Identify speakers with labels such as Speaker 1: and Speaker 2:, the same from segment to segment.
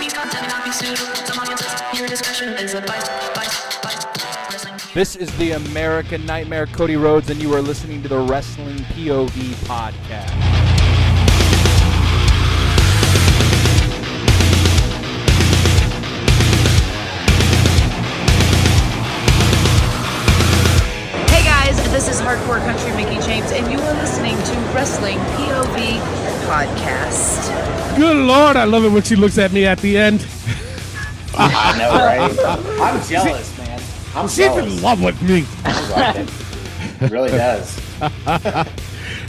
Speaker 1: be suitable to monuments. Your discretion is advised. Advised. Advised. Wrestling.
Speaker 2: This is the American Nightmare, Cody Rhodes, and you are listening to the Wrestling POV podcast.
Speaker 3: Hey guys, this is Hardcore Country Mickey James, and you are listening to Wrestling POV Podcast.
Speaker 4: Good lord, I love it when she looks at me at the end.
Speaker 5: I know, right? I'm jealous, man. I'm
Speaker 4: She's in
Speaker 5: jealous.
Speaker 4: love with me.
Speaker 5: I like it. It really does.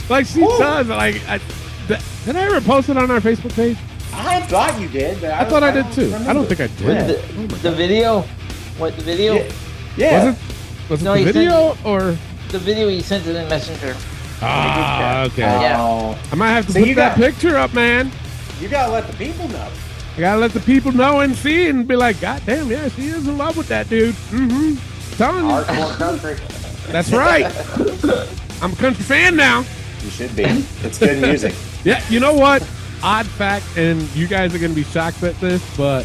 Speaker 4: Like she does. Like I, th- did I ever post it on our Facebook page?
Speaker 5: I thought you did, but I,
Speaker 4: I thought I did too.
Speaker 5: remember.
Speaker 4: I don't think I
Speaker 5: Yeah.
Speaker 4: did.
Speaker 6: The, the video, what the video?
Speaker 5: Yeah. Yeah.
Speaker 4: Was it? Was it
Speaker 6: No,
Speaker 4: the
Speaker 6: he said-
Speaker 4: video or?
Speaker 6: The video he sent it in Messenger.
Speaker 4: Ah, okay.
Speaker 5: Oh,
Speaker 4: Ah. I might have to
Speaker 5: So
Speaker 4: put
Speaker 5: you
Speaker 4: that
Speaker 5: got-
Speaker 4: picture up, man.
Speaker 5: you gotta let the people know.
Speaker 4: I gotta let the people know and see and be like, God damn, yeah, she is in love with that dude. Mm-hmm. Telling you,
Speaker 5: Hardcore country.
Speaker 4: that's right. I'm a country fan now.
Speaker 5: You should be. It's good music.
Speaker 4: Yeah, you know what? Odd fact, and you guys are going to be shocked at this, but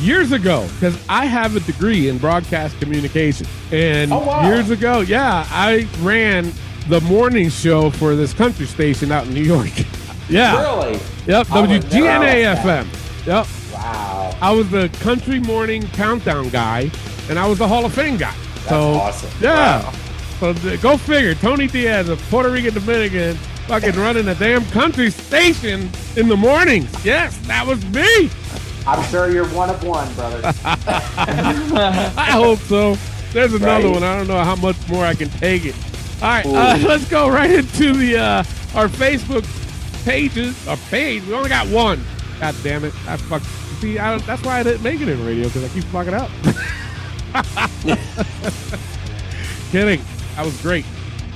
Speaker 4: years ago, because I have a degree in broadcast communication, and
Speaker 5: Oh, wow.
Speaker 4: years ago, yeah, I ran the morning show for this country station out in New York. yeah.
Speaker 5: Really?
Speaker 4: Yep.
Speaker 5: I would never
Speaker 4: WGNA
Speaker 5: have that.
Speaker 4: FM. Yep.
Speaker 5: Wow.
Speaker 4: I was the country morning countdown guy, and I was the Hall of Fame guy. so
Speaker 5: awesome.
Speaker 4: Yeah. So th- go figure. Tony Diaz of Puerto Rican Dominican fucking running a damn country station in the mornings. Yes, that was me.
Speaker 5: I'm sure you're one of one, brother.
Speaker 4: I hope so. There's another
Speaker 5: Right.
Speaker 4: one. I don't know how much more I can take it. All right, uh, let's go right into the uh, our Facebook pages. Our page. We only got one. God damn it! I fuck. See, I don't, that's why I didn't make it in radio because I keep fucking up. Kidding. That was great.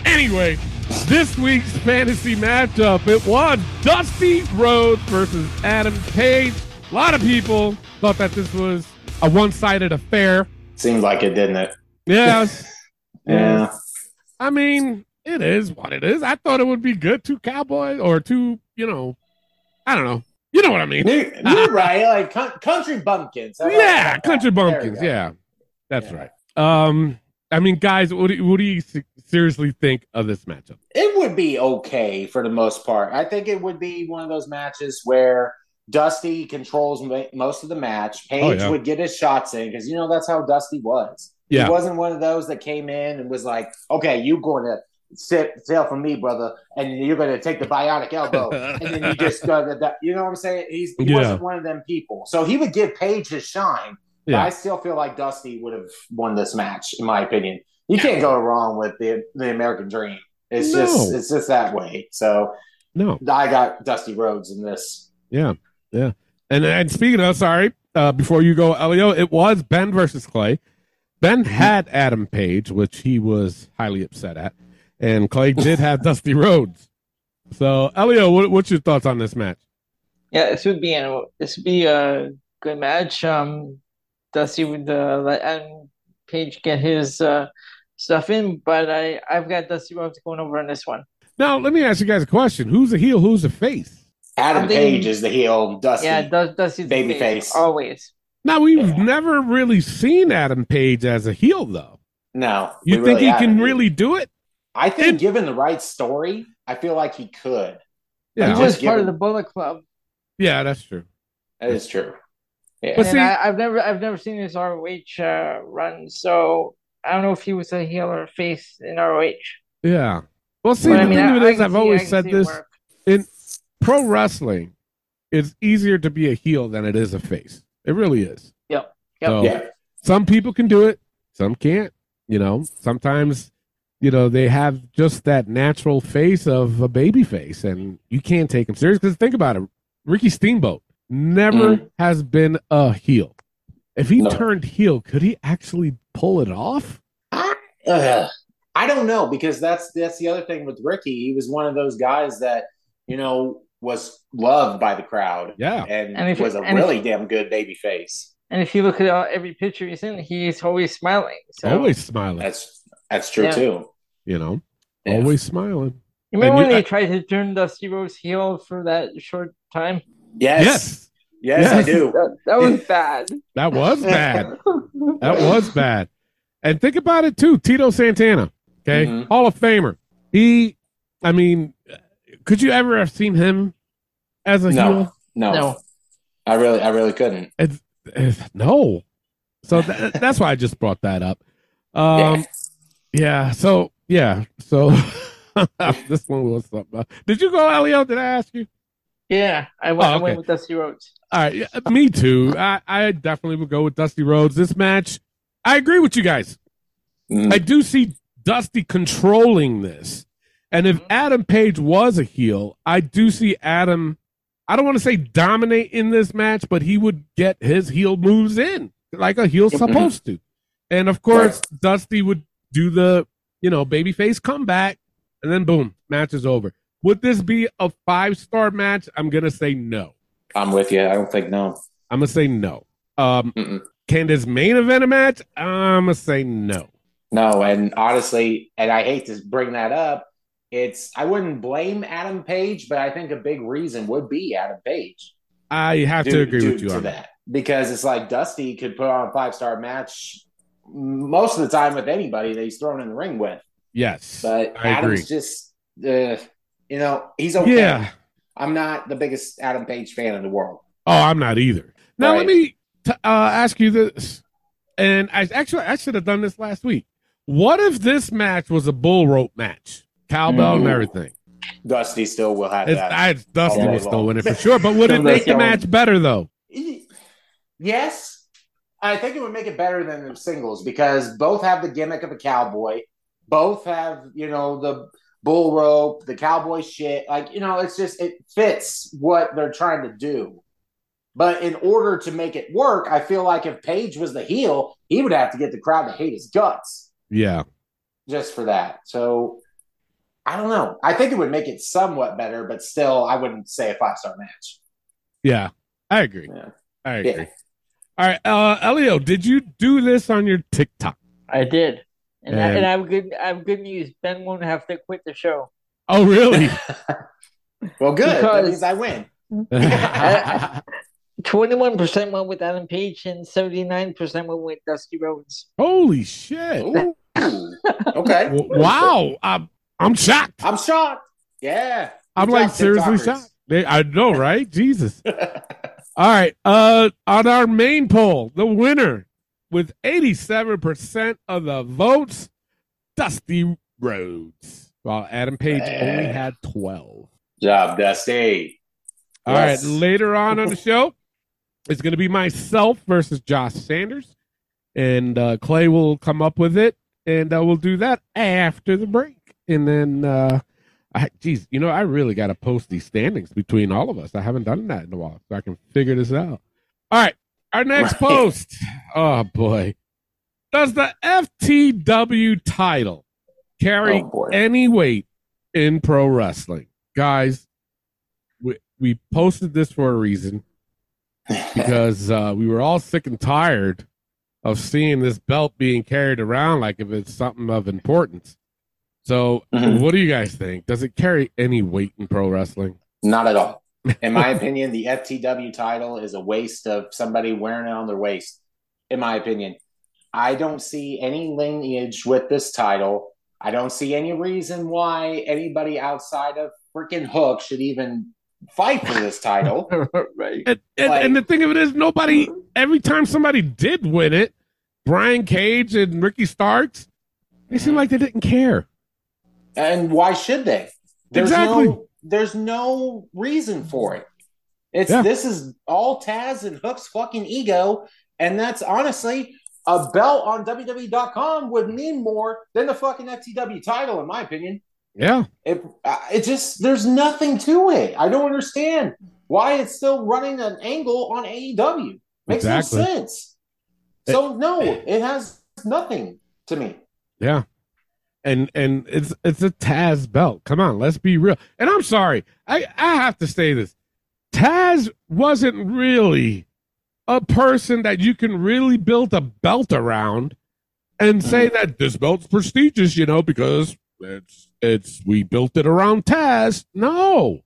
Speaker 4: Anyway, this week's fantasy matchup it was Dusty Rhodes versus Adam Page. A lot of people thought that this was a one-sided affair.
Speaker 5: Seems like it, didn't it?
Speaker 4: Yes.
Speaker 5: Yeah.
Speaker 4: I mean, it is what it is. I thought it would be good two cowboys or two, you know, I don't know. You know what I mean?
Speaker 5: You're, you're right. Like coun- country bumpkins. I like
Speaker 4: Yeah,
Speaker 5: that.
Speaker 4: country
Speaker 5: There we
Speaker 4: bumpkins.
Speaker 5: go.
Speaker 4: Yeah, that's
Speaker 5: Yeah.
Speaker 4: right. Um, I mean, guys, what do you, what do you se- seriously think of this matchup?
Speaker 5: it would be okay for the most part. I think it would be one of those matches where Dusty controls ma- most of the match. Paige
Speaker 4: Oh, yeah.
Speaker 5: would get his shots in because you know that's how Dusty was.
Speaker 4: Yeah.
Speaker 5: He wasn't one of those that came in and was like, "Okay, you're going to sit sail for me, brother, and you're going to take the bionic elbow." and then you just go, to that, you know what I'm saying? He's, he
Speaker 4: Yeah.
Speaker 5: wasn't one of them people. So he would give Paige his shine. but
Speaker 4: Yeah.
Speaker 5: I still feel like Dusty would have won this match, in my opinion. You can't go wrong with the the American Dream. It's
Speaker 4: No.
Speaker 5: just it's just that way. So
Speaker 4: No,
Speaker 5: I got Dusty Rhodes in this.
Speaker 4: yeah, yeah. And and speaking of, sorry, uh, before you go, Elio, it was Ben versus Clay. Ben had Adam Page, which he was highly upset at, and Clay did have Dusty Rhodes. So, Elio, what, what's your thoughts on this match?
Speaker 6: Yeah, this would be an, this would be a good match. Um, Dusty would uh, let Adam Page get his uh, stuff in, but I I've got Dusty Rhodes going over on this one.
Speaker 4: Now, let me ask you guys a question: Who's the heel? Who's the face?
Speaker 5: Adam
Speaker 6: I'm thinking-
Speaker 5: Page is the heel. Dusty.
Speaker 6: Yeah, Dusty Dusty's the
Speaker 5: Babyface.
Speaker 6: face, always.
Speaker 4: Now, we've
Speaker 5: Yeah.
Speaker 4: never really seen Adam Page as a heel, though.
Speaker 5: no,
Speaker 4: You
Speaker 5: we
Speaker 4: think
Speaker 5: really
Speaker 4: he can
Speaker 5: haven't.
Speaker 4: really do it?
Speaker 5: I
Speaker 4: And-
Speaker 5: think, given the right story, I feel like he could.
Speaker 6: He
Speaker 4: Yeah,
Speaker 5: Just
Speaker 6: was part
Speaker 5: give
Speaker 6: of
Speaker 5: it-
Speaker 6: the Bullet Club,
Speaker 4: yeah, that's true.
Speaker 5: That is true. Yeah.
Speaker 4: But
Speaker 6: and
Speaker 4: see-
Speaker 6: I, I've never I've never seen his ROH uh, run, so I don't know if he was a heel or a face in ROH.
Speaker 4: Yeah. Well, see,
Speaker 6: But
Speaker 4: the
Speaker 6: I mean,
Speaker 4: thing
Speaker 6: I,
Speaker 4: of it
Speaker 6: I
Speaker 4: is,
Speaker 6: can
Speaker 4: I've
Speaker 6: see- I
Speaker 4: always
Speaker 6: can
Speaker 4: said
Speaker 6: see it
Speaker 4: this:
Speaker 6: work.
Speaker 4: in pro wrestling, it's easier to be a heel than it is a face. It really is.
Speaker 6: Yep. Yep.
Speaker 4: So,
Speaker 5: yeah.
Speaker 4: some people can do it, some can't. You know, sometimes you know they have just that natural face of a baby face, and you can't take them serious. Because think about it, Ricky Steamboat never has been a heel. If he
Speaker 5: No.
Speaker 4: turned heel, could he actually pull it off?
Speaker 5: Ugh. I don't know because that's that's the other thing with Ricky. He was one of those guys that you know was loved by the crowd
Speaker 4: Yeah,
Speaker 5: and,
Speaker 6: And if-
Speaker 5: was a
Speaker 6: and if-
Speaker 5: really damn good baby face.
Speaker 6: And if you look at uh, every picture he's in, he's always smiling. So
Speaker 4: always smiling.
Speaker 5: That's that's true
Speaker 6: Yeah.
Speaker 5: too.
Speaker 4: You know,
Speaker 5: Yeah.
Speaker 4: always smiling.
Speaker 6: you remember
Speaker 4: and
Speaker 6: when
Speaker 4: you-
Speaker 6: they tried to turn Dusty Rose heel for that short time?
Speaker 5: Yes.
Speaker 4: Yes,
Speaker 5: Yes, I
Speaker 4: Yes.
Speaker 5: do.
Speaker 6: That, that was bad.
Speaker 4: That was bad. That was bad. And think about it too, Tito Santana. Okay,
Speaker 5: Mhm.
Speaker 4: Hall of Famer. He, I mean, could you ever have seen him as a
Speaker 5: No, no,
Speaker 6: No.
Speaker 5: I really, I really couldn't.
Speaker 4: heel? No. So tha- that's why I just brought that up. Um, yeah. So yeah. So this one was something. else. Did you go, Elio? Did I ask you?
Speaker 6: Yeah, I went,
Speaker 4: Oh,
Speaker 6: I went
Speaker 4: okay.
Speaker 6: with Dusty Rhodes.
Speaker 4: All right, yeah, me too. I, I definitely would go with Dusty Rhodes. This match, I agree with you guys.
Speaker 5: Mhm.
Speaker 4: I do see Dusty controlling this. And
Speaker 5: Mm-hmm.
Speaker 4: if Adam Page was a heel, I do see Adam, I don't want to say dominate in this match, but he would get his heel moves in like a heel's
Speaker 5: Mhm.
Speaker 4: supposed to. And of course, Dusty would do the, you know, babyface comeback, and then boom, match is over. Would this be a five star match? I'm going to say no.
Speaker 5: I'm with you. I don't think no.
Speaker 4: I'm gonna say no. Um,
Speaker 5: Mm-mm.
Speaker 4: can this main event a match? I'm gonna say no.
Speaker 5: No, and honestly, and I hate to bring that up. It's I wouldn't blame Adam Page, but I think a big reason would be Adam Page.
Speaker 4: I have to
Speaker 5: due-
Speaker 4: agree
Speaker 5: due
Speaker 4: with you
Speaker 5: to
Speaker 4: on that.
Speaker 5: that because it's like Dusty could put on a five star match most of the time with anybody that he's thrown in the ring with,
Speaker 4: Yes,
Speaker 5: but
Speaker 4: I
Speaker 5: Adam's
Speaker 4: agree.
Speaker 5: just uh, you know he's okay.
Speaker 4: Yeah.
Speaker 5: I'm not the biggest Adam Page fan in the world.
Speaker 4: Oh, I'm not either. Now let
Speaker 5: Right.
Speaker 4: me t- uh, ask you this, and I actually I should have done this last week. What if this match was a bull rope match, cowbell and
Speaker 5: Ooh.
Speaker 4: everything?
Speaker 5: Dusty still will have
Speaker 4: It's,
Speaker 5: that.
Speaker 4: I, Dusty
Speaker 5: All
Speaker 4: would
Speaker 5: day
Speaker 4: still
Speaker 5: long.
Speaker 4: win it for sure, but would it
Speaker 6: Still
Speaker 4: make the
Speaker 6: Dusty.
Speaker 4: match better though?
Speaker 5: Yes. I think it would make it better than the singles because both have the gimmick of a cowboy. Both have, you know, the bull rope, the cowboy shit. Like, you know, it's just, it fits what they're trying to do. But in order to make it work, I feel like if Paige was the heel, he would have to get the crowd to hate his guts
Speaker 4: Yeah,
Speaker 5: just for that. So I don't know. I think it would make it somewhat better, but still, I wouldn't say a five star match.
Speaker 4: yeah, I agree.
Speaker 5: Yeah.
Speaker 4: I agree.
Speaker 5: Yeah.
Speaker 4: All right, uh, Elio, did you do this on your TikTok?
Speaker 6: I did. And, I,
Speaker 4: And-
Speaker 6: and I'm good. I'm good news. Ben won't have to quit the show.
Speaker 4: Oh, really?
Speaker 5: Well, good. that
Speaker 6: Because-
Speaker 5: means I win.
Speaker 6: Twenty-one percent went with Adam Page, and seventy-nine percent went with Dusty Rhodes.
Speaker 4: Holy shit!
Speaker 5: Ooh. okay.
Speaker 4: W- Wow, I'm I'm shocked.
Speaker 5: I'm shocked. Yeah.
Speaker 4: I'm
Speaker 5: Good
Speaker 4: like
Speaker 5: job,
Speaker 4: seriously
Speaker 5: TikTokers.
Speaker 4: shocked. They- I know, right? Jesus. All right. Uh, on our main poll, the winner with 87 percent of the votes, Dusty Rhodes. While Adam Page only
Speaker 5: Eh.
Speaker 4: had 12.
Speaker 5: Job, Dusty.
Speaker 4: All right.
Speaker 5: Yes.
Speaker 4: Later on on the show, it's going to be myself versus Josh Sanders, and uh, Clay will come up with it, and uh, we'll do that after the break. And then, uh, I, geez, you know, I really got to post these standings between all of us. I haven't done that in a while, so I can figure this out. All right, our next
Speaker 5: Right.
Speaker 4: post. Oh boy, does the FTW title carry
Speaker 5: Oh, boy.
Speaker 4: any weight in pro wrestling. Guys, we, we posted this for a reason because uh, we were all sick and tired of seeing this belt being carried around like if it's something of importance. So,
Speaker 5: Mhm.
Speaker 4: what do you guys think? Does it carry any weight in pro wrestling?
Speaker 5: Not at all. In my opinion, the FTW title is a waste of somebody wearing it on their waist. In my opinion, I don't see any lineage with this title. I don't see any reason why anybody outside of freaking Hook should even fight for this title.
Speaker 6: right.
Speaker 4: And, and,
Speaker 5: Like-
Speaker 4: and the thing of it is, nobody, every time somebody did win it, Brian Cage and Ricky Starks, they seemed like they didn't care.
Speaker 5: And why should they? There's
Speaker 4: Exactly.
Speaker 5: no there's no reason for it. It's
Speaker 4: Yeah.
Speaker 5: this is all Taz and Hook's fucking ego, and that's honestly a belt on WWE.com would mean more than the fucking FTW title, in my opinion.
Speaker 4: Yeah.
Speaker 5: It uh, it just there's nothing to it. I don't understand why it's still running an angle on AEW. Makes
Speaker 4: Exactly. Eh.
Speaker 5: no sense. So no, it has nothing to me.
Speaker 4: Yeah. And and it's it's a Taz belt. Come on, let's be real. And I'm sorry, I, I have to say this. Taz wasn't really a person that you can really build a belt around and say that this belt's prestigious, you know, because it's it's we built it around Taz. No.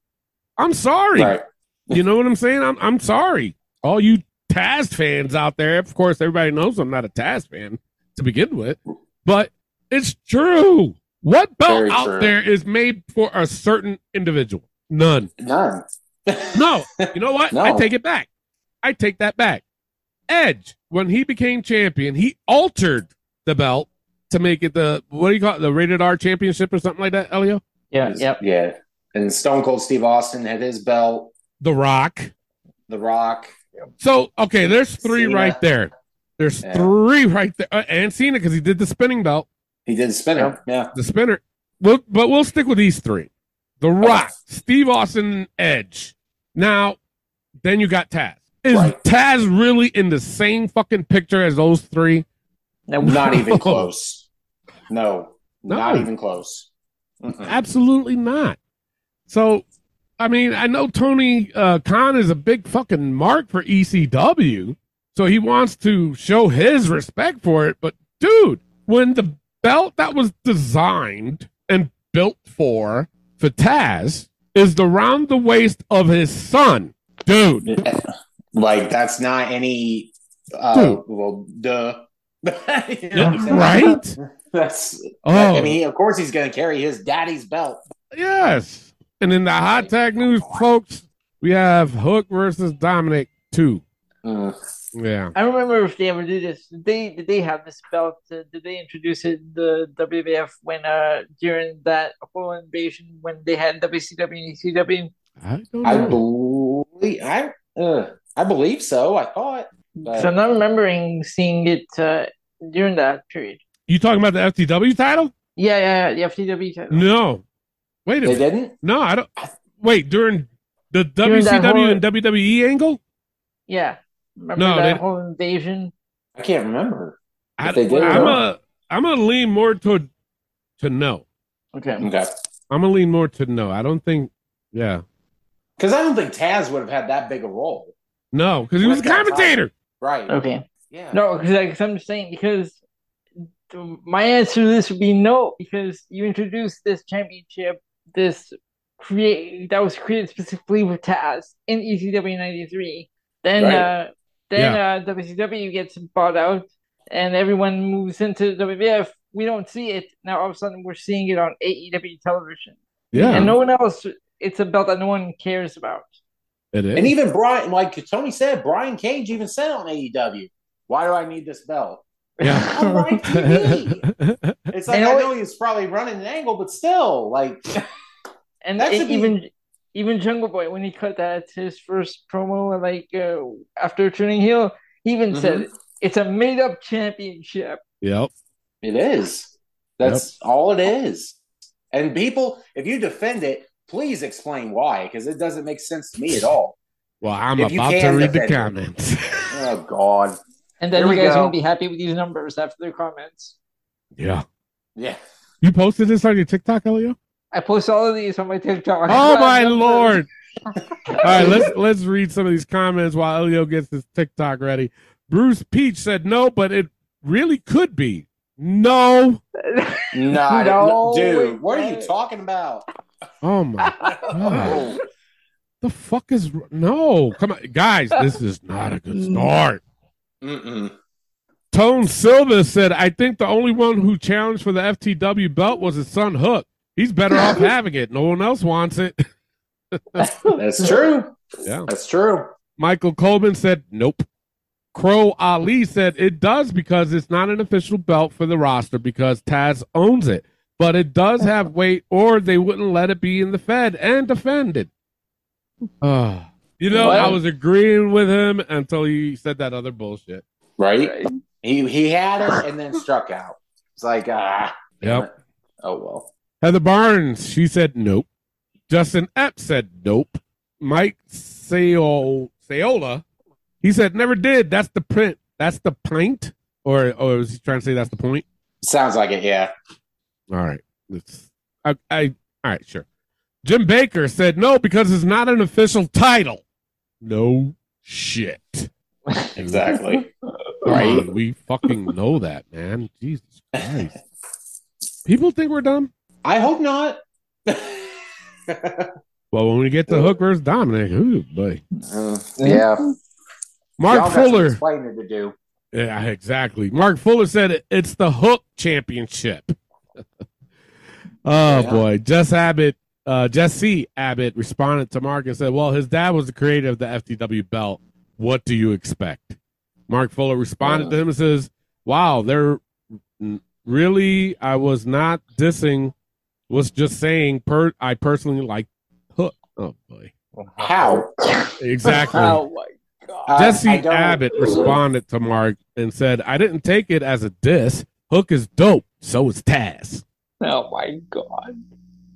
Speaker 4: I'm sorry. You know what I'm saying? I'm I'm sorry. all you Taz fans out there, of course, everybody knows I'm not a Taz fan to begin with, but it's true. What belt
Speaker 5: Very
Speaker 4: out
Speaker 5: true.
Speaker 4: there is made for a certain individual? None.
Speaker 5: None.
Speaker 4: No. You know what?
Speaker 5: No.
Speaker 4: I take it back. I take that back. Edge, when he became champion, he altered the belt to make it the what do you call it? The rated R championship or something like that, Elio?
Speaker 6: Yeah, yep.
Speaker 5: Yeah. And Stone Cold Steve Austin had his belt,
Speaker 4: The Rock.
Speaker 5: The Rock.
Speaker 4: So okay, there's three
Speaker 5: Cena.
Speaker 4: right there. There's
Speaker 5: Yeah.
Speaker 4: three right there, Uh, and Cena because he did the spinning belt,
Speaker 5: He did spinner. Yeah.
Speaker 4: the spinner. We'll, but we'll stick with these three: The Rock, Steve Austin, and Edge. Now, then you got Taz. Is
Speaker 5: Right.
Speaker 4: Taz really in the same fucking picture as those three?
Speaker 6: No,
Speaker 5: Not
Speaker 4: No.
Speaker 5: even close. No.
Speaker 4: No.
Speaker 5: Not even close. Mm-mm.
Speaker 4: Absolutely not. So, I mean, I know Tony uh, Khan is a big fucking mark for ECW, so he wants to show his respect for it. But dude, when the belt that was designed and built for for Taz is the round the waist of his son, dude.
Speaker 5: Like that's not any uh
Speaker 4: Dude.
Speaker 5: well duh. You know what I'm saying?
Speaker 4: Right?
Speaker 5: That's
Speaker 4: Oh,
Speaker 5: I mean, of course he's gonna carry his daddy's belt.
Speaker 4: yes. And in the hot tag news, folks, we have Hook versus Dominic two.
Speaker 5: Mm.
Speaker 4: Yeah.
Speaker 6: I don't remember if they ever did this. Did they did they have this belt? Uh, did they introduce it in the WWF when uh during that Apollo invasion when they had WCW and E ECW?
Speaker 4: I don't
Speaker 5: I
Speaker 4: know.
Speaker 5: believe I uh, I believe so. I thought. But
Speaker 4: Uh,
Speaker 6: So I'm not remembering seeing it uh, during that period.
Speaker 4: You talking about the FTW title?
Speaker 6: Yeah, yeah, yeah, the FTW title.
Speaker 4: No. Wait a
Speaker 5: they
Speaker 4: minute.
Speaker 5: didn't.
Speaker 4: No, I don't. Wait, during the
Speaker 6: During that
Speaker 4: WCW
Speaker 6: whole-
Speaker 4: and WWE angle?
Speaker 6: Yeah. Remember
Speaker 4: No,
Speaker 6: that
Speaker 4: they-
Speaker 6: whole invasion?
Speaker 5: I can't remember.
Speaker 4: I,
Speaker 5: If they did,
Speaker 4: I'm
Speaker 5: no.
Speaker 4: a. I'm gonna lean more toward to no.
Speaker 6: Okay.
Speaker 5: Okay.
Speaker 4: I'm gonna lean more to no. I don't think. Yeah.
Speaker 5: Because I don't think Taz would have had that big a role.
Speaker 4: No, because he was a
Speaker 5: Like that
Speaker 4: commentator.
Speaker 5: Right.
Speaker 6: Okay.
Speaker 5: Yeah.
Speaker 6: No, because like, I'm just saying because th- my answer to this would be no because you introduced this championship, this create that was created specifically for Taz in E ECW '93. Then,
Speaker 5: Right.
Speaker 6: uh, then uh, WCW gets bought out, and everyone moves into WWF. We don't see it now. All of a sudden, we're seeing it on AEW television,
Speaker 4: Yeah.
Speaker 6: and no one else. It's a belt that no one cares about.
Speaker 4: it is.
Speaker 5: And even Brian, like Tony said, Brian Cage even said on AEW, "Why do I need this belt?"
Speaker 4: yeah.
Speaker 5: I'm like, TV. It's like
Speaker 6: And
Speaker 5: I
Speaker 6: always-
Speaker 5: know he's probably running an angle, but still, like,
Speaker 6: And
Speaker 5: That
Speaker 6: it-
Speaker 5: should be-
Speaker 6: even even Jungle Boy, when he cut that his first promo, like uh, after turning heel, he even said
Speaker 5: Mm-hmm.
Speaker 6: it's a made up championship.
Speaker 4: yep.
Speaker 5: it is. That's all it is. And people, if you defend it, please explain why, because it doesn't make sense to me at all.
Speaker 4: Well, I'm
Speaker 5: If you
Speaker 4: about to
Speaker 5: can
Speaker 4: read the
Speaker 5: defend it.
Speaker 4: comments.
Speaker 5: Oh God.
Speaker 6: And then
Speaker 5: Here
Speaker 6: you
Speaker 5: we
Speaker 6: guys
Speaker 5: go.
Speaker 6: won't be happy with these numbers after their comments.
Speaker 4: yeah.
Speaker 5: Yeah.
Speaker 4: You posted this on your TikTok, Elio?
Speaker 6: I post all of these on my TikTok.
Speaker 4: Oh my
Speaker 6: Numbers.
Speaker 4: lord! All right, let's let's read some of these comments while Elio gets his TikTok ready. Bruce Peach said no, but it really could be no.
Speaker 5: No, I don't-
Speaker 6: No,
Speaker 5: dude, what are
Speaker 6: right.
Speaker 5: you talking about? Oh,
Speaker 4: Oh my! God.
Speaker 6: Oh.
Speaker 4: the fuck is no? Come on, guys, this is not a good start.
Speaker 5: Mm-mm.
Speaker 4: Tone Silva said, "I think the only one who challenged for the FTW belt was his son Hook. He's better off having it. No one else wants it."
Speaker 5: That's true.
Speaker 4: Yeah.
Speaker 5: That's true.
Speaker 4: Michael Coleman said, nope. Crow Ali said, it does because it's not an official belt for the roster because Taz owns it, but it does have weight or they wouldn't let it be in the Fed and defended. Uh, you know, I was agreeing with him until he said that other bullshit.
Speaker 5: Right? He he had it and then struck out. It's like ah. damn
Speaker 4: Yep.
Speaker 5: it. Oh well.
Speaker 4: Heather Barnes, she said, nope. Justin Epps said, nope. Mike Sayo- Sayola, he said, never did. That's the print. That's the pint. Or, or was he trying to say that's the point?
Speaker 5: Sounds like it. Yeah.
Speaker 4: All right. Let's, I, I, all right, sure. Jim Baker said no because it's not an official title. No shit.
Speaker 5: Exactly.
Speaker 4: Right. we fucking know that, man. Jesus Christ. People think we're dumb.
Speaker 5: I hope not. Uh,
Speaker 4: Well, when we get to Hook versus Dominic, ooh, boy.
Speaker 5: yeah.
Speaker 4: Mark
Speaker 5: Y'all got some
Speaker 4: Fuller.
Speaker 5: explaining to do.
Speaker 4: Yeah, exactly. Mark Fuller said it, it's the Hook Championship. oh
Speaker 5: Yeah.
Speaker 4: boy, Jess Abbott, uh, Jesse Abbott responded to Mark and said, "Well, his dad was the creator of the FTW belt. What do you expect?" Mark Fuller responded to him and says, "Wow, they're really. I was not dissing. Was just saying. Per, I personally like Hook. Oh boy,
Speaker 5: How? Uh,
Speaker 4: exactly."
Speaker 6: Oh my god.
Speaker 4: Jesse
Speaker 5: I don't-
Speaker 4: Abbott responded to Mark and said, I didn't take it as a diss. Hook is dope. So is Taz.
Speaker 6: Oh my god.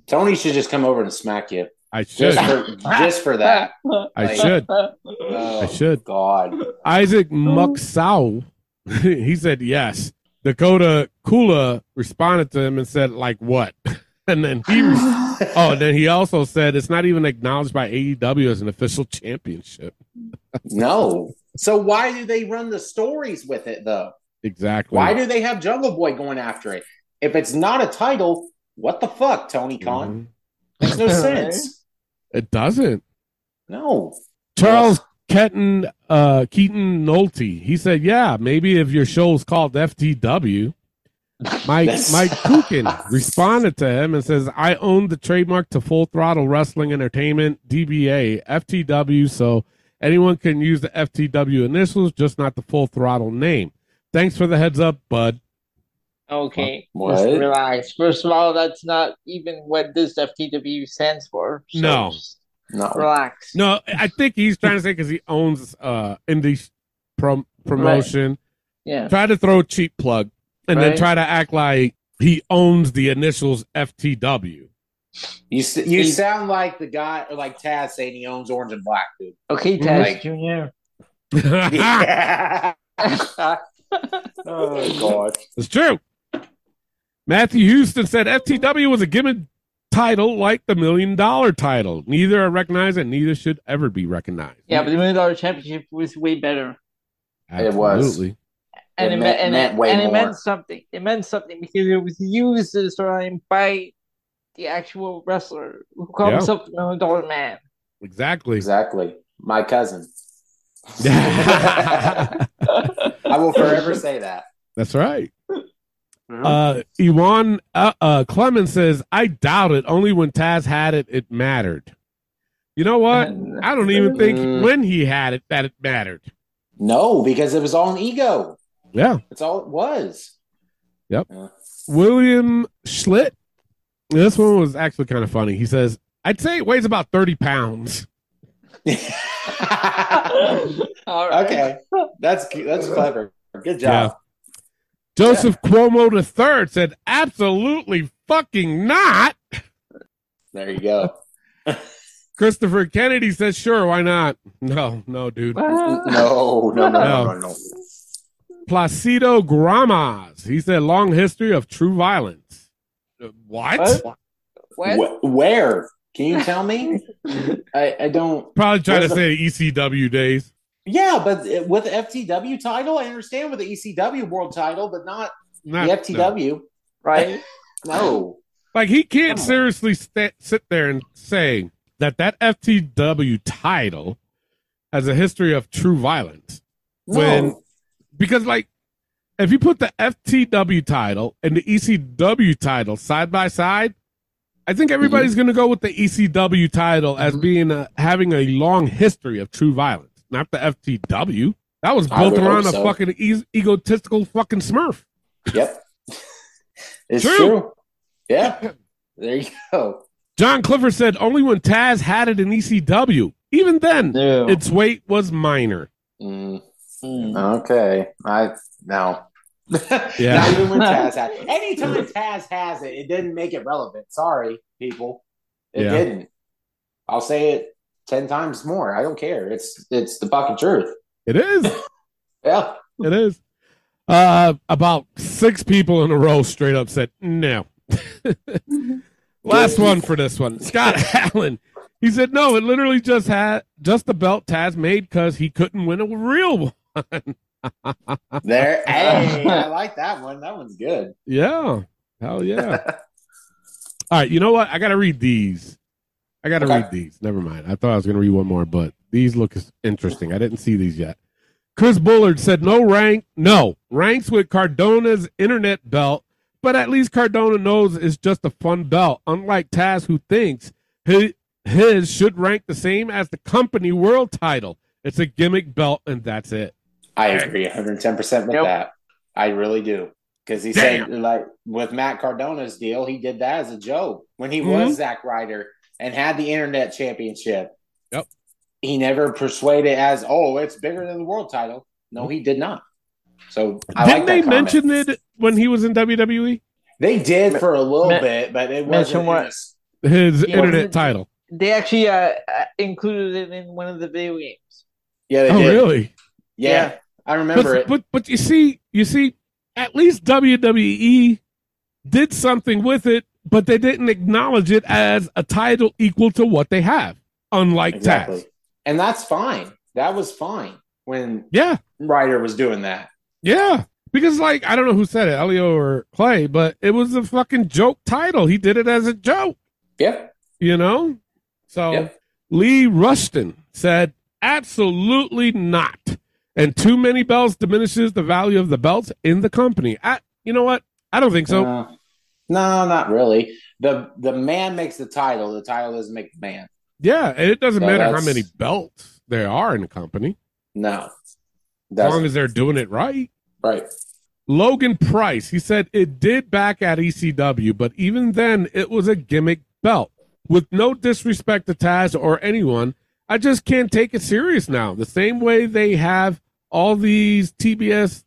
Speaker 5: Tony should just come over and smack you
Speaker 4: I should.
Speaker 5: just for just for that.
Speaker 4: I should.
Speaker 5: Oh,
Speaker 4: I should.
Speaker 5: God.
Speaker 4: Isaac Muxau, he said yes. Dakota Kula responded to him and said, like what? And then he, re- oh, and then he also said it's not even acknowledged by AEW as an official championship.
Speaker 5: No. So why do they run the stories with it though?
Speaker 4: Exactly.
Speaker 5: Why do they have Jungle Boy going after it? If it's not a title, what the fuck, Tony Khan?
Speaker 4: Mhm.
Speaker 5: Makes no
Speaker 6: Right.
Speaker 5: sense.
Speaker 4: It doesn't.
Speaker 5: No.
Speaker 4: Charles Keaton uh, Keaton Nolte. He said, "Yeah, maybe if your show's called FTW." Mike
Speaker 5: That's-
Speaker 4: Mike Kukin responded to him and says, "I own the trademark to Full Throttle Wrestling Entertainment (DBA) FTW, so anyone can use the FTW initials, just not the Full Throttle name." Thanks for the heads up, bud.
Speaker 6: Okay.
Speaker 5: What?
Speaker 6: Just relax. First of all, that's not even what this FTW stands for. So
Speaker 4: No.
Speaker 6: just
Speaker 5: No.
Speaker 6: Relax.
Speaker 4: No, I think he's trying to say because he owns uh, indie prom- promotion.
Speaker 6: Yeah.
Speaker 4: try to throw a cheap plug and then
Speaker 6: Right.
Speaker 4: try to act like he owns the initials FTW.
Speaker 5: You s- you
Speaker 6: He-
Speaker 5: sound like the guy or like Taz saying he owns orange and black, dude.
Speaker 6: Okay,
Speaker 5: Right.
Speaker 6: Taz Junior.
Speaker 4: it's Ah!
Speaker 5: oh god.
Speaker 4: true. Matthew Houston said FTW was a given title like the million dollar title. Neither are recognized and neither should ever be recognized.
Speaker 6: Yeah, but the Million Dollar Championship was way better.
Speaker 5: It was.
Speaker 4: Absolutely.
Speaker 6: And
Speaker 5: It
Speaker 6: it,
Speaker 5: meant-
Speaker 6: meant, and,
Speaker 5: meant
Speaker 6: it,
Speaker 5: way
Speaker 6: and it
Speaker 5: more.
Speaker 6: meant something. It meant something because it was used as a storyline by the actual wrestler who called
Speaker 4: Yeah.
Speaker 6: himself the Million Dollar Man.
Speaker 4: Exactly.
Speaker 5: Exactly. My cousin. I will forever say that.
Speaker 4: That's right. Uh, Iwan uh, uh, Clemens says, I doubt it. Only when Taz had it, it mattered. You know what? I don't even think
Speaker 5: Mm.
Speaker 4: when he had it that it mattered.
Speaker 5: No, because it was all an ego.
Speaker 4: Yeah.
Speaker 5: That's all it was.
Speaker 4: Yep.
Speaker 5: Yeah.
Speaker 4: William Schlitt. This one was actually kind of funny. He says, I'd say it weighs about 30 pounds.
Speaker 6: All right.
Speaker 5: okay, that's cu- that's clever. Good job.
Speaker 4: Joseph Cuomo III said, absolutely fucking not.
Speaker 5: There you go.
Speaker 4: Christopher Kennedy says, sure, why not? No, no, dude.
Speaker 5: No, no, no, no, no. no.
Speaker 4: Placido Gramas. He said, long history of true violence. Uh, What?
Speaker 6: What? What?
Speaker 5: Wh- where? Can you tell me? I, I don't.
Speaker 4: Probably trying to
Speaker 5: Where's
Speaker 4: say ECW days.
Speaker 5: Yeah, but it- with the FTW title, I understand with the ECW world title, but not
Speaker 4: Not,
Speaker 5: the
Speaker 4: no.
Speaker 5: FTW.
Speaker 6: Right?
Speaker 5: No.
Speaker 4: Like he can't
Speaker 5: Come on.
Speaker 4: seriously sta sit there and say that that FTW title has a history of true violence
Speaker 5: No.
Speaker 4: When- because, like, if you put the FTW title and the ECW title side by side, I think everybody's
Speaker 5: Mm-hmm.
Speaker 4: going to go with the ECW title as being a, having a long history of true violence, not the FTW. That was
Speaker 5: I
Speaker 4: built
Speaker 5: would hope
Speaker 4: around a
Speaker 5: so.
Speaker 4: fucking e- egotistical fucking Smurf.
Speaker 5: Yep. It's
Speaker 4: True.
Speaker 5: true. Yeah. There you go.
Speaker 4: John Clifford said only when Taz had it in ECW. Even then,
Speaker 6: No.
Speaker 4: Its weight was minor.
Speaker 5: Mm, okay. I no.
Speaker 4: Yeah.
Speaker 5: Not even when Taz had it. Anytime Taz has it, it didn't make it relevant. Sorry, people. It
Speaker 4: Yeah.
Speaker 5: didn't. I'll say it ten times more. I don't care. It's it's the fucking truth.
Speaker 4: It is.
Speaker 5: Yeah.
Speaker 4: It is. Uh, about six people in a row straight up said no. Last one for this one. Scott Allen. He said no. It literally just had just the belt Taz made because he couldn't win a real one.
Speaker 5: There. Hey, I like that one. That one's good.
Speaker 4: Yeah. Hell yeah. All right. You know what? I gotta read these. I gotta
Speaker 5: Okay.
Speaker 4: read these. Never mind. I thought I was gonna read one more, but these look interesting. I didn't see these yet. Chris Bullard said no rank, no ranks with Cardona's internet belt, but at least Cardona knows it's just a fun belt. Unlike Taz, who thinks his, his should rank the same as the company world title. It's a gimmick belt, and that's it.
Speaker 5: I agree 110% with
Speaker 6: Yep.
Speaker 5: that. I really do. Because he said, like, with Matt Cardona's deal, he did that as a joke when he
Speaker 4: Mm-hmm.
Speaker 5: was Zack Ryder and had the internet championship.
Speaker 4: Yep.
Speaker 5: He never persuaded as, oh, it's bigger than the world title. No, he did not. So I
Speaker 4: Mm-hmm. Didn't
Speaker 5: like
Speaker 4: they
Speaker 5: that comment.
Speaker 4: mention it when he was in E? WWE?
Speaker 5: They did for a little
Speaker 6: Men-
Speaker 5: bit, but it
Speaker 6: mention
Speaker 5: wasn't. What?
Speaker 6: what?
Speaker 4: His
Speaker 6: Yeah.
Speaker 4: internet title.
Speaker 6: They actually uh, uh, included it in one of the video games.
Speaker 5: Yeah, they
Speaker 4: Oh,
Speaker 5: did.
Speaker 4: really?
Speaker 5: Yeah,
Speaker 6: Yeah.
Speaker 5: I remember
Speaker 4: But,
Speaker 5: it.
Speaker 4: but but you see, you see, at least WWE did something with it, but they didn't acknowledge it as a title equal to what they have. Unlike
Speaker 5: exactly.
Speaker 4: Taz.
Speaker 5: And that's fine. That was fine when
Speaker 4: Yeah.
Speaker 5: Ryder was doing that.
Speaker 4: Yeah. Because like I don't know who said it, Elio or Clay, but it was a fucking joke title. He did it as a joke,
Speaker 5: Yep.
Speaker 4: you know? So
Speaker 5: Yep.
Speaker 4: Lee Rushton said, absolutely not. And too many belts diminishes the value of the belts in the company. I, you know what? I don't think so.
Speaker 5: Uh, no, not really. the The man makes the title. The title doesn't make the man.
Speaker 4: Yeah, and it doesn't
Speaker 5: So
Speaker 4: matter how
Speaker 5: that's-
Speaker 4: many belts there are in a company,
Speaker 5: No,
Speaker 4: as
Speaker 5: that's
Speaker 4: long as they're doing it right.
Speaker 5: right.
Speaker 4: Logan Price, he said it did back at ECW, but even then it was a gimmick belt. With no disrespect to Taz or anyone, I just can't take it serious now. The same way they have all these TBS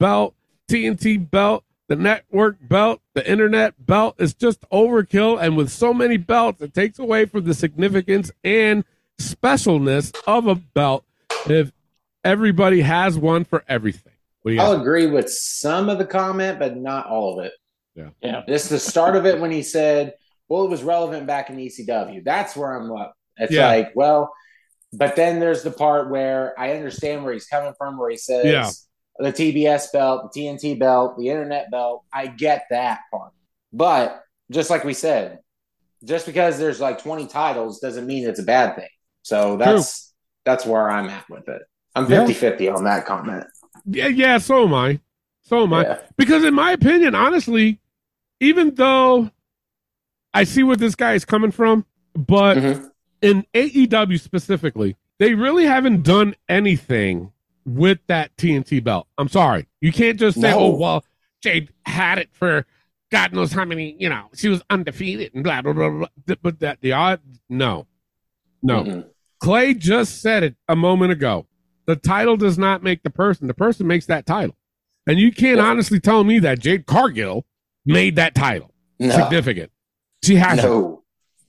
Speaker 4: belt, TNT belt, the network belt, the internet belt, it's just overkill. And with so many belts, it takes away from the significance and specialness of a belt if everybody has one for everything. What do you guys
Speaker 5: I'll agree with some of the comment, but not all of it.
Speaker 4: Yeah.
Speaker 6: Yeah.
Speaker 5: This is the start of it when he said, "Well, it was relevant back in ECW." That's where I'm up. It's
Speaker 4: Yeah.
Speaker 5: like, well, but then there's the part where I understand where he's coming from, where he says,
Speaker 4: Yeah.
Speaker 5: "The TBS belt, the TNT belt, the internet belt." I get that part, but just like we said, just because there's like 20 titles doesn't mean it's a bad thing. So that's that's where I'm at with it. I'm
Speaker 4: Yeah.
Speaker 5: 50-50 on that comment.
Speaker 4: Yeah, yeah, so am I. So am I.
Speaker 5: Yeah.
Speaker 4: Because in my opinion, honestly, even though I see where this guy is coming from, but
Speaker 5: Mhm.
Speaker 4: in AEW specifically, they really haven't done anything with that TNT belt. I'm sorry. You can't just say,
Speaker 5: No.
Speaker 4: oh, well, Jade had it for God knows how many, you know, she was undefeated and blah, blah, blah, blah. Th- But that, the odd, no, no.
Speaker 5: Mhm.
Speaker 4: Clay just said it a moment ago. The title does not make the person. The person makes that title. And you can't
Speaker 5: Yeah.
Speaker 4: honestly tell me that Jade Cargill made that title
Speaker 5: No.
Speaker 4: significant. She has it.
Speaker 5: No.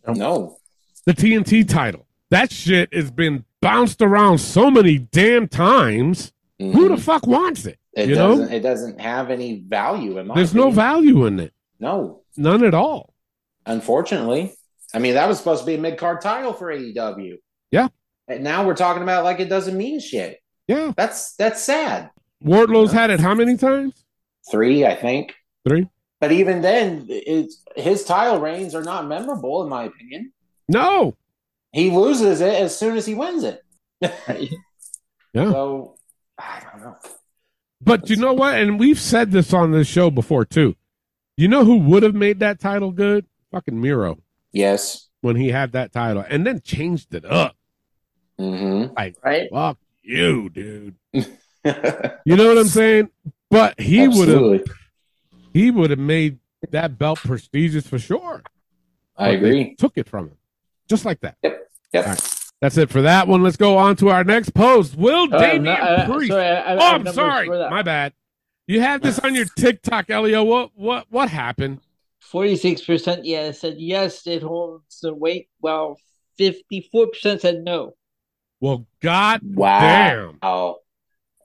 Speaker 5: No.
Speaker 4: the TNT title. That shit has been bounced around so many damn times. Who
Speaker 5: Mm.
Speaker 4: the fuck wants it?
Speaker 5: it
Speaker 4: you know?
Speaker 5: doesn't it doesn't have any value in my
Speaker 4: There's no
Speaker 5: opinion.
Speaker 4: value in it.
Speaker 5: No.
Speaker 4: None at all.
Speaker 5: Unfortunately. I mean, that was supposed to be a mid card title for AEW.
Speaker 4: Yeah.
Speaker 5: And now we're talking about like it doesn't mean shit.
Speaker 4: Yeah.
Speaker 5: That's that's sad.
Speaker 4: Wardlow's had it how many times?
Speaker 5: Three, I think.
Speaker 4: Three.
Speaker 5: But even then, it's, his title reigns are not memorable in my opinion.
Speaker 4: No.
Speaker 5: He loses it as soon as he wins it.
Speaker 4: Yeah.
Speaker 5: So I don't know.
Speaker 4: But you know what? And we've said this on this show before too. You know who would have made that title good? Fucking Miro
Speaker 5: Yes.
Speaker 4: when he had that title and then changed it up.
Speaker 5: Mm-hmm.
Speaker 6: Right?
Speaker 4: Fuck you, dude. You know what I'm saying? But he would have
Speaker 5: Absolutely.
Speaker 4: he would have made that belt prestigious for sure. But
Speaker 5: I
Speaker 4: they
Speaker 5: agree.
Speaker 4: Took it from him. Just like that.
Speaker 5: Yep.
Speaker 4: All That's it for that one. Let's go on to our next post. Will
Speaker 6: Oh, I'm
Speaker 4: Damian
Speaker 6: not- I-
Speaker 4: Priest.
Speaker 6: sorry, I- I- I
Speaker 4: oh,
Speaker 6: have
Speaker 4: I'm
Speaker 6: numbers
Speaker 4: sorry.
Speaker 6: for that.
Speaker 4: My bad. You have this on your TikTok, Elio. What what what happened?
Speaker 6: 46% yeah said yes, it holds the weight, while 54% said no.
Speaker 4: Well, god
Speaker 5: Wow.
Speaker 4: damn.
Speaker 5: Oh,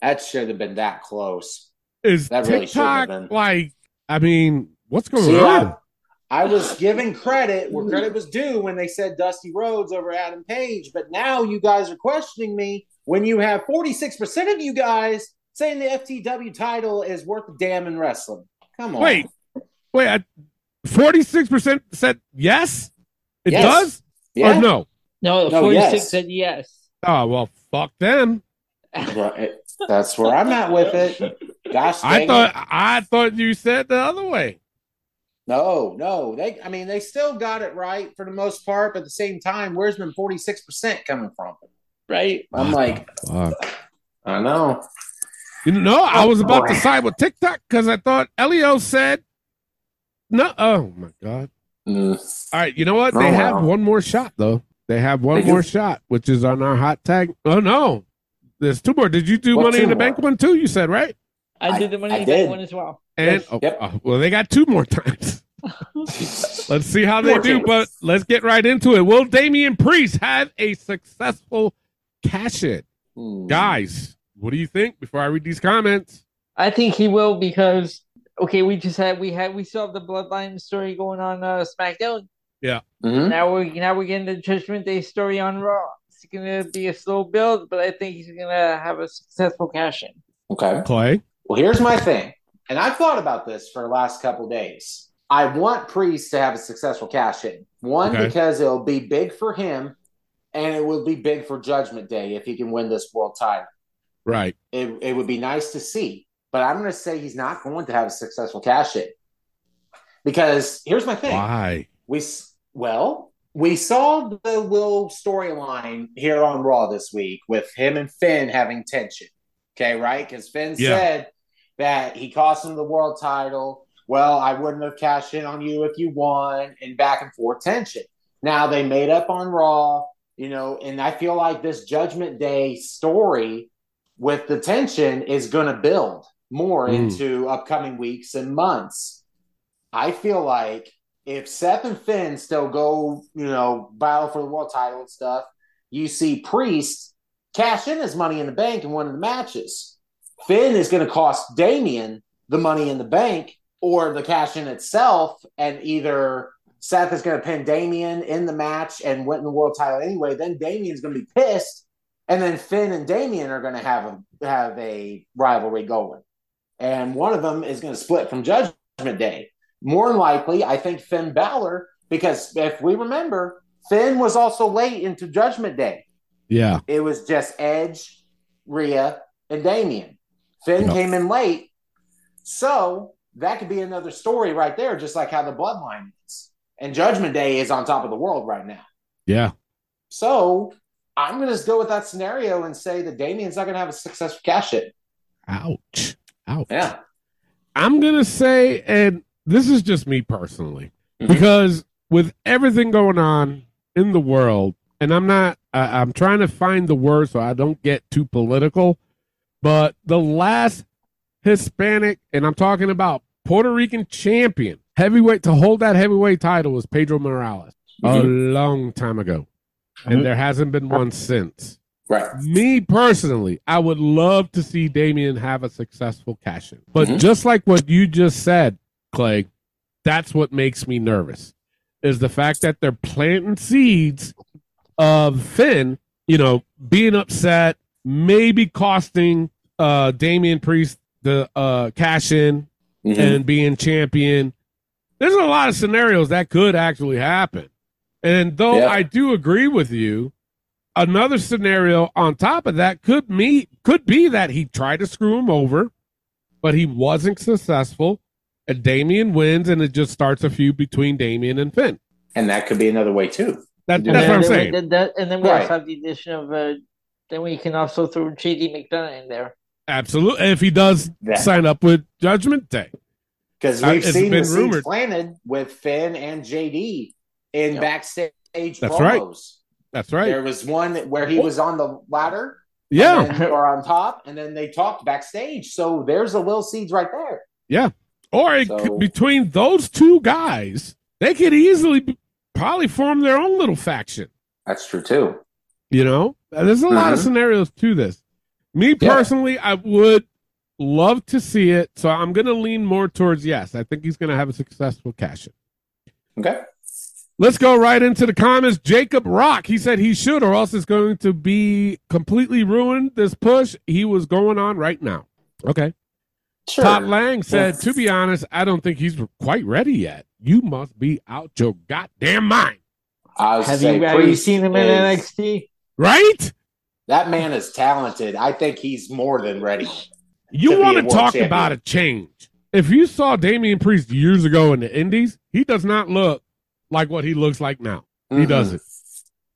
Speaker 5: that should have been that close.
Speaker 4: is
Speaker 5: That really shouldn't have
Speaker 4: TikTok
Speaker 5: been.
Speaker 4: like? I mean, what's going
Speaker 5: See,
Speaker 4: on?
Speaker 5: I, I was giving credit where credit was due when they said Dusty Rhodes over Adam Page, but now you guys are questioning me when you have 46% of you guys saying the FTW title is worth a damn in wrestling. Come on.
Speaker 4: Wait, wait. Forty-six percent said yes. It
Speaker 5: Yes.
Speaker 4: does
Speaker 5: Yeah.
Speaker 4: or no?
Speaker 6: No,
Speaker 5: No,
Speaker 6: 46
Speaker 5: yes.
Speaker 6: said yes.
Speaker 4: Oh well, fuck them.
Speaker 5: Right. That's where I'm at with it. Gosh,
Speaker 4: I
Speaker 5: dang
Speaker 4: thought
Speaker 5: it.
Speaker 4: I thought you said the other way.
Speaker 5: no, no. They, I mean, they still got it right for the most part, but at the same time, where's been 46 percent coming from?
Speaker 6: right?
Speaker 5: I'm like,
Speaker 4: Fuck.
Speaker 5: Uh-huh. I know.
Speaker 4: You know, I was about to
Speaker 5: boy.
Speaker 4: side with TikTok because I thought Elio said no. Oh my god!
Speaker 5: Mm.
Speaker 4: All right, you know what? They
Speaker 5: Oh,
Speaker 4: have
Speaker 5: wow.
Speaker 4: one more shot though. They have one
Speaker 5: They do?
Speaker 4: more shot, which is on our hot tag. Oh no, there's two more. Did you do
Speaker 5: What
Speaker 4: Money
Speaker 5: two
Speaker 4: in the
Speaker 5: more?
Speaker 4: Bank one too? You said right.
Speaker 6: I,
Speaker 5: I-
Speaker 6: did the money
Speaker 5: I
Speaker 6: in the bank
Speaker 5: did.
Speaker 6: one as well.
Speaker 4: And
Speaker 6: Yes.
Speaker 4: oh,
Speaker 5: Yep.
Speaker 4: oh, well, they got two more times. Let's see how they
Speaker 5: More
Speaker 4: do,
Speaker 5: times.
Speaker 4: but let's get right into it. Will Damian Priest have a successful cash in?
Speaker 5: Mm.
Speaker 4: Guys, what do you think before I read these comments?
Speaker 6: I think he will because okay, we just had we had we still have the bloodline story going on uh, SmackDown.
Speaker 4: Hmm?
Speaker 5: Mhm.
Speaker 6: Now we're now we're getting the Judgment Day story on Raw. It's gonna be a slow build, but I think he's gonna have a successful cash in.
Speaker 5: Okay.
Speaker 4: Clay?
Speaker 5: Well, here's my thing, and I've thought about this for the last couple days. I want Priest to have a successful cash in. One,
Speaker 4: Okay.
Speaker 5: because it'll be big for him, and it will be big for Judgment Day if he can win this world title.
Speaker 4: Right.
Speaker 5: It, it would be nice to see, but I'm going to say he's not going to have a successful cash in. Because here's my thing.
Speaker 4: Why?
Speaker 5: We s- well, we saw the Will storyline here on Raw this week with him and Finn having tension. Okay, right? Because Finn
Speaker 4: Yeah.
Speaker 5: said that he cost him the world title. Well, I wouldn't have cashed in on you if you won, and back and forth tension. Now they made up on Raw, you know, and I feel like this Judgment Day story with the tension is going to build more
Speaker 4: Mm.
Speaker 5: into upcoming weeks and months. I feel like if Seth and Finn still go, you know, battle for the world title and stuff, you see Priest cash in his money in the bank in one of the matches. Finn is going to cost Damien the money in the bank or the cash in itself, and either Seth is going to pin Damien in the match and win the world title anyway. Then Damien's going to be pissed, and then Finn and Damien are going to have a have a rivalry going, and one of them is going to split from Judgment Day. More than likely, I think Finn Balor, because if we remember, Finn was also late into Judgment Day.
Speaker 4: Yeah.
Speaker 5: It was just Edge, Rhea, and Damien. Finn
Speaker 4: Yeah.
Speaker 5: came in late. So that could be another story right there, just like how the bloodline is. And Judgment Day is on top of the world right now.
Speaker 4: Yeah.
Speaker 5: So I'm going to just go with that scenario and say that Damien's not going to have a successful cash it.
Speaker 4: Ouch. Ouch.
Speaker 5: Yeah.
Speaker 4: I'm gonna say, and this is just me personally,
Speaker 5: Mhm.
Speaker 4: because with everything going on in the world, and I'm not, I, I'm trying to find the word so I don't get too political, but the last Hispanic, and I'm talking about Puerto Rican champion heavyweight to hold that heavyweight title was Pedro Morales a long time ago, and
Speaker 5: Mhm.
Speaker 4: there hasn't been one since.
Speaker 5: Right.
Speaker 4: Me personally, I would love to see Damien have a successful cash in. But
Speaker 5: Mhm.
Speaker 4: just like what you just said, Clay, that's what makes me nervous is the fact that they're planting seeds of Finn, you know, being upset, maybe costing uh Damian Priest the uh cash in
Speaker 5: Mm-hmm.
Speaker 4: and being champion. There's a lot of scenarios that could actually happen. And though
Speaker 5: Yeah.
Speaker 4: I do agree with you, another scenario on top of that could me could be that he tried to screw him over, but he wasn't successful. And Damien wins, and it just starts a feud between Damien and Finn.
Speaker 5: And that could be another way too.
Speaker 4: That, that's
Speaker 6: And then,
Speaker 4: what I'm
Speaker 6: then we-
Speaker 4: saying.
Speaker 6: then- then- and then we
Speaker 5: Right.
Speaker 6: also have the addition of uh, then we can also throw JD McDonough in there.
Speaker 4: Absolutely. If he does
Speaker 5: That-
Speaker 4: sign up with Judgment Day,
Speaker 5: Because
Speaker 4: Uh,
Speaker 5: we've
Speaker 4: it's
Speaker 5: seen
Speaker 4: been
Speaker 5: the seeds
Speaker 4: rumored.
Speaker 5: planted with Finn and JD in
Speaker 6: Yep.
Speaker 5: backstage promos.
Speaker 4: right. that's right.
Speaker 5: There was one where he was on the ladder,
Speaker 4: yeah.
Speaker 5: and then- or on top, and then they talked backstage. So there's the little seeds right there.
Speaker 4: Or it
Speaker 5: So-
Speaker 4: could, between those two guys, they could easily be- probably form their own little faction.
Speaker 5: That's true too.
Speaker 4: You know, there's a lot of
Speaker 5: Mhm.
Speaker 4: scenarios to this. Me
Speaker 5: Yeah.
Speaker 4: personally, I would love to see it, so I'm going to lean more towards yes. I think he's going to have a successful cash in.
Speaker 5: Okay.
Speaker 4: Let's go right into the comments. Jacob Rock, he said he should, or else it's going to be completely ruined. This push he was going on right now. Okay.
Speaker 5: Sure.
Speaker 4: Todd Lang said, "To be honest, I don't think he's quite ready yet. You must be out your goddamn mind,
Speaker 5: I was
Speaker 6: Have
Speaker 5: saying
Speaker 6: you have you
Speaker 5: Priest
Speaker 6: seen him in
Speaker 5: is-
Speaker 6: NXT?
Speaker 4: right?
Speaker 5: That man is talented. I think he's more than ready. To
Speaker 4: You
Speaker 5: be
Speaker 4: want
Speaker 5: a
Speaker 4: to
Speaker 5: world
Speaker 4: talk
Speaker 5: champion.
Speaker 4: about a change. If you saw Damian Priest years ago in the Indies, he does not look like what he looks like now. He
Speaker 5: Mhm.
Speaker 4: doesn't.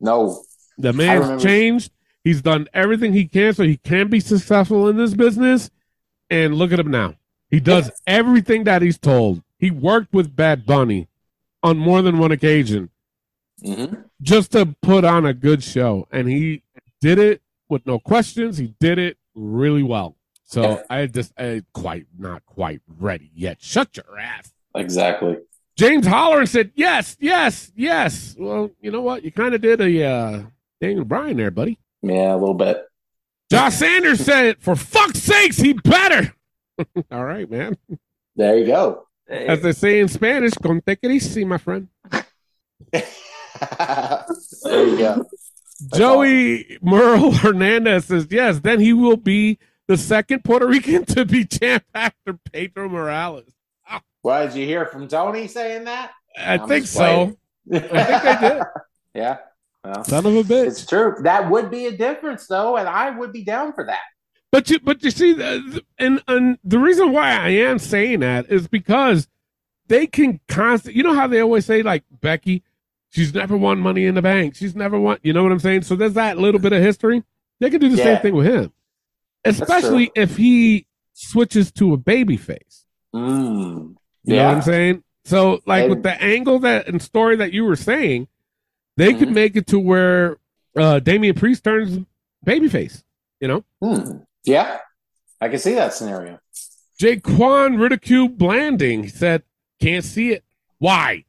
Speaker 5: No.
Speaker 4: The
Speaker 5: remember-
Speaker 4: man's changed. He's done everything he can so he can be successful in this business. And look at him now. He does everything that he's told. He worked with Bad Bunny on more than one occasion
Speaker 5: Mhm.
Speaker 4: just to put on a good show. And he did it with no questions. He did it really well. So I just I quite not quite ready yet. Shut your ass.
Speaker 5: Exactly.
Speaker 4: James Holler said, Yes, yes, yes. Well, you know what? You kind of did a uh, Daniel Bryan there, buddy.
Speaker 5: Yeah, a little bit.
Speaker 4: Josh Sanders said it. For fuck's sakes, he better. All right, man.
Speaker 5: There you go.
Speaker 4: As
Speaker 6: Uh,
Speaker 4: they say in Spanish, con te crisis, my friend.
Speaker 5: there you go.
Speaker 4: Joey Merle Hernandez says, yes, then he will be the second Puerto Rican to be champ after Pedro Morales.
Speaker 5: Well, did you hear from Tony saying that?
Speaker 4: I
Speaker 5: I'm
Speaker 4: think
Speaker 5: just
Speaker 4: so. I think they did.
Speaker 5: yeah. Well,
Speaker 4: Son of a
Speaker 5: it's true. That would be a difference, though, and I would be down for that.
Speaker 4: But you, but you see, the, the- and and the reason why I am saying that is because they can constant. You know how they always say like Becky, she's never won Money in the Bank. She's never won. You know what I'm saying? So there's that little bit of history. They can do the
Speaker 5: Yeah.
Speaker 4: same thing with him,
Speaker 5: true.
Speaker 4: especially if he switches to a baby face.
Speaker 5: Mm.
Speaker 4: You know what I'm saying? So like with
Speaker 5: And-
Speaker 4: the angle that and story that you were saying, they could
Speaker 5: Mhm.
Speaker 4: make it to where uh Damian Priest turns babyface. You know.
Speaker 5: Hmm. Yeah, I can see that scenario.
Speaker 4: Jaquan Ridicule Blanding said, Can't see it. Why?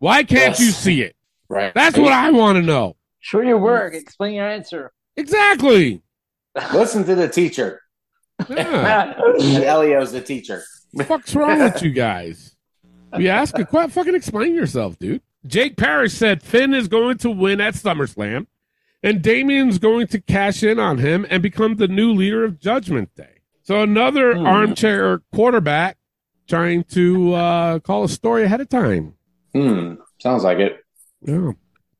Speaker 4: Why can't
Speaker 5: Yes.
Speaker 4: you see it?
Speaker 5: Right.
Speaker 4: That's what I want to know.
Speaker 6: Show your work. Explain your answer.
Speaker 4: Exactly.
Speaker 5: Listen to the teacher.
Speaker 4: Yeah.
Speaker 5: And Elio's the teacher.
Speaker 4: the fuck's wrong with you guys? You ask a question, fucking explain yourself, dude. Jake Parrish said Finn is going to win at SummerSlam, and Damien's going to cash in on him and become the new leader of Judgment Day. So another
Speaker 5: Hmm.
Speaker 4: armchair quarterback trying to uh, call a story ahead of time.
Speaker 5: Hmm. Sounds like it.
Speaker 4: Yeah.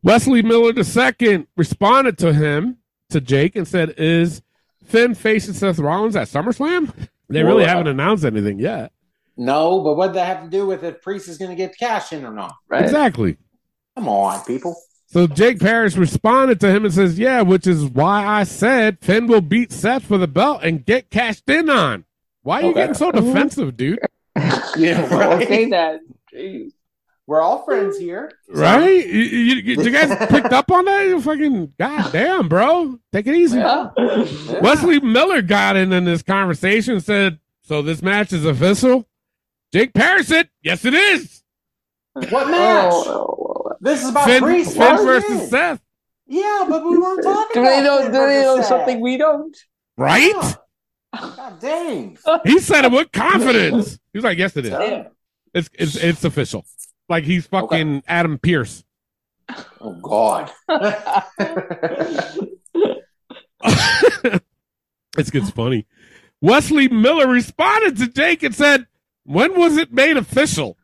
Speaker 4: Wesley Miller II responded to him, to Jake, and said, Is Finn facing Seth Rollins at SummerSlam? They really
Speaker 5: Wow.
Speaker 4: haven't announced anything yet.
Speaker 5: No, but what does that have to do with if Priest is going to get cash in or not?
Speaker 6: Right.
Speaker 4: Exactly.
Speaker 5: Come on, people.
Speaker 4: So Jake Parrish responded to him and says, Yeah, which is why I said Finn will beat Seth for the belt and get cashed in on. Why are you
Speaker 5: Okay.
Speaker 4: getting so defensive, dude?
Speaker 5: Yeah,
Speaker 6: Don't
Speaker 5: right.
Speaker 6: say that. Jeez.
Speaker 5: We're all friends here,
Speaker 4: Right? You, you, you- you guys picked up on that? You fucking goddamn, bro. Take it easy.
Speaker 5: Yeah. Yeah.
Speaker 4: Wesley Miller got in in this conversation and said, So this match is official? Jake Parrish said, Yes, it is.
Speaker 5: What match?
Speaker 6: Oh,
Speaker 5: This is about
Speaker 4: Finn,
Speaker 5: Priest.
Speaker 4: Finn
Speaker 5: Why
Speaker 4: versus
Speaker 5: is it?
Speaker 4: Seth,
Speaker 5: Yeah, but we weren't talking
Speaker 6: do
Speaker 5: about
Speaker 6: they know?
Speaker 5: Finn
Speaker 6: Do they know
Speaker 5: versus
Speaker 6: something we don't?
Speaker 4: right?
Speaker 5: Yeah. Seth. God dang.
Speaker 4: He said it with confidence. He was like, Yes, it is. It's, it's, it's official. Like he's fucking Adam Pierce.
Speaker 5: Oh, God.
Speaker 4: It's gets funny. Wesley Miller responded to Jake and said, When was it made official?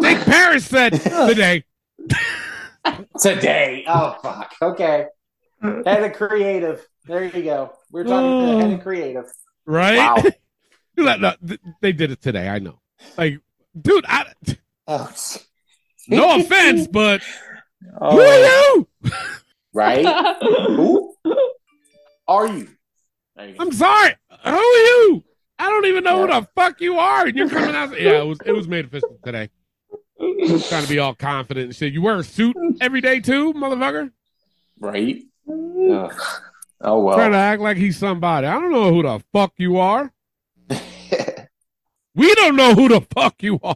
Speaker 4: Jake Parrish said, Today.
Speaker 5: Today. Oh, fuck. Okay. Head of creative. There you go. We're talking to the head of creative.
Speaker 4: Right?
Speaker 5: Wow.
Speaker 4: You're like, "No, th- they did it today. I know. Like, dude, I,
Speaker 5: Oh,
Speaker 4: no offense, but who are
Speaker 6: Oh.
Speaker 4: you?
Speaker 5: right? Who are you? There you go.
Speaker 4: I'm sorry. Who are you? I don't even know who the fuck you are. And you're coming out. Yeah, it was it was made official today. Trying to be all confident and shit. You wear a suit every day too, motherfucker.
Speaker 5: Right? Ugh. Oh,
Speaker 4: Trying to
Speaker 5: well.
Speaker 4: act like he's somebody. I don't know who the fuck you are. We don't know who the fuck you are.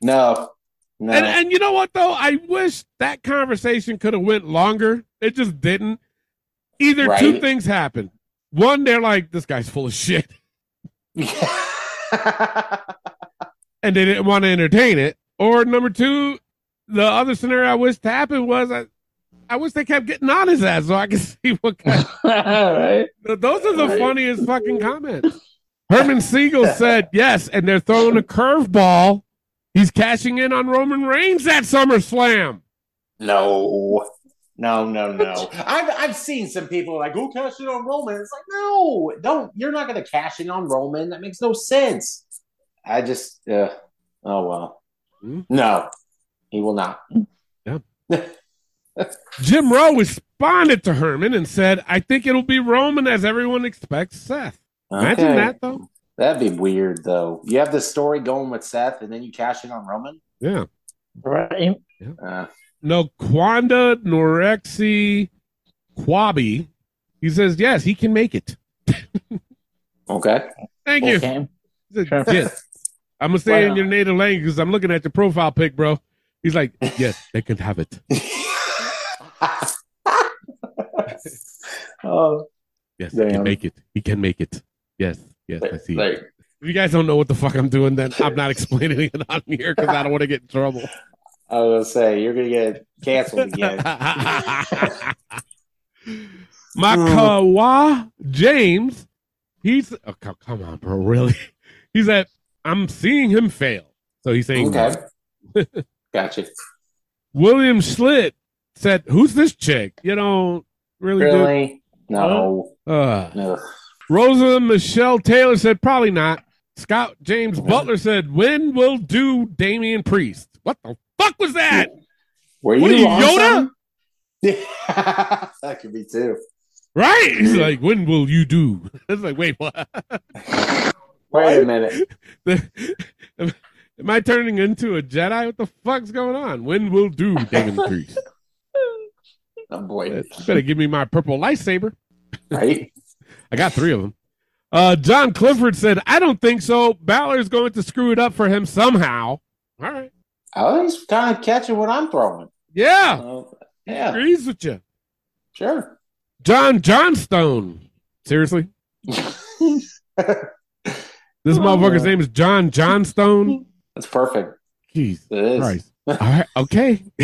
Speaker 5: no. No.
Speaker 4: And and you know what though? I wish that conversation could have went longer. It just didn't. Either two
Speaker 5: Right.
Speaker 4: things happened. One, they're like, this guy's full of shit, and they didn't want to entertain it. Or number two, the other scenario I wished happened was I, I wish they kept getting on his ass so I could see what kind.
Speaker 6: right.
Speaker 4: Those are the
Speaker 5: Right.
Speaker 4: funniest fucking comments. Herman Siegel said yes, and they're throwing a curveball. He's cashing in on Roman Reigns at SummerSlam.
Speaker 5: no. No, no, no. I've I've seen some people like go cash in on Roman. It's like no, don't. You're not going to cash in on Roman. That makes no sense. I just, uh, oh well.
Speaker 4: Hmm.
Speaker 5: No, he will not.
Speaker 4: Jim Rowe responded to Herman and said, I think it'll be Roman as everyone expects Seth. Imagine
Speaker 5: Okay.
Speaker 4: that, though.
Speaker 5: That'd be weird though. You have this story going with Seth, and then you cash in on Roman.
Speaker 4: Yeah.
Speaker 6: Right?
Speaker 5: Uh,
Speaker 4: No, Quanda Norexi Quabi. He says, yes, he can make it.
Speaker 5: okay.
Speaker 4: Thank you.
Speaker 6: Okay.
Speaker 4: He said,
Speaker 6: Sure.
Speaker 4: yes. I'm going to say
Speaker 6: Why
Speaker 4: in your native language 'cause I'm looking at your profile pic, bro. He's like, yes, they can have it.
Speaker 6: Oh,
Speaker 4: Yes, he can
Speaker 5: Damn.
Speaker 4: make it. He can make it. Yes, yes, I see.
Speaker 5: like,
Speaker 4: If you guys don't know what the fuck I'm doing, then I'm not explaining it on here because I don't want to get in trouble.
Speaker 5: I was gonna say you're gonna get canceled again. Oh.
Speaker 4: Makawa James, he's oh, co- come on, bro, really? He's at I'm seeing him fail. So he's saying
Speaker 5: okay. Gotcha.
Speaker 4: William Schlitt said, Who's this chick? You don't really, do
Speaker 5: Really? No.
Speaker 4: uh
Speaker 5: Ugh.
Speaker 4: Rosa Michelle Taylor said, Probably not. Scott James Butler said, When will do Damian Priest? What the fuck was that?
Speaker 5: Were
Speaker 4: What are you,
Speaker 5: on
Speaker 4: Yoda?
Speaker 5: something? that could be too.
Speaker 4: Right? He's like, When will you do? It's like, Wait, what?
Speaker 5: Wait a minute.
Speaker 4: The- am, am I turning into a Jedi? What the fuck's going on? When will do, Damon Priest?
Speaker 5: Oh boy.
Speaker 4: You better give me my purple lightsaber.
Speaker 5: Right?
Speaker 4: I got three of them. Uh, John Clifford said, I don't think so. Balor's going to screw it up for him somehow. All right.
Speaker 5: Oh, he's kind of catching what I'm throwing.
Speaker 4: Yeah.
Speaker 5: Oh,
Speaker 4: he
Speaker 5: yeah.
Speaker 4: Agrees with you.
Speaker 5: Sure.
Speaker 4: John Johnstone. Seriously? This
Speaker 5: Oh,
Speaker 4: motherfucker's
Speaker 5: man.
Speaker 4: name is John Johnstone.
Speaker 5: That's perfect.
Speaker 4: Jeez.
Speaker 5: It is.
Speaker 4: Christ. All right, okay.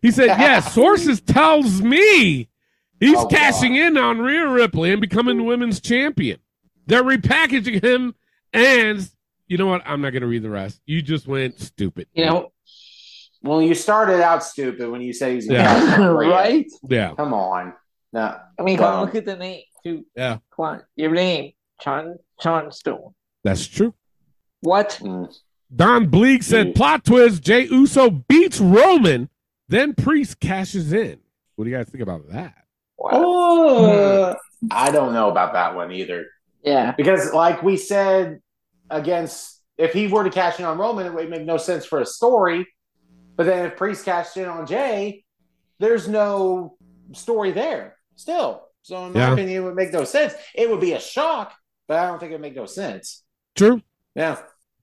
Speaker 4: he said, "Yeah, sources tells me he's
Speaker 5: Oh,
Speaker 4: cashing in on Rhea Ripley and becoming women's champion. They're repackaging him, and you know what? I'm not gonna read the rest. You just went stupid.
Speaker 6: you know,
Speaker 5: Well, you started out stupid when you said he's
Speaker 4: Yeah.
Speaker 6: right?
Speaker 4: yeah,
Speaker 5: Come on. No.
Speaker 6: I mean,
Speaker 5: Wow.
Speaker 6: come look at the name. Dude.
Speaker 4: Yeah.
Speaker 6: Come on. Your name, John Johnstone.
Speaker 4: that's true."
Speaker 6: What?
Speaker 5: Mm.
Speaker 4: Don Bleak said,
Speaker 5: Mm.
Speaker 4: "Plot twist: Jay Uso beats Roman, then Priest cashes in." What do you guys think about that?
Speaker 6: Wow.
Speaker 5: Oh, I don't know about that one either.
Speaker 6: Yeah.
Speaker 5: Because, like we said, against if he were to cash in on Roman, it would make no sense for a story. But then if Priest cashed in on Jay, there's no story there still. So, in my
Speaker 4: Yeah.
Speaker 5: opinion, it would make no sense. It would be a shock, but I don't think it would make no sense.
Speaker 4: True,
Speaker 5: Yeah.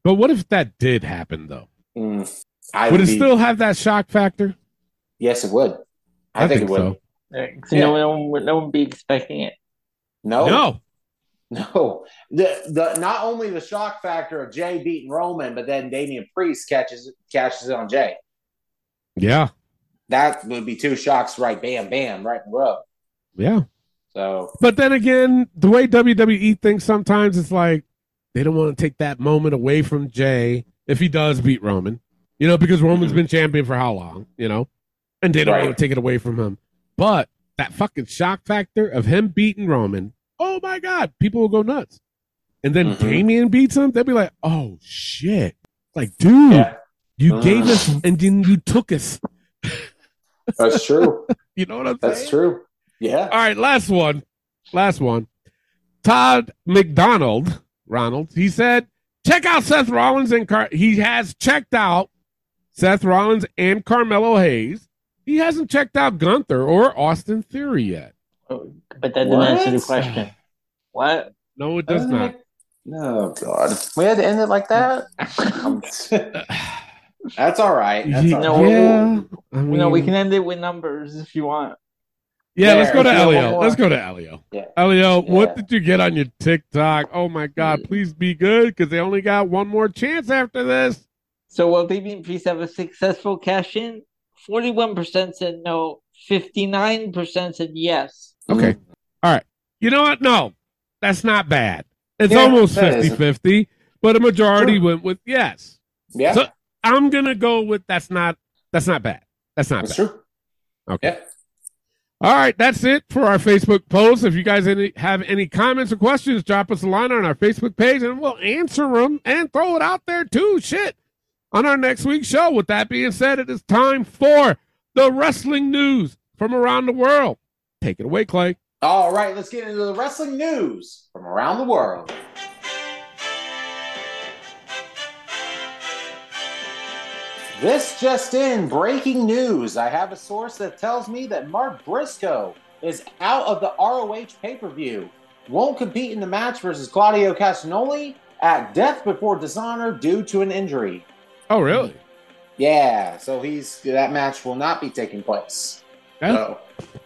Speaker 4: but what if that did happen though?
Speaker 5: Mm. I
Speaker 4: Would it
Speaker 5: be-
Speaker 4: still have that shock factor?
Speaker 5: Yes, it would. I, think, it would.
Speaker 4: so.
Speaker 6: Alright, So No, one- no, one, would- no one would be expecting it.
Speaker 5: No.
Speaker 4: No,
Speaker 5: No, the the not only the shock factor of Jay beating Roman, but then Damian Priest catches catches it on Jay.
Speaker 4: yeah,
Speaker 5: That would be two shocks, right? Bam, bam, right in a row.
Speaker 4: yeah.
Speaker 5: So
Speaker 4: But then again, the way WWE thinks sometimes it's like they don't want to take that moment away from Jay if he does beat Roman, you know, because Roman's been champion for how long, you know, and they don't
Speaker 5: Mm-hmm. Right.
Speaker 4: want to take it away from him. But that fucking shock factor of him beating Roman, oh my God, people will go nuts. And then
Speaker 5: Mhm.
Speaker 4: Damien beats him, they'll be like, oh shit. Like, dude,
Speaker 5: yeah,
Speaker 4: you
Speaker 5: Mm.
Speaker 4: gave us and then you took us.
Speaker 5: that's true.
Speaker 4: You know what I'm saying? Uh,
Speaker 5: That's true. Yeah.
Speaker 4: All right, last one. Last one. Todd McDonald, Ronald, he said, check out Seth Rollins and Car- he has checked out Seth Rollins and Carmelo Hayes. He hasn't checked out Gunther or Austin Theory yet.
Speaker 6: Oh, But that didn't answer the
Speaker 5: What?
Speaker 6: question. What?
Speaker 4: No, it does
Speaker 5: Doesn't
Speaker 4: not.
Speaker 5: it- Oh God, we had to end it like that. that's all right. That's all
Speaker 6: No.
Speaker 5: right.
Speaker 4: yeah, I
Speaker 6: no, we
Speaker 4: mean-
Speaker 6: can end it with numbers if you want.
Speaker 4: Yeah, let's go to
Speaker 6: There, one
Speaker 4: Elio.
Speaker 6: more.
Speaker 4: Let's go to Elio.
Speaker 5: Yeah.
Speaker 4: Elio, what
Speaker 5: Yeah.
Speaker 4: did you get on your TikTok? Oh my God, please be good because they only got one more chance after this.
Speaker 6: So will Baby and Priest have a successful cash in? Forty-one percent said no. Fifty-nine percent said yes.
Speaker 4: Okay. All right. You know what? No, that's not bad. It's
Speaker 5: Yeah,
Speaker 4: almost
Speaker 5: that
Speaker 4: 50 50, but a majority
Speaker 5: Sure.
Speaker 4: went with yes.
Speaker 5: Yeah,
Speaker 4: So- I'm going to go with that's not that's not bad. That's not
Speaker 5: that's
Speaker 4: bad.
Speaker 5: true.
Speaker 4: Okay.
Speaker 5: Yeah.
Speaker 4: All right, that's it for our Facebook post. If you guys any, have any comments or questions, drop us a line on our Facebook page and we'll answer them and throw it out there too. Shit. On our next week's show. With that being said, it is time for the wrestling news from around the world. Take it away, Clay.
Speaker 5: All right, let's get into the wrestling news from around the world. This just in breaking news. I have a source that tells me that Mark Briscoe is out of the ROH pay per view. Won't compete in the match versus Claudio Castagnoli at Death Before Dishonor due to an injury.
Speaker 4: Oh, really?
Speaker 5: Yeah, so he's that match will not be taking place.
Speaker 4: Yeah.
Speaker 5: So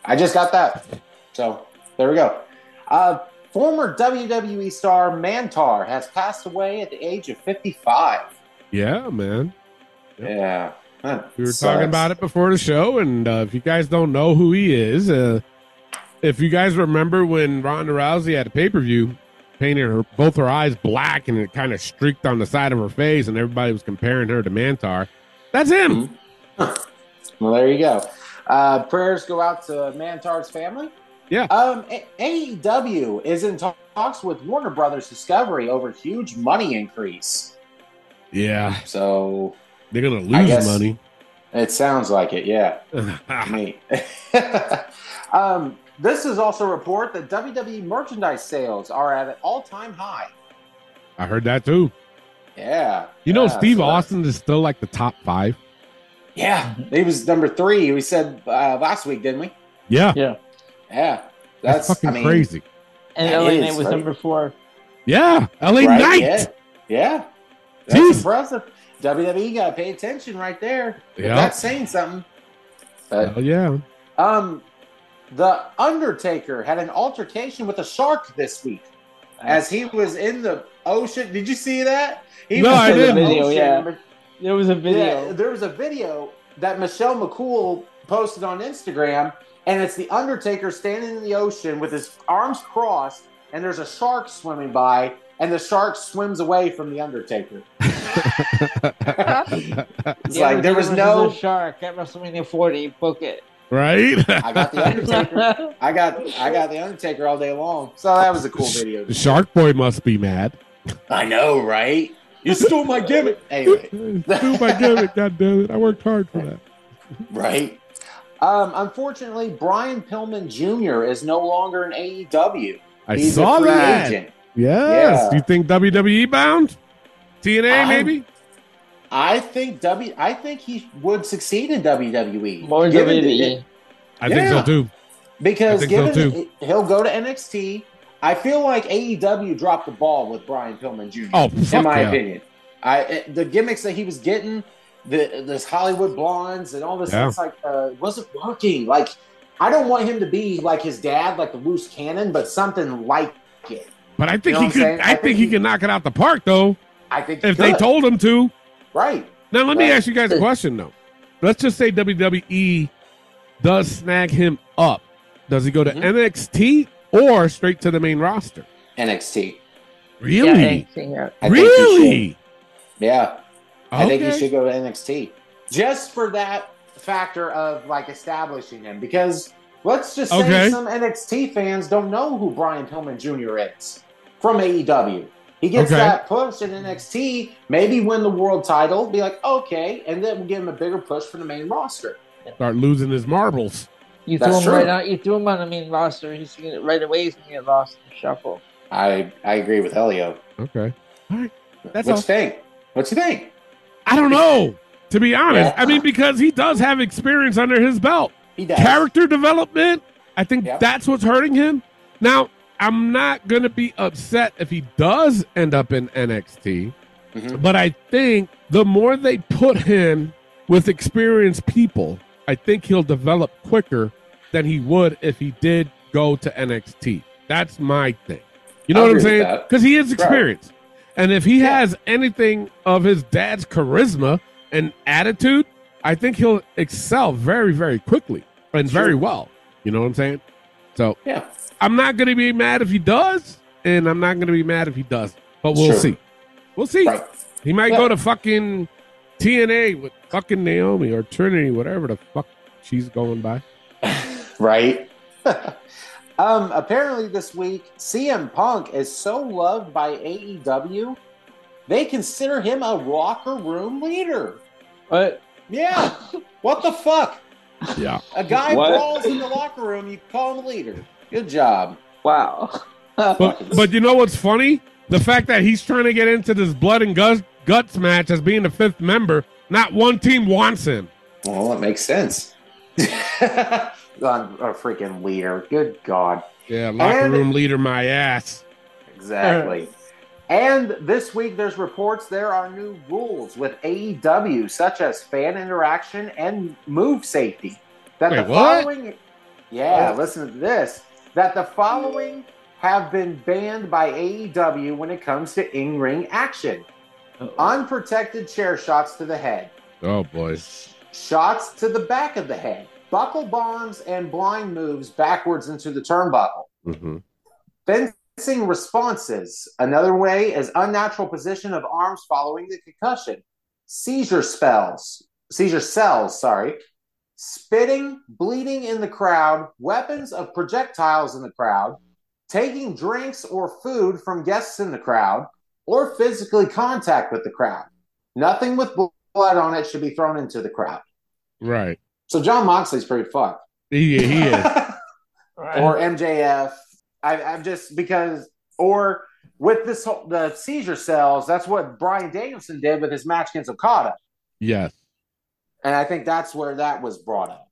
Speaker 5: I just got that. So there we go. Uh, former WWE star Mantar has passed away at the age of 55.
Speaker 4: Yeah, man.
Speaker 5: Yeah. That
Speaker 4: We were
Speaker 5: sucks.
Speaker 4: talking about it before the show, and uh, if you guys don't know who he is, uh, if you guys remember when Ronda Rousey had a pay per view, painted her both her eyes black and it kind of streaked on the side of her face, and everybody was comparing her to Mantar. That's
Speaker 5: Hmm.
Speaker 4: him.
Speaker 5: Well, there you go. Uh, prayers go out to Mantar's family.
Speaker 4: Yeah.
Speaker 5: Um, A- AEW is in ta- talks with Warner Brothers Discovery over huge money increase.
Speaker 4: Yeah,
Speaker 5: So
Speaker 4: they're gonna
Speaker 5: I
Speaker 4: lose
Speaker 5: guess-
Speaker 4: money.
Speaker 5: it sounds like it, yeah. me. um, this is also a report that WWE merchandise sales are at an all-time high.
Speaker 4: I heard that too.
Speaker 5: Yeah.
Speaker 4: You know,
Speaker 5: Yeah,
Speaker 4: Steve
Speaker 5: so-
Speaker 4: Austin is still like the top five.
Speaker 5: Yeah, he was number three. We said uh, last week, didn't we?
Speaker 4: Yeah,
Speaker 5: Yeah.
Speaker 4: that's,
Speaker 5: That's,
Speaker 4: fucking
Speaker 5: I mean,
Speaker 4: crazy.
Speaker 6: And
Speaker 5: That
Speaker 6: LA
Speaker 5: is
Speaker 6: Knight was
Speaker 5: right.
Speaker 6: number four.
Speaker 4: Yeah, LA
Speaker 5: right?
Speaker 4: Knight.
Speaker 5: Yeah. Yeah. That's
Speaker 4: Jeez.
Speaker 5: impressive. WWE got to pay attention right there.
Speaker 4: Yeah.
Speaker 5: That's saying something. But,
Speaker 4: Hell yeah.
Speaker 5: um, the Undertaker had an altercation with a shark this week. as he was in the ocean. Did you see that? He
Speaker 4: No,
Speaker 5: was
Speaker 4: I
Speaker 5: in the
Speaker 4: didn't.
Speaker 6: Video,
Speaker 5: ocean.
Speaker 6: yeah. There was a video.
Speaker 5: Yeah, there was a video that Michelle McCool posted on Instagram, and it's the Undertaker standing in the ocean with his arms crossed, and there's a shark swimming by, and the shark swims away from the Undertaker. It's
Speaker 6: Yeah,
Speaker 5: like there was
Speaker 6: versus
Speaker 5: no.
Speaker 6: a shark at WrestleMania 40. Book it.
Speaker 4: right?
Speaker 5: I got the Undertaker.
Speaker 6: yeah,
Speaker 5: I got I got the Undertaker all day long. So that was a cool video.
Speaker 4: The Shark Boy must be mad.
Speaker 5: I know, right? You stole my gimmick. Anyway.
Speaker 4: Do my gimmick, God damn it! I worked hard for that.
Speaker 5: Right. Um, unfortunately, Brian Pillman Jr. is no longer in AEW.
Speaker 4: I
Speaker 5: He's a
Speaker 4: saw
Speaker 5: free
Speaker 4: that.
Speaker 5: agent.
Speaker 4: Yes.
Speaker 5: Yeah.
Speaker 4: Do you think WWE bound? TNA
Speaker 5: I'm-
Speaker 4: maybe?
Speaker 5: I think W. I think he would succeed in WWE.
Speaker 6: more
Speaker 5: Given-
Speaker 6: WWE.
Speaker 4: I think
Speaker 5: Yeah.
Speaker 4: so too.
Speaker 5: because
Speaker 4: I think
Speaker 5: given
Speaker 4: so,
Speaker 5: he'll go to NXT. I feel like AEW dropped the ball with Brian Pillman Jr.
Speaker 4: Oh, fuck
Speaker 5: in my
Speaker 4: yeah.
Speaker 5: opinion, I it- the gimmicks that he was getting, the this Hollywood blondes and all this,
Speaker 4: Yeah.
Speaker 5: it's like uh, wasn't working. Like I don't want him to be like his dad, like the loose cannon, but something like it.
Speaker 4: But I think
Speaker 5: know
Speaker 4: he
Speaker 5: what
Speaker 4: could.
Speaker 5: I'm saying?
Speaker 4: I, think he could knock it out the park though
Speaker 5: I think
Speaker 4: if
Speaker 5: he
Speaker 4: they
Speaker 5: could.
Speaker 4: told him to.
Speaker 5: right.
Speaker 4: Now let me
Speaker 5: Right.
Speaker 4: ask you guys a question though. Let's just say WWE does snag him up. Does he go to
Speaker 5: Mhm.
Speaker 4: NXT or straight to the main roster?
Speaker 5: NXT.
Speaker 4: Really?
Speaker 6: anything, yeah.
Speaker 5: I think he
Speaker 4: really?
Speaker 5: should. Yeah, I think he
Speaker 4: Okay.
Speaker 5: should go to NXT just for that factor of like establishing him because let's just say
Speaker 4: Okay.
Speaker 5: some NXT fans don't know who Brian Pillman Jr. is from AEW. He gets
Speaker 4: Okay.
Speaker 5: that push in NXT, maybe win the world title, be like, okay, and then we'll give him a bigger push for the main roster.
Speaker 4: Start losing his marbles.
Speaker 6: You
Speaker 5: That's
Speaker 6: threw him
Speaker 5: true.
Speaker 6: right out. You threw him on the main roster. He's gonna, right away. He's gonna get lost in the shuffle.
Speaker 5: I I agree with Helio.
Speaker 4: Okay. All right. That's
Speaker 5: What you
Speaker 4: all.
Speaker 5: think? What you think?
Speaker 4: I don't know, to be honest.
Speaker 5: Yeah.
Speaker 4: I mean, because he does have experience under his belt.
Speaker 5: He does.
Speaker 4: Character development, I think
Speaker 5: Yep.
Speaker 4: that's what's hurting him. Now, I'm not going to be upset if he does end up in NXT,
Speaker 5: Mhm.
Speaker 4: but I think the more they put him with experienced people, I think he'll develop quicker than he would if he did go to NXT. That's my thing. You know
Speaker 5: I
Speaker 4: what I'm
Speaker 5: agree with
Speaker 4: saying?
Speaker 5: that.
Speaker 4: Because he is experienced. And if he
Speaker 5: Yeah.
Speaker 4: has anything of his dad's charisma and attitude, I think he'll excel very, very quickly and very well. You know what I'm saying? So
Speaker 5: Yeah.
Speaker 4: I'm not going to be mad if he does, and I'm not going to be mad if he does. But we'll
Speaker 5: Sure.
Speaker 4: see. We'll see.
Speaker 5: Right.
Speaker 4: He might
Speaker 5: Yeah.
Speaker 4: go to fucking TNA with fucking Naomi or Trinity, whatever the fuck she's going by.
Speaker 5: right? um, apparently, this week, CM Punk is so loved by AEW, they consider him a locker room leader.
Speaker 6: What?
Speaker 5: Yeah. what the fuck?
Speaker 4: Yeah.
Speaker 5: A guy
Speaker 6: What?
Speaker 5: brawls in the locker room, you call him a leader. Good job.
Speaker 6: Wow.
Speaker 4: But but you know what's funny? The fact that he's trying to get into this blood and guts guts match as being the fifth member, not one team wants him.
Speaker 5: Well, it makes sense. i a freaking leader. Good God.
Speaker 4: Yeah, locker
Speaker 5: And-
Speaker 4: room leader, my ass.
Speaker 5: Exactly. and this week, there's reports there are new rules with AEW, such as fan interaction and move safety. That
Speaker 4: Wait,
Speaker 5: the
Speaker 4: what?
Speaker 5: following, yeah, listen to this. That the following have been banned by AEW when it comes to in-ring action: unprotected chair shots to the head,
Speaker 4: Oh boy.
Speaker 5: shots to the back of the head, buckle bombs, and blind moves backwards into the turnbuckle.
Speaker 4: Mm-hmm.
Speaker 5: Fencing responses. Another way is unnatural position of arms following the concussion. Seizure spells. Seizure cells, sorry. Spitting, bleeding in the crowd, weapons of projectiles in the crowd, taking drinks or food from guests in the crowd, or physically contact with the crowd. Nothing with blood on it should be thrown into the crowd.
Speaker 4: Right.
Speaker 5: So John Moxley's pretty fucked.
Speaker 4: He, he is.
Speaker 5: or MJF. I, I'm just because, or with this whole, the seizure cells, that's what Brian Danielson did with his match against Okada,
Speaker 4: yes.
Speaker 5: and I think that's where that was brought up.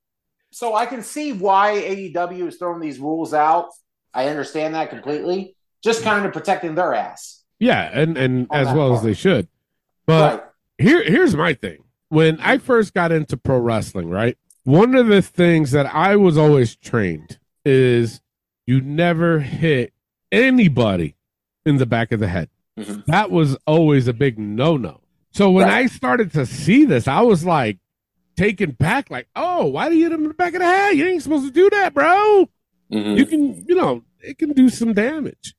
Speaker 5: So I can see why AEW is throwing these rules out. I understand that completely. Just kind of protecting their ass.
Speaker 4: Yeah, and, and
Speaker 5: On
Speaker 4: as
Speaker 5: that
Speaker 4: well as
Speaker 5: part.
Speaker 4: they should. But here here's my thing. When I first got into pro wrestling, right? One of the things that I was always trained is you never hit anybody in the back of the head.
Speaker 5: Mhm.
Speaker 4: That was always a big no-no. So when
Speaker 5: Right.
Speaker 4: I started to see this, I was like taken back, like, "Oh, why do you hit him in the back of the head? You ain't supposed to do that, bro.
Speaker 5: Mm-hmm.
Speaker 4: You can, you know, it can do some damage."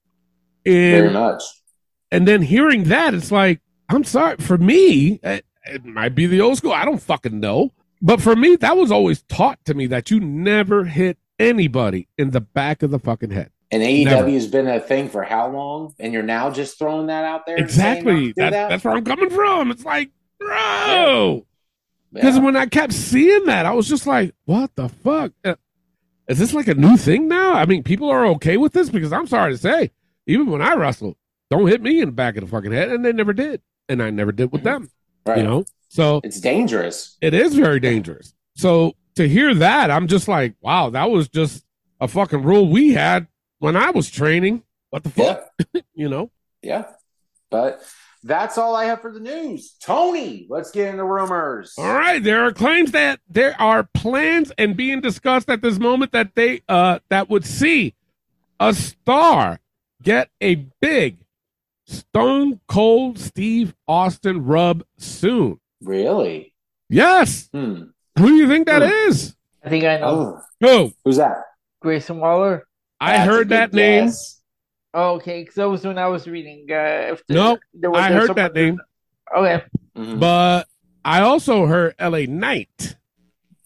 Speaker 5: very
Speaker 4: And
Speaker 5: much.
Speaker 4: and then hearing that, it's like, I'm sorry. For me, it, it might be the old school. I don't fucking know. But for me, that was always taught to me that you never hit anybody in the back of the fucking head.
Speaker 5: And AEW
Speaker 4: Never.
Speaker 5: has been a thing for how long? And you're now just throwing that out there? and saying not to
Speaker 4: Exactly.
Speaker 5: do
Speaker 4: That,
Speaker 5: that?
Speaker 4: That's where I'm coming from. It's like, bro. Because
Speaker 5: Yeah.
Speaker 4: when I kept seeing that, I was just like, what the fuck? Uh, Is this like a new thing now? I mean, people are okay with this because I'm sorry to say, even when I wrestled, don't hit me in the back of the fucking head. And they never did. And I never did with them,
Speaker 5: Mm-hmm. Right.
Speaker 4: you know? So
Speaker 5: It's dangerous.
Speaker 4: it is very dangerous. So to hear that, I'm just like, wow, that was just a fucking rule we had when I was training. What the fuck, you know?
Speaker 5: Yeah. But that's all I have for the news. Tony, let's get into rumors.
Speaker 4: All right, there are claims that there are plans and being discussed at this moment that they uh that would see a star get a big Stone Cold Steve Austin rub soon.
Speaker 5: Really?
Speaker 4: Yes,
Speaker 5: Hmm.
Speaker 4: who do you think that
Speaker 5: Hmm.
Speaker 4: is?
Speaker 6: I think I know
Speaker 5: Oh,
Speaker 4: Who?
Speaker 5: who's that?
Speaker 6: Grayson Waller.
Speaker 4: I
Speaker 5: That's a
Speaker 4: heard
Speaker 5: good
Speaker 4: that name.
Speaker 5: guess.
Speaker 6: Oh, okay, because that was when I was reading. Uh, if
Speaker 4: Nope,
Speaker 6: there was-
Speaker 4: I
Speaker 6: there's
Speaker 4: heard that
Speaker 6: someone-
Speaker 4: name.
Speaker 6: Okay.
Speaker 5: Mhm.
Speaker 4: Mm-hmm. But I also heard LA Knight,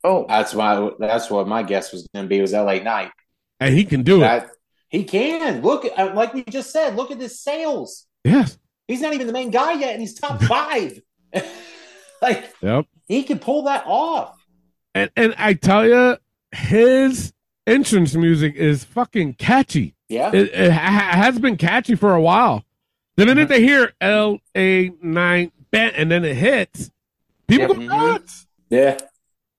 Speaker 6: Oh,
Speaker 5: That's my. That's what my guess was going to be. Was L.A. Knight.
Speaker 4: and he can do it.
Speaker 5: That, he can look at- like we just said. Look at his sales.
Speaker 4: Yes.
Speaker 5: He's not even the main guy yet, and he's top five. like
Speaker 4: Yep.
Speaker 5: he can pull that off.
Speaker 4: And and I tell you, his entrance music is fucking catchy.
Speaker 5: Yeah.
Speaker 4: It, it ha- has been catchy for a while. The minute they hear LA Nine bent and then it hits, people
Speaker 5: Yeah,
Speaker 4: go
Speaker 5: mhm.
Speaker 4: nuts.
Speaker 5: yeah.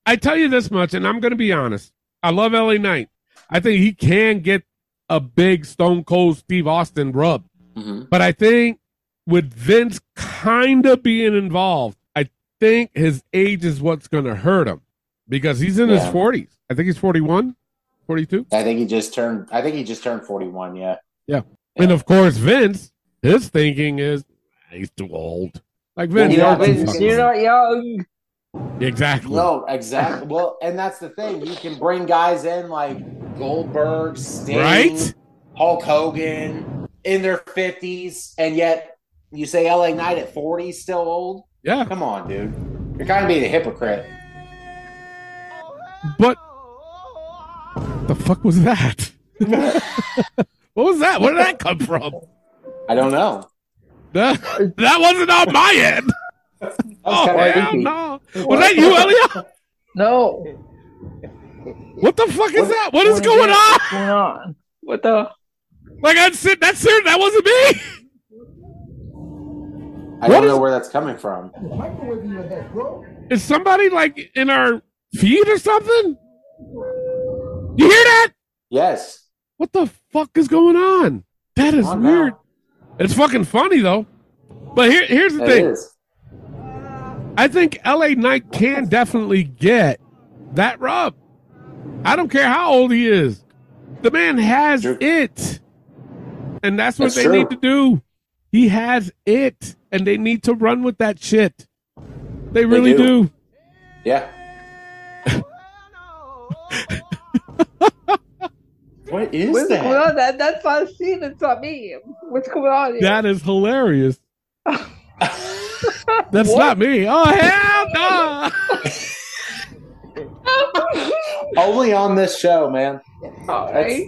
Speaker 4: I tell you this much, and I'm going to be honest. I love LA Knight. I think he can get a big Stone Cold Steve Austin rub.
Speaker 5: Mhm.
Speaker 4: But I think with Vince kind of being involved, I think his age is what's going to hurt him because he's in
Speaker 5: Yeah.
Speaker 4: his 40s. I think he's 41, 42.
Speaker 5: I think he just turned. I think he just turned forty-one. Yeah.
Speaker 4: And of course, Vince, his thinking is he's too old. Like Vince,
Speaker 5: You
Speaker 6: you're
Speaker 5: know,
Speaker 4: you're
Speaker 6: not,
Speaker 4: too
Speaker 5: Vince,
Speaker 4: fucking
Speaker 6: you're
Speaker 4: old.
Speaker 6: not young.
Speaker 4: exactly.
Speaker 5: No, exactly. well, and that's the thing. You can bring guys in like Goldberg, Sting,
Speaker 4: Right?
Speaker 5: Hulk Hogan in their fifties, and yet you say LA Knight at forty still old.
Speaker 4: Yeah.
Speaker 5: Come on, dude. You're kind of being a hypocrite.
Speaker 4: But The fuck was that? what was that? Where did that come from?
Speaker 5: I don't know.
Speaker 4: That, that wasn't on my end.
Speaker 5: That was
Speaker 4: Oh
Speaker 5: kinda
Speaker 4: hell
Speaker 5: creepy.
Speaker 4: no! Was that you, Elio?
Speaker 6: No.
Speaker 4: What the fuck is
Speaker 5: What-
Speaker 4: that? What is
Speaker 6: What
Speaker 4: going on?
Speaker 6: What's going on? What the?
Speaker 4: Like I said, that's it. That wasn't me.
Speaker 5: I
Speaker 4: What
Speaker 5: don't
Speaker 4: is-
Speaker 5: know where that's coming from.
Speaker 4: Is somebody like in our feed or something? You hear that?
Speaker 5: Yes.
Speaker 4: What the fuck is going on? That is
Speaker 5: Come on
Speaker 4: weird.
Speaker 5: now.
Speaker 4: It's fucking funny though. But here, here's the
Speaker 5: It
Speaker 4: thing.
Speaker 5: is.
Speaker 4: I think LA Knight can definitely get that rub. I don't care how old he is. The man has
Speaker 5: True.
Speaker 4: it. And that's what
Speaker 5: That's
Speaker 4: they
Speaker 5: true.
Speaker 4: need to do. He has it. And they need to run with that shit. They really
Speaker 5: do.
Speaker 4: do.
Speaker 5: Yeah. what is
Speaker 6: What's going
Speaker 5: that?
Speaker 6: on? That that's not seen. It's not me. What's going on? Here?
Speaker 4: That is hilarious. That's
Speaker 6: What?
Speaker 4: not me. Oh hell no.
Speaker 5: Only on this show, man.
Speaker 6: All right.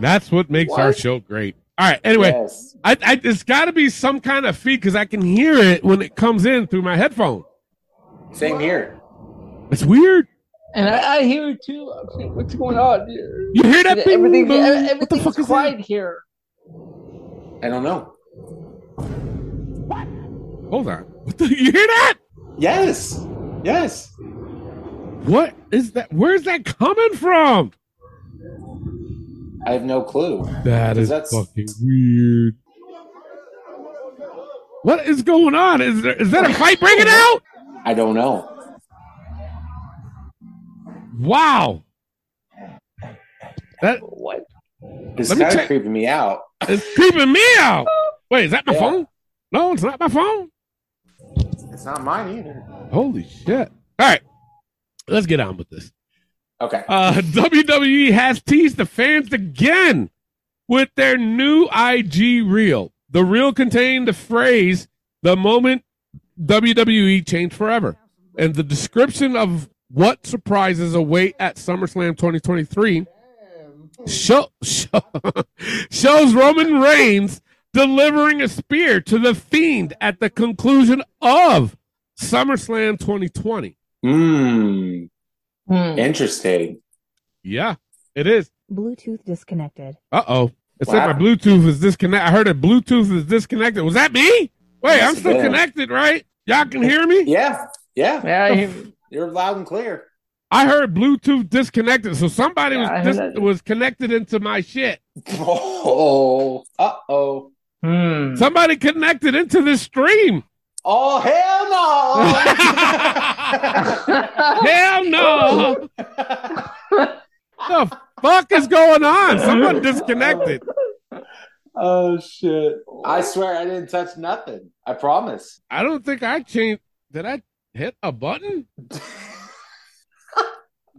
Speaker 4: That's what makes our
Speaker 6: What?
Speaker 4: show great. All right. Anyway,
Speaker 5: Yes.
Speaker 4: I, I it's got to be some kind of feed because I can hear it when it comes in through my headphone.
Speaker 5: Same here.
Speaker 4: It's weird.
Speaker 6: And I, I hear it too. I'm like, What's going on? Here?
Speaker 4: You hear that? Bing,
Speaker 6: Everything,
Speaker 4: boom? What the
Speaker 6: everything's
Speaker 4: fuck is
Speaker 6: quiet
Speaker 4: that?
Speaker 6: here.
Speaker 5: I don't know.
Speaker 4: Hold on. What the, you hear that?
Speaker 5: Yes. Yes.
Speaker 4: What is that? Where's that coming from?
Speaker 5: I have no clue.
Speaker 4: That is
Speaker 5: That's-
Speaker 4: fucking weird. What is going on? Is there is that a fight breaking out?
Speaker 5: I don't know.
Speaker 4: Wow. That
Speaker 6: What?
Speaker 5: It's
Speaker 4: Let me
Speaker 5: kind of
Speaker 4: check-
Speaker 5: creeping me out.
Speaker 4: is creeping me out. Wait, is that my
Speaker 5: Yeah.
Speaker 4: phone? No, it's not my phone.
Speaker 5: It's not mine either.
Speaker 4: Holy shit. All right. Let's get on with this.
Speaker 5: Okay.
Speaker 4: Uh, WWE has teased the fans again with their new IG reel. The reel contained the phrase, the moment WWE changed forever, and the description of what surprises await at SummerSlam 2023 show, show, shows Roman Reigns delivering a spear to the Fiend at the conclusion of SummerSlam 2020.
Speaker 5: Hmm.
Speaker 6: Hmm.
Speaker 5: Interesting.
Speaker 4: Yeah, it is.
Speaker 7: Bluetooth disconnected.
Speaker 4: Uh oh. It said
Speaker 5: Wow.
Speaker 4: my Bluetooth is disconnected. I heard it. Bluetooth is disconnected. Was that me? Wait, I'm
Speaker 5: Yes,
Speaker 4: still
Speaker 5: it is.
Speaker 4: connected, right? Y'all can hear me?
Speaker 5: Yeah. Yeah.
Speaker 6: Yeah, I hear,
Speaker 5: You're loud and clear.
Speaker 4: I heard Bluetooth disconnected. So somebody
Speaker 6: Yeah, I heard
Speaker 4: was dis-
Speaker 6: that.
Speaker 4: was connected into my shit.
Speaker 5: Oh. Uh oh.
Speaker 6: hmm.
Speaker 4: Somebody connected into this stream.
Speaker 5: Oh hell
Speaker 4: hmm.
Speaker 6: What's
Speaker 4: Hell no. the fuck is going on? Someone disconnected.
Speaker 5: no! oh shit! I swear I didn't touch nothing. I promise.
Speaker 4: I don't think I changed. Did I hit a button?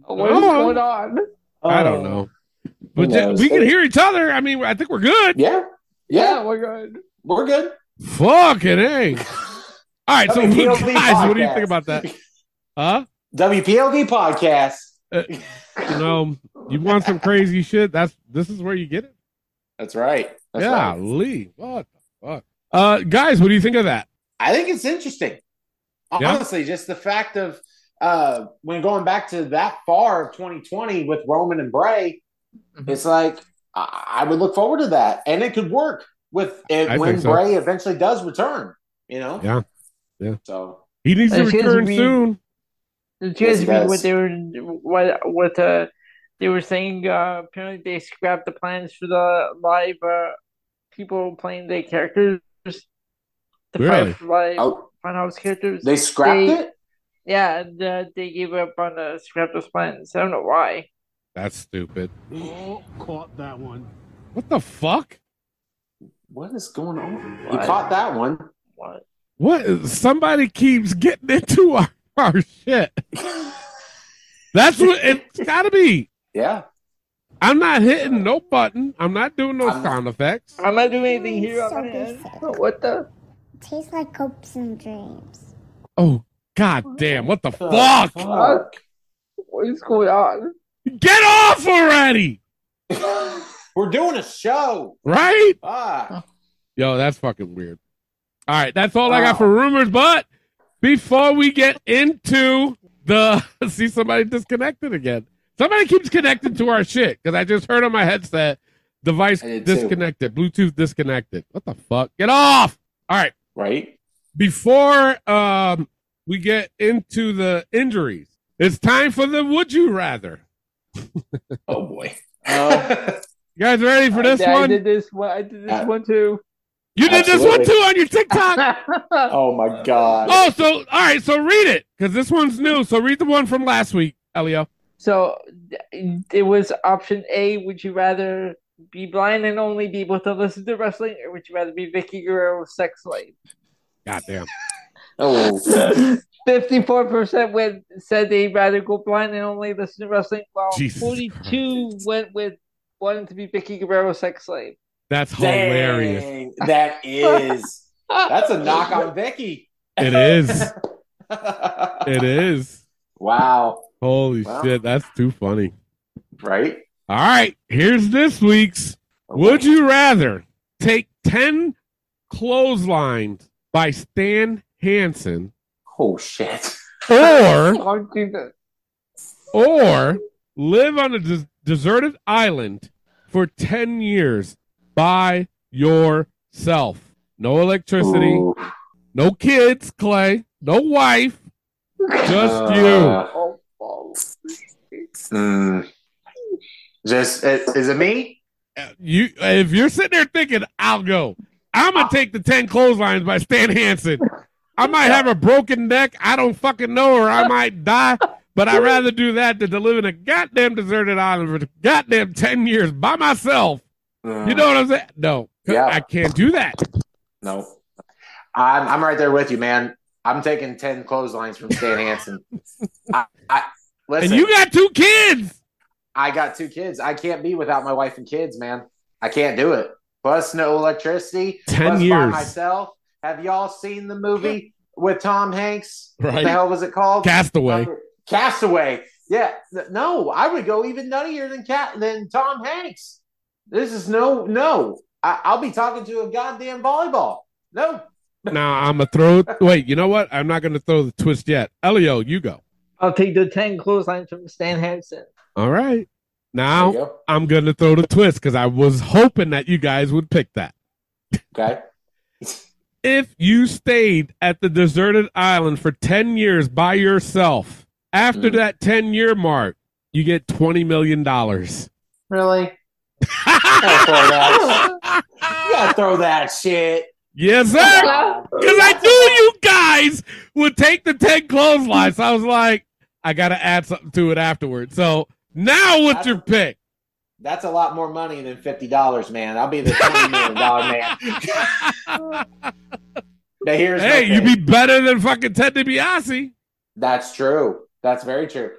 Speaker 6: going on?
Speaker 4: Uh-huh.
Speaker 5: Oh.
Speaker 4: I don't
Speaker 6: Oh.
Speaker 4: know. But
Speaker 5: Who
Speaker 4: ju-
Speaker 5: knows?
Speaker 4: we can hear each other. I mean, I think we're good.
Speaker 5: Yeah,
Speaker 6: Yeah,
Speaker 5: yeah,
Speaker 6: we're good.
Speaker 5: we're good.
Speaker 4: Fucking A. eh? All right, so
Speaker 5: WPLV
Speaker 4: guys, what do you
Speaker 5: podcast.
Speaker 4: think about that? Huh?
Speaker 5: WPLD podcast.
Speaker 4: You know, you want some crazy shit? That's this is where you get it.
Speaker 5: That's right. That's
Speaker 4: yeah,
Speaker 5: right.
Speaker 4: Lee. What the fuck? Uh, guys, what do you think of that?
Speaker 5: I think it's interesting.
Speaker 4: Yeah.
Speaker 5: Honestly, just the fact of uh when going back to that far of 2020 with Roman and Bray,
Speaker 4: Mm-hmm.
Speaker 6: Mhm.
Speaker 5: it's like I, I would look forward to that, and it could work with
Speaker 4: I
Speaker 5: if, when
Speaker 4: think so.
Speaker 5: Bray eventually does return. You know.
Speaker 4: Yeah. Yeah.
Speaker 5: So
Speaker 4: He needs to
Speaker 6: As soon as
Speaker 4: return
Speaker 6: we-
Speaker 4: soon.
Speaker 6: Did you
Speaker 5: Yes, it
Speaker 6: guys read
Speaker 5: does.
Speaker 6: what they were what what uh they were saying? Uh, apparently, they scrapped the plans for the live uh, people playing their characters, the five live
Speaker 5: oh,
Speaker 6: funhouse characters.
Speaker 5: they scrapped
Speaker 6: They-
Speaker 5: it.
Speaker 6: yeah, and, uh, they gave up on the scrap those plans. I don't know why.
Speaker 4: That's stupid.
Speaker 8: Oh, caught that one.
Speaker 4: What the fuck?
Speaker 5: What is going on? You
Speaker 6: What?
Speaker 5: caught that one.
Speaker 6: What?
Speaker 4: What? is- Somebody keeps getting into our, our shit. That's what it's got to be.
Speaker 5: Yeah.
Speaker 4: I'm not hitting no button. I'm not doing no
Speaker 5: I'm-
Speaker 4: sound effects.
Speaker 6: I'm not doing anything here on
Speaker 9: So
Speaker 6: my end. Oh,
Speaker 9: basic.
Speaker 6: What the?
Speaker 9: Tastes like hopes and dreams.
Speaker 4: Oh god damn! What the
Speaker 5: The
Speaker 4: fuck?
Speaker 6: What is going on?
Speaker 4: Get off already,
Speaker 5: We're doing a show.
Speaker 4: right?
Speaker 5: Ah,
Speaker 4: Yo, that's fucking weird. All right, that's all I got
Speaker 5: Wow.
Speaker 4: for rumors. But before we get into the, see somebody disconnected again. Somebody keeps connecting to our shit because I just heard on my headset device
Speaker 5: I did too.
Speaker 4: disconnected, Bluetooth disconnected. What the fuck? Get off! All right,
Speaker 5: right.
Speaker 4: before um we get into the injuries, it's time for the would you rather.
Speaker 5: Oh boy.
Speaker 6: Oh.
Speaker 4: You guys ready for this
Speaker 6: I, I
Speaker 4: one?
Speaker 6: did this one. I did this
Speaker 5: Uh,
Speaker 6: one too.
Speaker 4: you did this
Speaker 5: Absolutely.
Speaker 4: one too on your TikTok.
Speaker 5: oh my god.
Speaker 4: Oh, so all right, so read it because this one's new. So read the one from last week, Elio.
Speaker 6: So it was option A. Would you rather be blind and only be able to listen to wrestling, or would you rather be Vicky Guerrero's sex slave?
Speaker 4: Goddamn.
Speaker 5: Oh.
Speaker 6: Fifty-four percent went said they'd rather go blind and only listen to wrestling, while
Speaker 4: Jesus
Speaker 6: forty-two went with wanting to be Vicky Guerrero's sex slave.
Speaker 4: That's
Speaker 5: Dang,
Speaker 4: hilarious.
Speaker 5: That is. That's a knock on Vicky.
Speaker 4: It is. It is.
Speaker 5: wow.
Speaker 4: Holy
Speaker 5: Wow.
Speaker 4: shit, that's too funny.
Speaker 5: Right?
Speaker 4: All right, here's this week's Would you rather take 10 clotheslines by Stan Hansen
Speaker 5: Oh shit.
Speaker 4: or
Speaker 6: Oh, Jesus.
Speaker 4: or live on a des- deserted island for 10 years by yourself? No electricity.
Speaker 5: Ooh.
Speaker 4: No kids, Clay. No wife. Just you.
Speaker 5: Uh,
Speaker 6: Oh, oh.
Speaker 5: mm. Just it, is it me?
Speaker 4: You, if you're sitting there thinking, I'll go. I'm gonna take the ten clotheslines by Stan Hansen. I might have a broken neck. I don't fucking know, or I might die. But I'd rather do that than to live in a goddamn deserted island for goddamn ten years by myself.
Speaker 5: Mm,
Speaker 4: You know what I'm saying? No,
Speaker 5: Yeah.
Speaker 4: I can't do that.
Speaker 5: No. I'm I'm right there with you, man. I'm taking ten clotheslines from Stan Hansen. I, I listen.
Speaker 4: And you got two kids.
Speaker 5: I got two kids. I can't be without my wife and kids, man. I can't do it. Plus, no electricity.
Speaker 4: 10
Speaker 5: Plus, By
Speaker 4: years.
Speaker 5: myself. Have y'all seen the movie with Tom Hanks? What
Speaker 4: Right.
Speaker 5: the hell was it called?
Speaker 4: Castaway.
Speaker 5: Uh, Castaway. Yeah. Th- No, I would go even nuttier than Cat than Tom Hanks. This is no, no. I- I'll be talking to a goddamn volleyball. No.
Speaker 4: Now I'm gonna throw. Wait, you know what? I'm not gonna throw the twist yet. Elio, you go.
Speaker 6: I'll take the ten clotheslines from Stan Hansen.
Speaker 4: All right.
Speaker 5: There you
Speaker 4: Now
Speaker 5: go.
Speaker 4: I'm gonna throw the twist because I was hoping that you guys would pick that.
Speaker 5: Okay.
Speaker 4: If you stayed at the deserted island for 10 years by yourself, after
Speaker 5: Mm.
Speaker 4: that 10 year mark, you get $20 million.
Speaker 6: Really?
Speaker 5: Oh, You gotta throw that shit.
Speaker 4: yes, sir. Because I knew you guys would take the 10 clotheslines. So I was like, I got to add something to it afterwards. So now what's your pick?
Speaker 5: That's a lot more money than fifty dollars, man. I'll be the twenty million dollar man. Now here's my
Speaker 4: hey, you'd
Speaker 5: thing.
Speaker 4: be better than fucking Ted DiBiase.
Speaker 5: That's true. That's very true.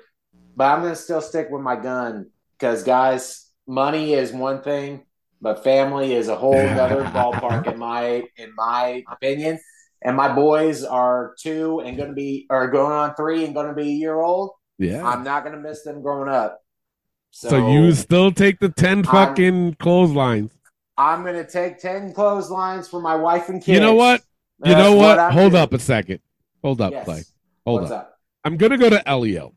Speaker 5: But I'm gonna still stick with my gun because, guys, money is one thing, but family is a whole other ballpark in my in my opinion. And my boys are two and gonna be are going on three and gonna be a year old.
Speaker 4: Yeah.
Speaker 5: I'm not gonna miss them growing up. So,
Speaker 4: So, you still take the 10 fucking clotheslines.
Speaker 5: I'm gonna take ten clotheslines for my wife and kids.
Speaker 4: You know what? You
Speaker 5: That's
Speaker 4: know what?
Speaker 5: I'm
Speaker 4: Hold
Speaker 5: doing.
Speaker 4: up a second. Hold up,
Speaker 5: Yes.
Speaker 4: Clay. Hold
Speaker 5: What's
Speaker 4: up.
Speaker 5: up?
Speaker 4: I'm gonna go to Elio.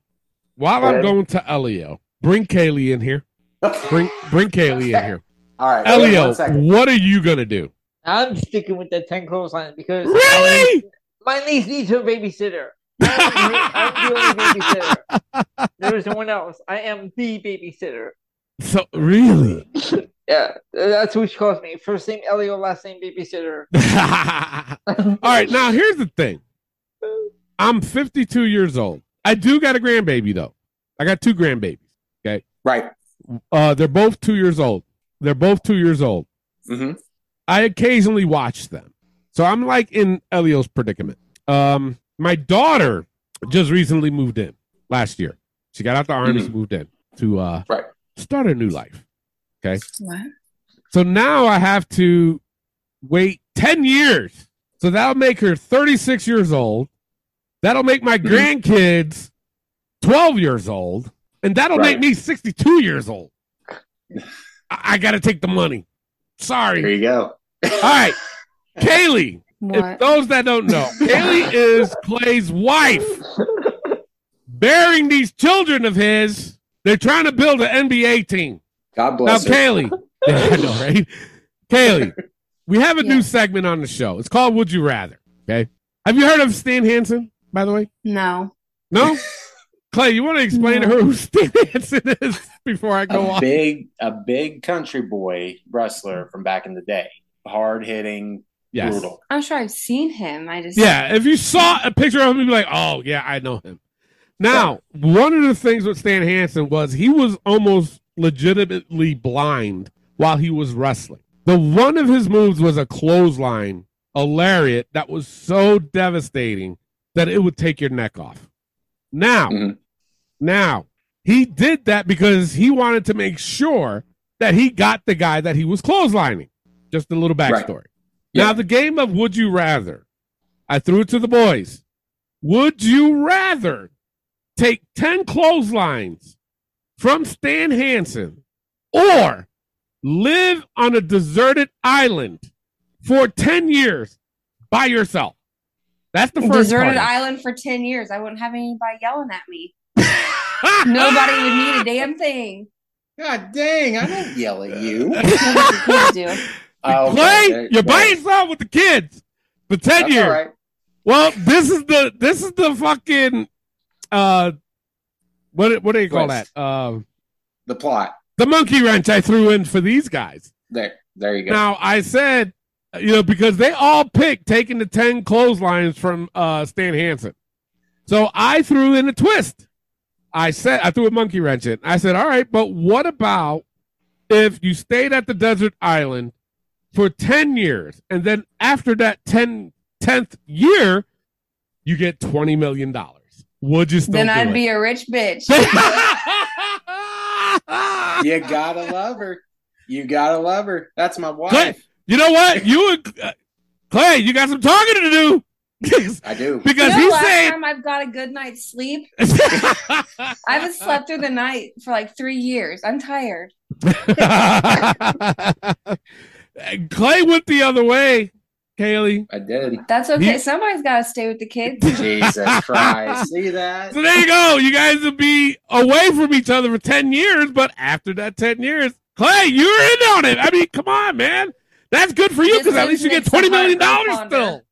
Speaker 4: While I'm
Speaker 6: Okay.
Speaker 4: going to Elio, bring Kaylee in here. Bring bring Kaylee in here.
Speaker 5: All right, wait
Speaker 4: Elio,
Speaker 5: one second.
Speaker 4: what are you gonna do?
Speaker 6: I'm sticking with the ten clotheslines because my
Speaker 4: Really?
Speaker 6: My niece needs her babysitter. I'm, I'm the only babysitter. There is no one else. I am the babysitter.
Speaker 4: So really?
Speaker 6: Yeah, that's who she calls me. First name Elio, last name babysitter.
Speaker 4: All right, now here's the thing. I'm 52 years old. I do got a grandbaby though. I got two grandbabies.
Speaker 5: Right.
Speaker 4: Uh, they're both two years old. They're both two years old.
Speaker 5: hmm
Speaker 4: I occasionally watch them. So I'm like in Elio's predicament. Um, my daughter just recently moved in last year. She got out the army, she moved in to uh,
Speaker 5: Right.
Speaker 4: start a new life.
Speaker 3: What?
Speaker 4: So now I have to wait 10 years. So that'll make her 36 years old. That'll make my grandkids 12 years old. and that'll make
Speaker 5: Right.
Speaker 4: me 62 years old. I, I got to take the money.
Speaker 5: Here
Speaker 4: Sorry.
Speaker 5: you go.
Speaker 4: All right, Kaylee. If
Speaker 7: What?
Speaker 4: those that don't know, Kaylee is Clay's wife, bearing these children of his. They're trying to build an NBA team.
Speaker 5: God
Speaker 4: Now,
Speaker 5: bless her.
Speaker 4: Kaylee, yeah, I know, right? Kaylee, we have a
Speaker 7: Yeah.
Speaker 4: new segment on the show. It's called "Would You Rather." Okay, have you heard of Stan Hansen? By the way,
Speaker 7: No.
Speaker 4: no. Clay, you want to explain to
Speaker 7: No.
Speaker 4: her who Stan Hansen is before I go
Speaker 5: a
Speaker 4: on?
Speaker 5: big, a big country boy wrestler from back in the day. Hard hitting,
Speaker 4: Yes.
Speaker 5: brutal.
Speaker 7: I'm sure I've seen him. I just
Speaker 4: Yeah, if you saw a picture of him, you'd be like, "Oh yeah, I know him." Now, one of the things with Stan Hansen was he was almost legitimately blind while he was wrestling. The one of his moves was a clothesline, a lariat that was so devastating that it would take your neck off. Now,
Speaker 5: Mhm.
Speaker 4: now he did that because he wanted to make sure that he got the guy that he was clotheslining. Just a little
Speaker 5: Right.
Speaker 4: backstory.
Speaker 5: Yeah.
Speaker 4: Now, the game of Would You Rather, I threw it to the boys. Would you rather take 10 clotheslines from Stan Hansen or live on a deserted island for 10 years by yourself? That's the first
Speaker 10: Deserted
Speaker 4: part.
Speaker 10: island for 10 years. I wouldn't have anybody yelling at me. Nobody would need a damn thing.
Speaker 5: God dang, I don't yell at you.
Speaker 10: Nobody could do.
Speaker 4: Clay,
Speaker 5: Oh, okay, there-
Speaker 4: you're by
Speaker 5: there-
Speaker 4: yourself with the kids for 10
Speaker 5: That's
Speaker 4: years.
Speaker 5: all right.
Speaker 4: Well, this is the this is the fucking uh what what do you call
Speaker 5: Twist.
Speaker 4: that? Um
Speaker 5: The plot.
Speaker 4: the monkey wrench I threw in for these guys.
Speaker 5: There, there you go.
Speaker 4: Now I said, you know, because they all picked taking the ten clotheslines from uh, Stan Hansen, so I threw in a twist. I said I threw a monkey wrench in. I said, all right, but what about if you stayed at the desert island for ten years, and then after that 10, 10th year, you get twenty million dollars? Would you still?
Speaker 10: Then
Speaker 4: do
Speaker 10: I'd
Speaker 4: it?
Speaker 10: be a rich bitch.
Speaker 5: You gotta love her. You gotta love her. That's my wife.
Speaker 4: Clay, you know what? You and uh, Clay, you got some talking to do because
Speaker 5: I do.
Speaker 10: You know,
Speaker 4: he's
Speaker 10: last
Speaker 4: saying.
Speaker 10: time I've got a good night's sleep. I haven't slept through the night for like three years. I'm tired.
Speaker 4: Clay went the other way, Kaylee.
Speaker 5: I did.
Speaker 10: That's okay.
Speaker 4: He-
Speaker 10: Somebody's got to stay with the kids.
Speaker 5: Jesus Christ. See that?
Speaker 4: So there you go. You guys will be away from each other for ten years, but after that ten years, Clay, you're in on it. I mean, come on, man. That's good for you
Speaker 10: This
Speaker 4: because at
Speaker 10: does
Speaker 4: least you
Speaker 10: make
Speaker 4: get twenty million
Speaker 10: some
Speaker 4: dollars
Speaker 10: heartbreak
Speaker 4: still.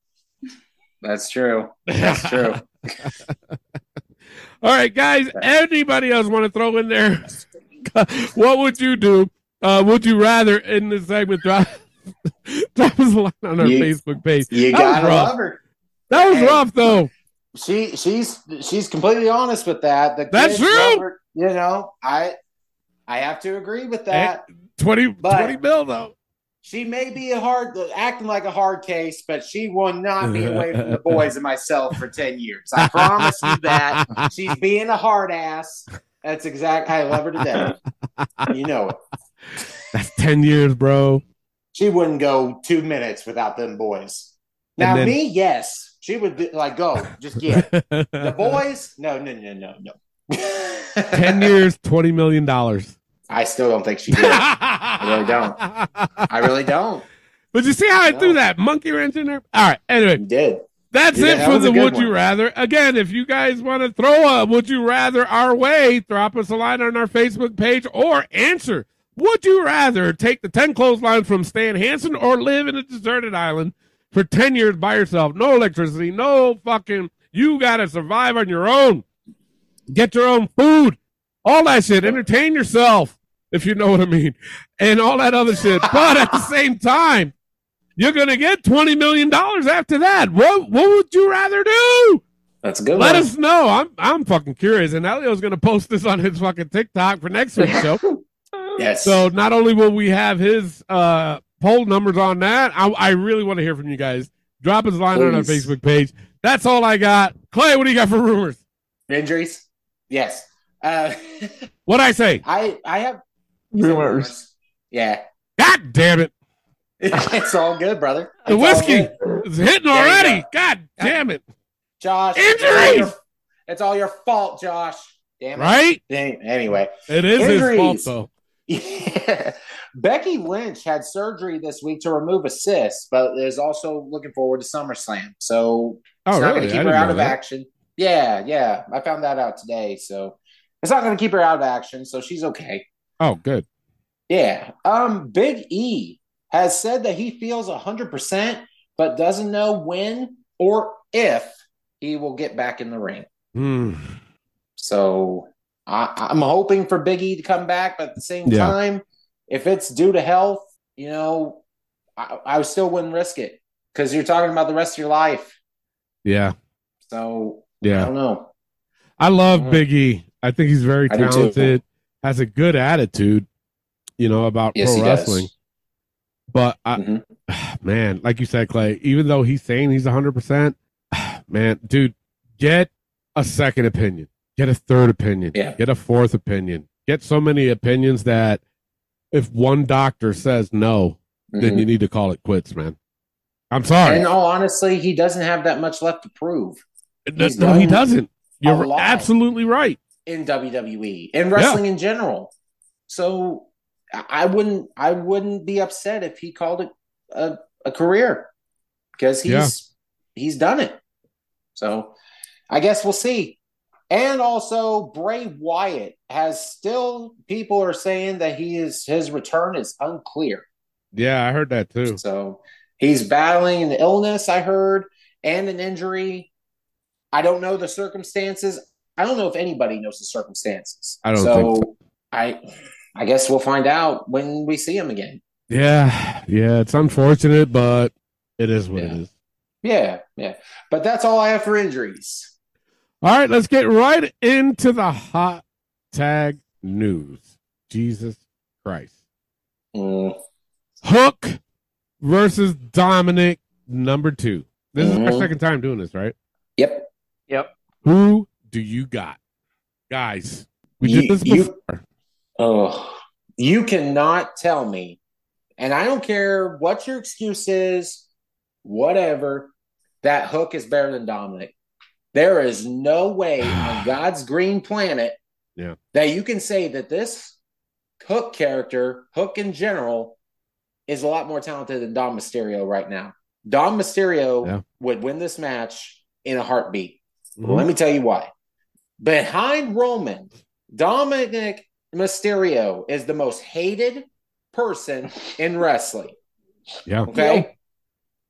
Speaker 10: fonder.
Speaker 5: That's true. That's true.
Speaker 4: All right, guys. Anybody else want to throw in there? what would you do? Uh, would you rather in this segment drop drop us a line on our
Speaker 5: You-
Speaker 4: Facebook page? That
Speaker 5: You
Speaker 4: was
Speaker 5: gotta
Speaker 4: rough.
Speaker 5: love her.
Speaker 4: That was
Speaker 5: Hey.
Speaker 4: rough, though.
Speaker 5: She she's she's completely honest with that. The
Speaker 4: That's
Speaker 5: kids love
Speaker 4: true.
Speaker 5: her. you know, I I have to agree with that.
Speaker 4: 20,
Speaker 5: But-
Speaker 4: 20 mil, though.
Speaker 5: She may be a hard acting like a hard case, but she will not be away from the boys and myself for ten years. I promise you that. She's being a hard ass. That's exact. I love her to death. You know it.
Speaker 4: That's ten years, bro.
Speaker 5: She wouldn't go two minutes without them boys.
Speaker 4: And
Speaker 5: Now
Speaker 4: then-
Speaker 5: me, yes, she would be like go just get it. the boys. No, no, no, no, no.
Speaker 4: ten years, twenty million dollars.
Speaker 5: I still don't think she did. I really don't. really don't.
Speaker 4: But you see how I threw
Speaker 5: No.
Speaker 4: that monkey wrench in there? All right. Anyway,
Speaker 5: You did.
Speaker 4: That's
Speaker 5: Yeah,
Speaker 4: it
Speaker 5: that
Speaker 4: for
Speaker 5: was a
Speaker 4: the
Speaker 5: good
Speaker 4: Would You
Speaker 5: one.
Speaker 4: Rather. Again, if you guys want to throw a Would You Rather our way, drop us a line on our Facebook page or answer Would you rather take the 10 clotheslines from Stan Hansen or live in a deserted island for 10 years by yourself? No electricity, no fucking. You got to survive on your own. Get your own food, all that shit. Entertain yourself, if you know what I mean, and all that other shit. But at the same time, you're gonna get twenty million dollars after that. What what would you rather do?
Speaker 5: That's a good.
Speaker 4: Let
Speaker 5: one.
Speaker 4: us know. I'm I'm fucking curious. And Elio's gonna post this on his fucking TikTok for next week's show.
Speaker 5: Yes.
Speaker 4: So not only will we have his uh, poll numbers on that, I, I really want to hear from you guys. Drop his line on our
Speaker 5: Please.
Speaker 4: Facebook page. That's all I got. Clay, what do you got for rumors?
Speaker 5: injuries. Yes. Uh,
Speaker 4: What I say?
Speaker 5: I I have
Speaker 6: Rumors.
Speaker 5: Yeah,
Speaker 4: God damn it!
Speaker 5: it's all good, brother.
Speaker 4: The
Speaker 5: It's all
Speaker 4: whiskey.
Speaker 5: good.
Speaker 4: It's hitting
Speaker 5: There you
Speaker 4: already.
Speaker 5: go.
Speaker 4: God damn it!
Speaker 5: Josh.
Speaker 4: Injuries!
Speaker 5: It's all your, it's all your fault, Josh. Damn it.
Speaker 4: right?
Speaker 5: Dang- Anyway,
Speaker 4: It is his fault
Speaker 5: Injuries.
Speaker 4: though.
Speaker 5: Becky Lynch had surgery this week to remove a cyst, but is also looking forward to SummerSlam. So
Speaker 4: Oh,
Speaker 5: it's not going
Speaker 4: really?
Speaker 5: to
Speaker 4: I
Speaker 5: keep her
Speaker 4: didn't
Speaker 5: out
Speaker 4: know
Speaker 5: of
Speaker 4: that.
Speaker 5: action. Yeah, yeah. I found that out today. So it's not going to keep her out of action. So she's okay.
Speaker 4: Oh, good.
Speaker 5: Yeah. Um, Big E has said that he feels 100%, but doesn't know when or if he will get back in the ring.
Speaker 4: Hmm.
Speaker 5: So I, I'm hoping for Big E to come back, but at the same
Speaker 4: Yeah.
Speaker 5: time, if it's due to health, you know, I, I still wouldn't risk it because you're talking about the rest of your life.
Speaker 4: Yeah.
Speaker 5: So I
Speaker 4: Yeah.
Speaker 5: don't know.
Speaker 4: I love
Speaker 5: Mhm.
Speaker 4: Biggie. I think he's very
Speaker 5: I do too.
Speaker 4: talented. Has a good attitude, you know, about
Speaker 5: Yes,
Speaker 4: pro
Speaker 5: he
Speaker 4: wrestling.
Speaker 5: does.
Speaker 4: But I,
Speaker 5: Mhm.
Speaker 4: man, like you said, Clay, even though he's saying he's 100%, man, dude, get a second opinion, get a third opinion,
Speaker 5: Yeah.
Speaker 4: get a fourth opinion, get so many opinions that if one doctor says no, then
Speaker 5: Mhm.
Speaker 4: you need to call it quits, man. I'm sorry.
Speaker 5: In all honestly, he doesn't have that much left to prove
Speaker 4: No,
Speaker 5: he's
Speaker 4: no, he
Speaker 5: done
Speaker 4: doesn't. You're
Speaker 5: lot.
Speaker 4: absolutely right.
Speaker 5: in WWE and wrestling in general. So I I wouldn't I wouldn't be upset if he called it a, a career because he's he's done it. So I guess we'll see. And also Bray Wyatt has still people are saying that he is his return is unclear.
Speaker 4: Yeah, I heard that too.
Speaker 5: So he's battling an illness, I heard, and an injury. I don't know the circumstances. I don't know if anybody knows the circumstances.
Speaker 4: I don't
Speaker 5: so,
Speaker 4: think
Speaker 5: I I guess we'll find out when we see him again.
Speaker 4: Yeah, yeah, it's unfortunate, but it is what it
Speaker 5: Yeah.
Speaker 4: is.
Speaker 5: Yeah, yeah. But that's all I have for injuries.
Speaker 4: All right, let's get right into the hot tag news. Jesus Christ.
Speaker 5: Mm,
Speaker 4: Hook versus Dominic number two. This is our
Speaker 5: Mhm.
Speaker 4: second time doing this, right?
Speaker 5: Yep.
Speaker 4: Who do you got? Guys, we did
Speaker 5: You-
Speaker 4: this
Speaker 5: you-
Speaker 4: before.
Speaker 5: Oh, you cannot tell me, and I don't care what your excuse is, whatever. That Hook is better than Dominic. There is no way on God's green planet
Speaker 4: Yeah.
Speaker 5: that you can say that this Hook character, Hook in general, is a lot more talented than Dom Mysterio right now. Dom Mysterio
Speaker 4: Yeah.
Speaker 5: would win this match in a heartbeat.
Speaker 4: Mhm.
Speaker 5: Let me tell you why. Behind Roman, Dominic Mysterio is the most hated person in wrestling.
Speaker 4: Yeah.
Speaker 5: Okay.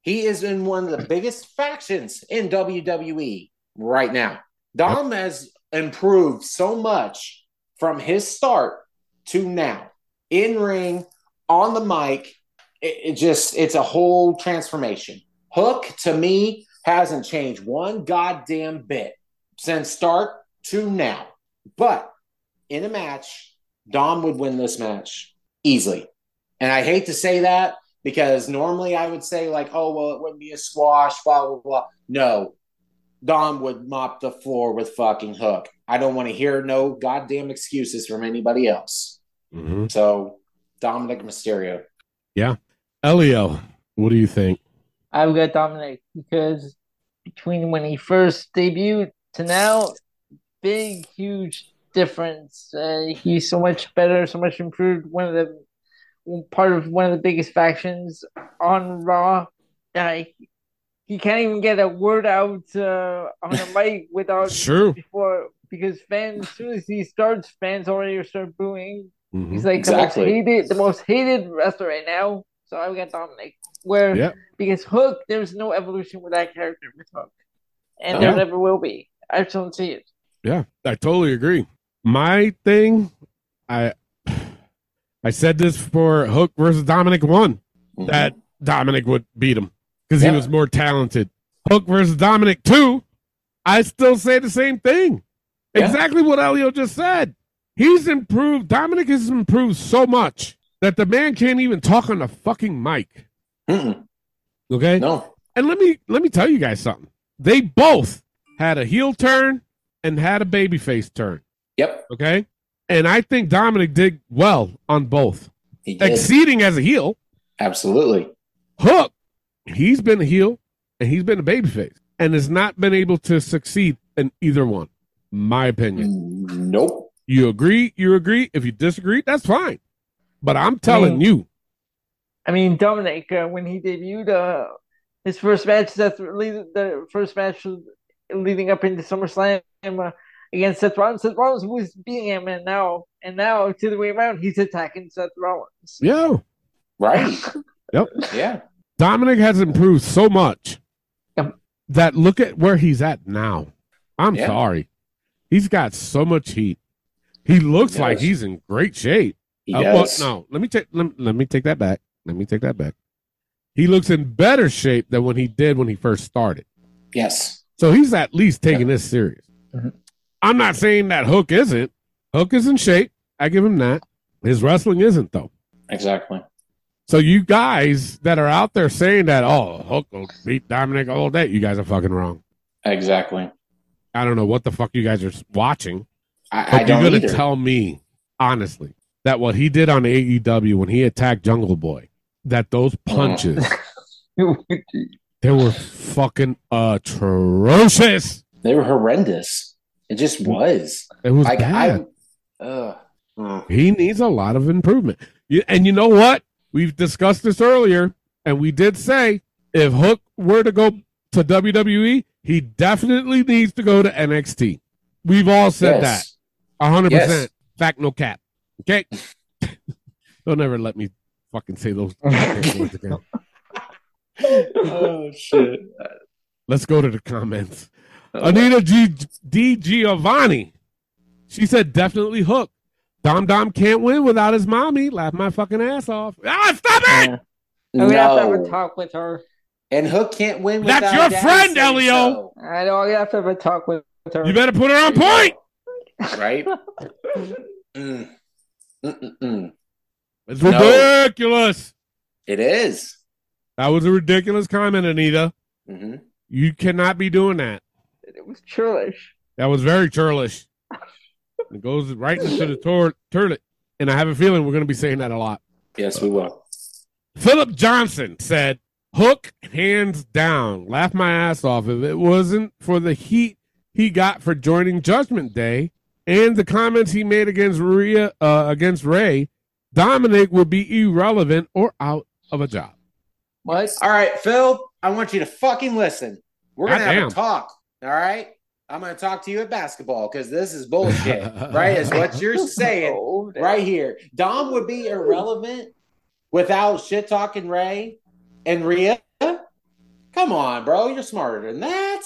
Speaker 5: He is in one of the biggest factions in WWE right now. Dom has improved so much from his start to now in ring, on the mic. It, it just, it's a whole transformation. Hook to me hasn't changed one goddamn bit since start to now. But in a match, Dom would win this match easily. And I hate to say that because normally I would say, like, oh, well, it wouldn't be a squash, blah, blah, blah. No, Dom would mop the floor with fucking Hook. I don't want to hear no goddamn excuses from anybody else.
Speaker 4: Mhm.
Speaker 5: So, Dominic Mysterio.
Speaker 4: Elio, E what do you think?
Speaker 6: I've got Dominic because between when he first debuted to now, big, huge difference. Uh, he's so much better, so much improved. One of the part of one of the biggest factions on Raw. Uh, he can't even get a word out uh, on the mic without
Speaker 4: Sure.
Speaker 6: before because fans. As soon as he starts, fans already start booing.
Speaker 4: Mhm.
Speaker 6: He's like
Speaker 5: Exactly.
Speaker 6: the most hated, the most hated wrestler right now. So I've got Dominic. Where
Speaker 4: Yeah.
Speaker 6: because Hook, there's no evolution with that character with Hook, and
Speaker 5: Yeah.
Speaker 6: there never will be. I just don't see it.
Speaker 4: Yeah, I totally agree. My thing, I I said this for Hook versus Dominic one that Dominic would beat him because
Speaker 5: Yeah.
Speaker 4: he was more talented. Hook versus Dominic two, I still say the same thing.
Speaker 5: Yeah.
Speaker 4: Exactly what Elio just said. He's improved. Dominic has improved so much that the man can't even talk on the fucking mic.
Speaker 5: Mm-mm.
Speaker 4: Okay,
Speaker 5: No.
Speaker 4: and let me let me tell you guys something. They both had a heel turn and had a babyface turn.
Speaker 5: Yep.
Speaker 4: Okay. And I think Dominic did well on both,
Speaker 5: He did.
Speaker 4: exceeding as a heel.
Speaker 5: Absolutely.
Speaker 4: Hook, he's been a heel and he's been a babyface and has not been able to succeed in either one. My
Speaker 5: Mm.
Speaker 4: opinion.
Speaker 5: Nope.
Speaker 4: You agree, you agree. If you disagree, that's fine. But I'm telling you,
Speaker 6: I mean, Dominic, uh, when he debuted uh, his first match, Seth, lead- the first match leading up into SummerSlam uh, against Seth Rollins, Seth Rollins was beating him, and now, and now to the way around, he's attacking Seth Rollins.
Speaker 4: yo,
Speaker 5: Right.
Speaker 4: Yep.
Speaker 5: Yeah.
Speaker 4: Dominic has improved so much
Speaker 6: Yep.
Speaker 4: that look at where he's at now. I'm
Speaker 5: Yeah.
Speaker 4: sorry. He's got so much heat. He looks
Speaker 5: He
Speaker 4: like
Speaker 5: does.
Speaker 4: he's in great shape.
Speaker 5: He
Speaker 4: Uh, well,
Speaker 5: does.
Speaker 4: no, let me take let, me- let me take that back. Let me take that back. He looks in better shape than when he did when he first started.
Speaker 5: Yes.
Speaker 4: So he's at least taking this serious.
Speaker 5: Mm-hmm.
Speaker 6: Mhm.
Speaker 4: I'm not saying that Hook isn't. Hook is in shape. I give him that. His wrestling isn't though.
Speaker 5: Exactly.
Speaker 4: So you guys that are out there saying that, oh, Hook will beat Dominic all day, you guys are fucking wrong.
Speaker 5: Exactly.
Speaker 4: I don't know what the fuck you guys are s- watching.
Speaker 5: I, I
Speaker 4: But you're
Speaker 5: don't
Speaker 4: gonna
Speaker 5: either.
Speaker 4: tell me honestly that what he did on AEW when he attacked Jungle Boy, that those
Speaker 5: Uh-huh.
Speaker 4: punches They were fucking atrocious.
Speaker 5: they were horrendous. It just
Speaker 4: Mm.
Speaker 5: was.
Speaker 4: It was
Speaker 5: Like
Speaker 4: bad.
Speaker 5: I. Ugh. Mm.
Speaker 4: he needs a lot of improvement. You- and you know what? We've discussed this earlier, and we did say if Hook were to go to WWE, he definitely needs to go to NXT. We've all said that.
Speaker 5: Yes.
Speaker 4: A 100%.
Speaker 5: Yes.
Speaker 4: Fact, no cap. Okay? They'll never let me fucking say those words again.
Speaker 5: oh shit.
Speaker 4: Let's go to the comments. Anita G- D. Giovanni. She said definitely hook. Dom Dom can't win without his mommy. Laugh my fucking ass off. Ah, stop it!
Speaker 6: Yeah. I'm gonna have to have a
Speaker 5: No.
Speaker 6: talk with her.
Speaker 5: And Hook can't win.
Speaker 4: That's
Speaker 5: without
Speaker 4: your
Speaker 5: Daddy
Speaker 4: friend,
Speaker 5: saying
Speaker 4: Elio.
Speaker 5: so.
Speaker 6: I know I'm gonna have to have a talk with her.
Speaker 4: You better put her on point.
Speaker 5: Right. Mm. Mm-mm-mm.
Speaker 4: It's
Speaker 5: No.
Speaker 4: ridiculous.
Speaker 5: It is.
Speaker 4: That was a ridiculous comment, Anita.
Speaker 5: Mhm.
Speaker 4: You cannot be doing that.
Speaker 6: It was churlish.
Speaker 4: That was very churlish. It goes right into the tor- toilet. And I have a feeling we're going to be saying that a lot.
Speaker 5: Yes, we will.
Speaker 4: Philip Johnson said, Hook hands down. Laugh my ass off. If it wasn't for the heat he got for joining Judgment Day and the comments he made against Rhea, uh, against Ray, Dominic would be irrelevant or out of a job.
Speaker 6: What?
Speaker 5: All right, Phil, I want you to fucking listen. We're going to have
Speaker 4: Goddamn.
Speaker 5: a talk. All right. I'm going to talk to you at basketball because this is bullshit. right. Is what you're saying
Speaker 6: Oh, damn.
Speaker 5: right here. Dom would be irrelevant without shit talking Ray and Rhea. Come on, bro. You're smarter than that.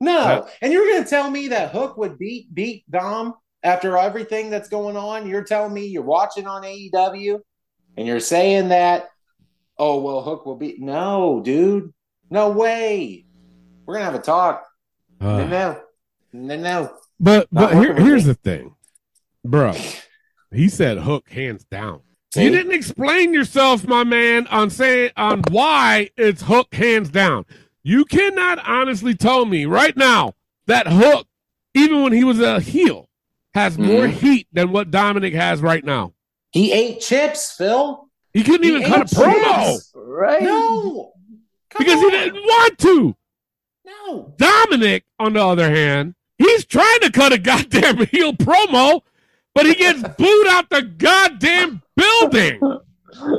Speaker 5: No. And you're going to tell me that Hook would beat beat Dom after everything that's going on. You're telling me you're watching on AEW and you're saying that, oh, well, Hook will beat. No, dude. No way. We're going to have a talk. No,
Speaker 4: Uh,
Speaker 5: no. No, no.
Speaker 4: but
Speaker 5: Not
Speaker 4: but here,
Speaker 5: working with
Speaker 4: here's
Speaker 5: me.
Speaker 4: the thing, bro. He said Hook hands down. You didn't explain yourself, my man, on saying on why it's hook hands down. You cannot honestly tell me right now that Hook, even when he was a heel, has
Speaker 5: Mm-hmm.
Speaker 4: more heat than what Dominic has right now.
Speaker 5: He ate chips, Phil.
Speaker 4: He couldn't
Speaker 5: He
Speaker 4: even
Speaker 5: ate
Speaker 4: cut a
Speaker 5: chips.
Speaker 4: promo
Speaker 6: Right?
Speaker 5: No. Come
Speaker 4: because he
Speaker 5: on.
Speaker 4: didn't want to.
Speaker 5: No.
Speaker 4: Dominic, on the other hand, he's trying to cut a goddamn heel promo, but he gets booed out the goddamn building.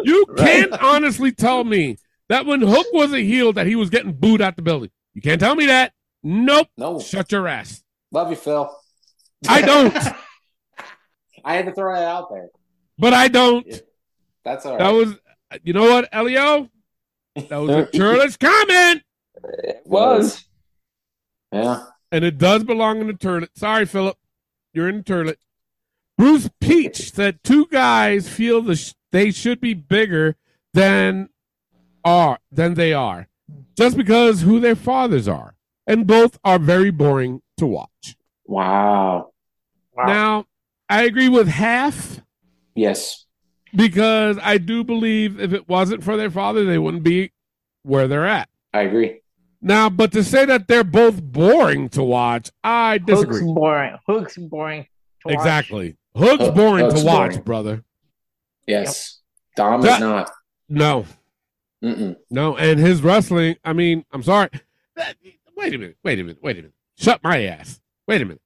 Speaker 4: You can't honestly tell me that when Hook was a heel that he was getting booed out the building. You can't tell me that. Nope.
Speaker 5: No.
Speaker 4: Shut your ass.
Speaker 5: Love you, Phil.
Speaker 4: I don't,
Speaker 5: I had to throw that out there.
Speaker 4: but I don't.
Speaker 5: That's all
Speaker 4: That
Speaker 5: right.
Speaker 4: was, you know what, Elio? That was a churlish comment,
Speaker 6: It was.
Speaker 5: yeah.
Speaker 4: and it does belong in the turlet. Sorry, Philip, you're in the turlet. Bruce Peach said two guys feel the sh- they should be bigger than are than they are, just because who their fathers are, and both are very boring to watch.
Speaker 5: Wow.
Speaker 4: Now, I agree with half
Speaker 5: Yes.
Speaker 4: because I do believe if it wasn't for their father, they wouldn't be where they're at.
Speaker 5: I agree.
Speaker 4: Now, but to say that they're both boring to watch, I
Speaker 6: Hook's
Speaker 4: disagree.
Speaker 6: boring. Hook's boring. to watch.
Speaker 4: Exactly. Hook's
Speaker 5: Hook-
Speaker 4: boring
Speaker 5: Oh, Hook's
Speaker 4: to watch,
Speaker 5: boring.
Speaker 4: brother.
Speaker 5: Yes. Dom
Speaker 4: That-
Speaker 5: is not.
Speaker 4: No,
Speaker 5: Mm-mm.
Speaker 4: no. And his wrestling, I mean, I'm sorry. That- Wait a minute. Wait a minute. Wait a minute. Shut my ass. Wait a minute.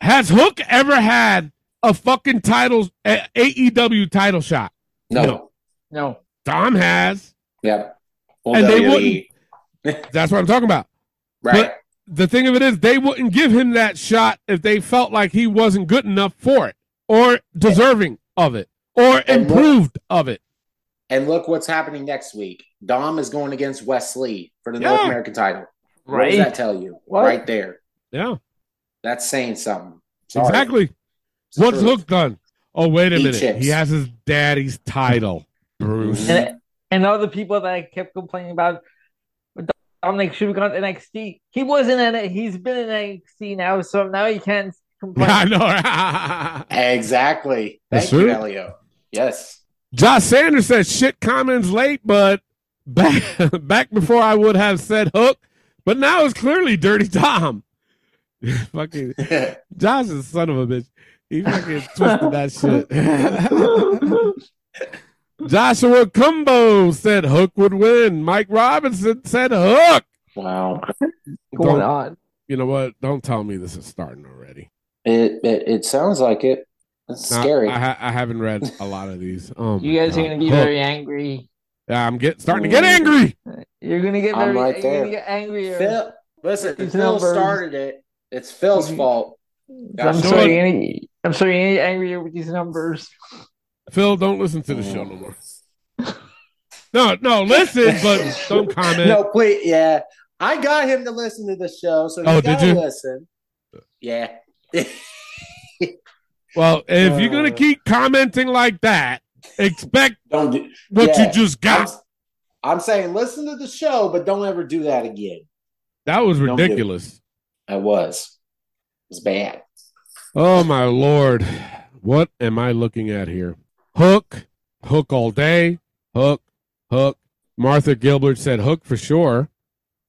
Speaker 4: Has Hook ever had a fucking title a- AEW title shot?
Speaker 5: No.
Speaker 4: No.
Speaker 6: No.
Speaker 4: Dom has.
Speaker 5: Yep. Well,
Speaker 4: And they
Speaker 5: WWE.
Speaker 4: wouldn't- That's what I'm talking about.
Speaker 5: Right.
Speaker 4: The thing of it is, they wouldn't give him that shot if they felt like he wasn't good enough for it, or deserving of it, or
Speaker 5: And what-
Speaker 4: improved of it.
Speaker 5: and look what's happening next week. Dom is going against Wesley for the
Speaker 4: Yeah.
Speaker 5: North American title. What does that tell you?
Speaker 6: What?
Speaker 5: Right there.
Speaker 4: Yeah,
Speaker 5: That's saying something. Sorry.
Speaker 4: exactly.
Speaker 5: It's the
Speaker 4: What's
Speaker 5: truth.
Speaker 4: Luke done? Oh, wait a
Speaker 5: Eat
Speaker 4: minute.
Speaker 5: chips.
Speaker 4: He has his daddy's title, Bruce.
Speaker 6: And, and all the people that I kept complaining about, Dominic should have gone to NXT. He wasn't in it. He's been in NXT now, so now he can't complain.
Speaker 4: I know. right?
Speaker 5: Exactly. Thank
Speaker 4: That's
Speaker 5: you,
Speaker 4: true.
Speaker 5: Elio. Yes.
Speaker 4: Josh Sanders says shit comments late, but back back before I would have said hook, but now it's clearly dirty Tom. fucking Josh is a son of a bitch. He fucking twisted that shit. Joshua Cumbo said Hook would win. Mike Robinson said Hook.
Speaker 5: wow.
Speaker 6: going
Speaker 4: Don't-
Speaker 6: on.
Speaker 4: You know what? Don't tell me this is starting already.
Speaker 5: It, it it sounds like it. It's
Speaker 4: Nah,
Speaker 5: scary.
Speaker 4: I, ha- I haven't read a lot of these. Oh,
Speaker 6: You
Speaker 4: my
Speaker 6: guys are
Speaker 4: God.
Speaker 6: going to be
Speaker 4: Hook.
Speaker 6: very angry.
Speaker 4: Yeah, I'm get starting to get angry.
Speaker 6: You're going to get
Speaker 5: I'm
Speaker 6: very
Speaker 5: right
Speaker 6: you're
Speaker 5: there.
Speaker 6: gonna get angrier.
Speaker 5: Phil, listen, if
Speaker 6: These
Speaker 5: Phil
Speaker 6: numbers.
Speaker 5: started it. It's Phil's fault.
Speaker 6: I'm
Speaker 5: Gosh,
Speaker 6: sorry.
Speaker 4: Phil-
Speaker 6: you're gonna- I'm sorry. You're gonna get angrier with these numbers.
Speaker 4: Phil, don't listen to the show no more. No, no, listen, but don't comment.
Speaker 5: No, please. Yeah, I got him to listen to the show, so
Speaker 4: Oh,
Speaker 5: he
Speaker 4: did
Speaker 5: gotta
Speaker 4: you?
Speaker 5: listen. Yeah.
Speaker 4: Well, if you're gonna
Speaker 5: Uh.
Speaker 4: keep commenting like that, expect
Speaker 5: Don't do.
Speaker 4: what
Speaker 5: Yeah.
Speaker 4: you just
Speaker 5: I'm,
Speaker 4: got.
Speaker 5: I'm saying listen to the show, but don't ever do that again.
Speaker 4: That was
Speaker 5: Don't do it.
Speaker 4: ridiculous.
Speaker 5: I was. It's bad.
Speaker 4: Oh my lord, what am I looking at here? Hook, hook all day, hook, hook. Martha Gilbert said hook for sure,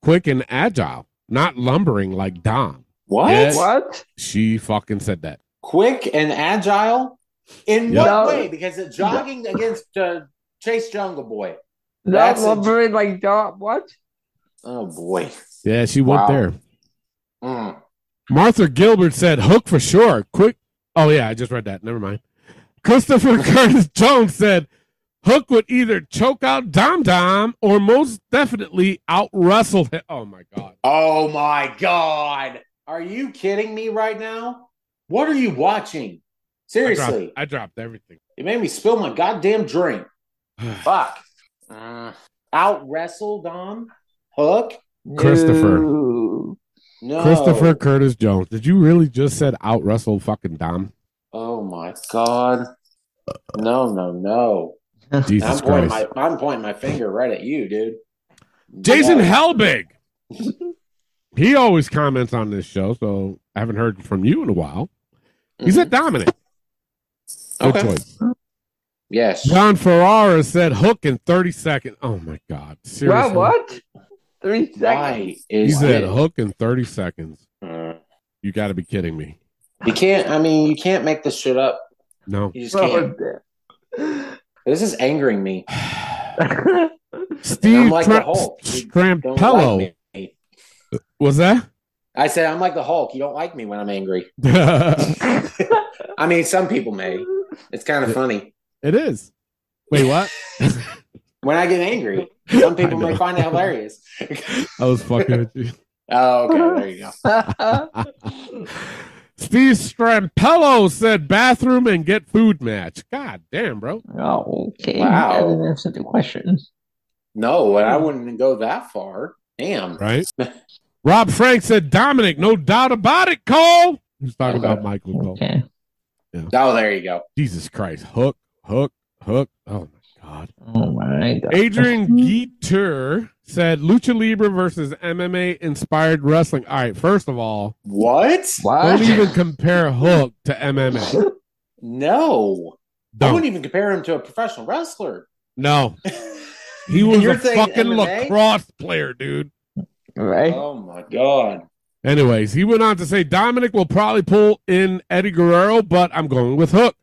Speaker 4: quick and agile, not lumbering like Dom.
Speaker 5: What?
Speaker 4: Yes.
Speaker 6: What?
Speaker 4: She fucking said that.
Speaker 5: Quick and agile. In
Speaker 4: Yeah.
Speaker 5: what
Speaker 6: No.
Speaker 5: way? Because it's jogging against uh, Chase Jungle Boy.
Speaker 6: Not
Speaker 5: That's a-
Speaker 6: lumbering like dog. What?
Speaker 5: Oh boy.
Speaker 4: Yeah, she went
Speaker 5: Wow.
Speaker 4: there.
Speaker 5: Mm.
Speaker 4: Martha Gilbert said hook for sure. Quick. Oh yeah, I just read that. Never mind. Christopher Curtis Jones said Hook would either choke out Dom Dom or most definitely out wrestle him. Oh my god.
Speaker 5: Oh my god. Are you kidding me right now? What are you
Speaker 4: I
Speaker 5: watching? Seriously.
Speaker 4: dropped, I dropped everything.
Speaker 5: It made me spill my goddamn drink. Fuck. Out wrestle Dom Hook.
Speaker 4: Christopher.
Speaker 6: No.
Speaker 5: No.
Speaker 4: Christopher Curtis Jones. Did you really just said out wrestle fucking Dom?
Speaker 5: Oh my god. No, no, no.
Speaker 4: Jesus
Speaker 5: I'm pointing,
Speaker 4: Christ.
Speaker 5: my, I'm pointing my finger right at you, dude.
Speaker 4: Jason
Speaker 5: No.
Speaker 4: Helbig. he always comments on this show, so I haven't heard from you in a while. He said dominant. Good
Speaker 5: Mm-hmm. Okay.
Speaker 4: choice.
Speaker 5: Yes.
Speaker 4: John Ferrara said hook in 30 seconds. Oh my God. Seriously.
Speaker 6: Wow, what? Three seconds.
Speaker 5: Why
Speaker 4: He
Speaker 5: is
Speaker 4: said
Speaker 5: it-
Speaker 4: hook in 30 seconds.
Speaker 5: Mm.
Speaker 4: You got to be kidding me.
Speaker 5: You can't. I mean, you can't make this shit up.
Speaker 4: No.
Speaker 5: You just
Speaker 6: Oh,
Speaker 5: can't. This is angering me.
Speaker 6: damn.
Speaker 4: Steve
Speaker 5: I'm like
Speaker 4: Tra-
Speaker 5: the Hulk. You Don't
Speaker 4: Strampello.
Speaker 5: like me.
Speaker 4: was that?
Speaker 5: I said I'm like the Hulk. You don't like me when I'm angry. I mean, some people may. It's kind of funny
Speaker 4: it is. Wait, what?
Speaker 5: when I get angry. Some people
Speaker 4: I know.
Speaker 5: may find it hilarious.
Speaker 4: I was fucking with you.
Speaker 5: oh, okay. There you go.
Speaker 4: Steve Strampello said bathroom and get food match. God damn, bro.
Speaker 6: Oh, okay.
Speaker 5: Wow.
Speaker 6: I didn't answer the question.
Speaker 5: No, and I wouldn't go that far. Damn.
Speaker 4: Right? Rob Frank said Dominic, no doubt about it, Cole. He's talking about Michael Cole.
Speaker 6: Okay.
Speaker 5: Oh, there you go.
Speaker 4: Jesus Christ. Hook, hook, hook. Oh my God.
Speaker 6: Oh my god.
Speaker 4: Adrian Guiter said Lucha Libre versus MMA inspired wrestling. All right, first of all,
Speaker 5: What?
Speaker 6: What?
Speaker 4: don't even compare Hook to MMA.
Speaker 5: No. I
Speaker 4: Don't.
Speaker 5: wouldn't even compare him to a professional wrestler.
Speaker 4: No. He was
Speaker 5: You're
Speaker 4: a
Speaker 5: saying
Speaker 4: fucking
Speaker 5: MMA?
Speaker 4: lacrosse player, dude.
Speaker 6: Right.
Speaker 5: Oh my god.
Speaker 4: Anyways, he went on to say Dominic will probably pull in Eddie Guerrero, but I'm going with Hook.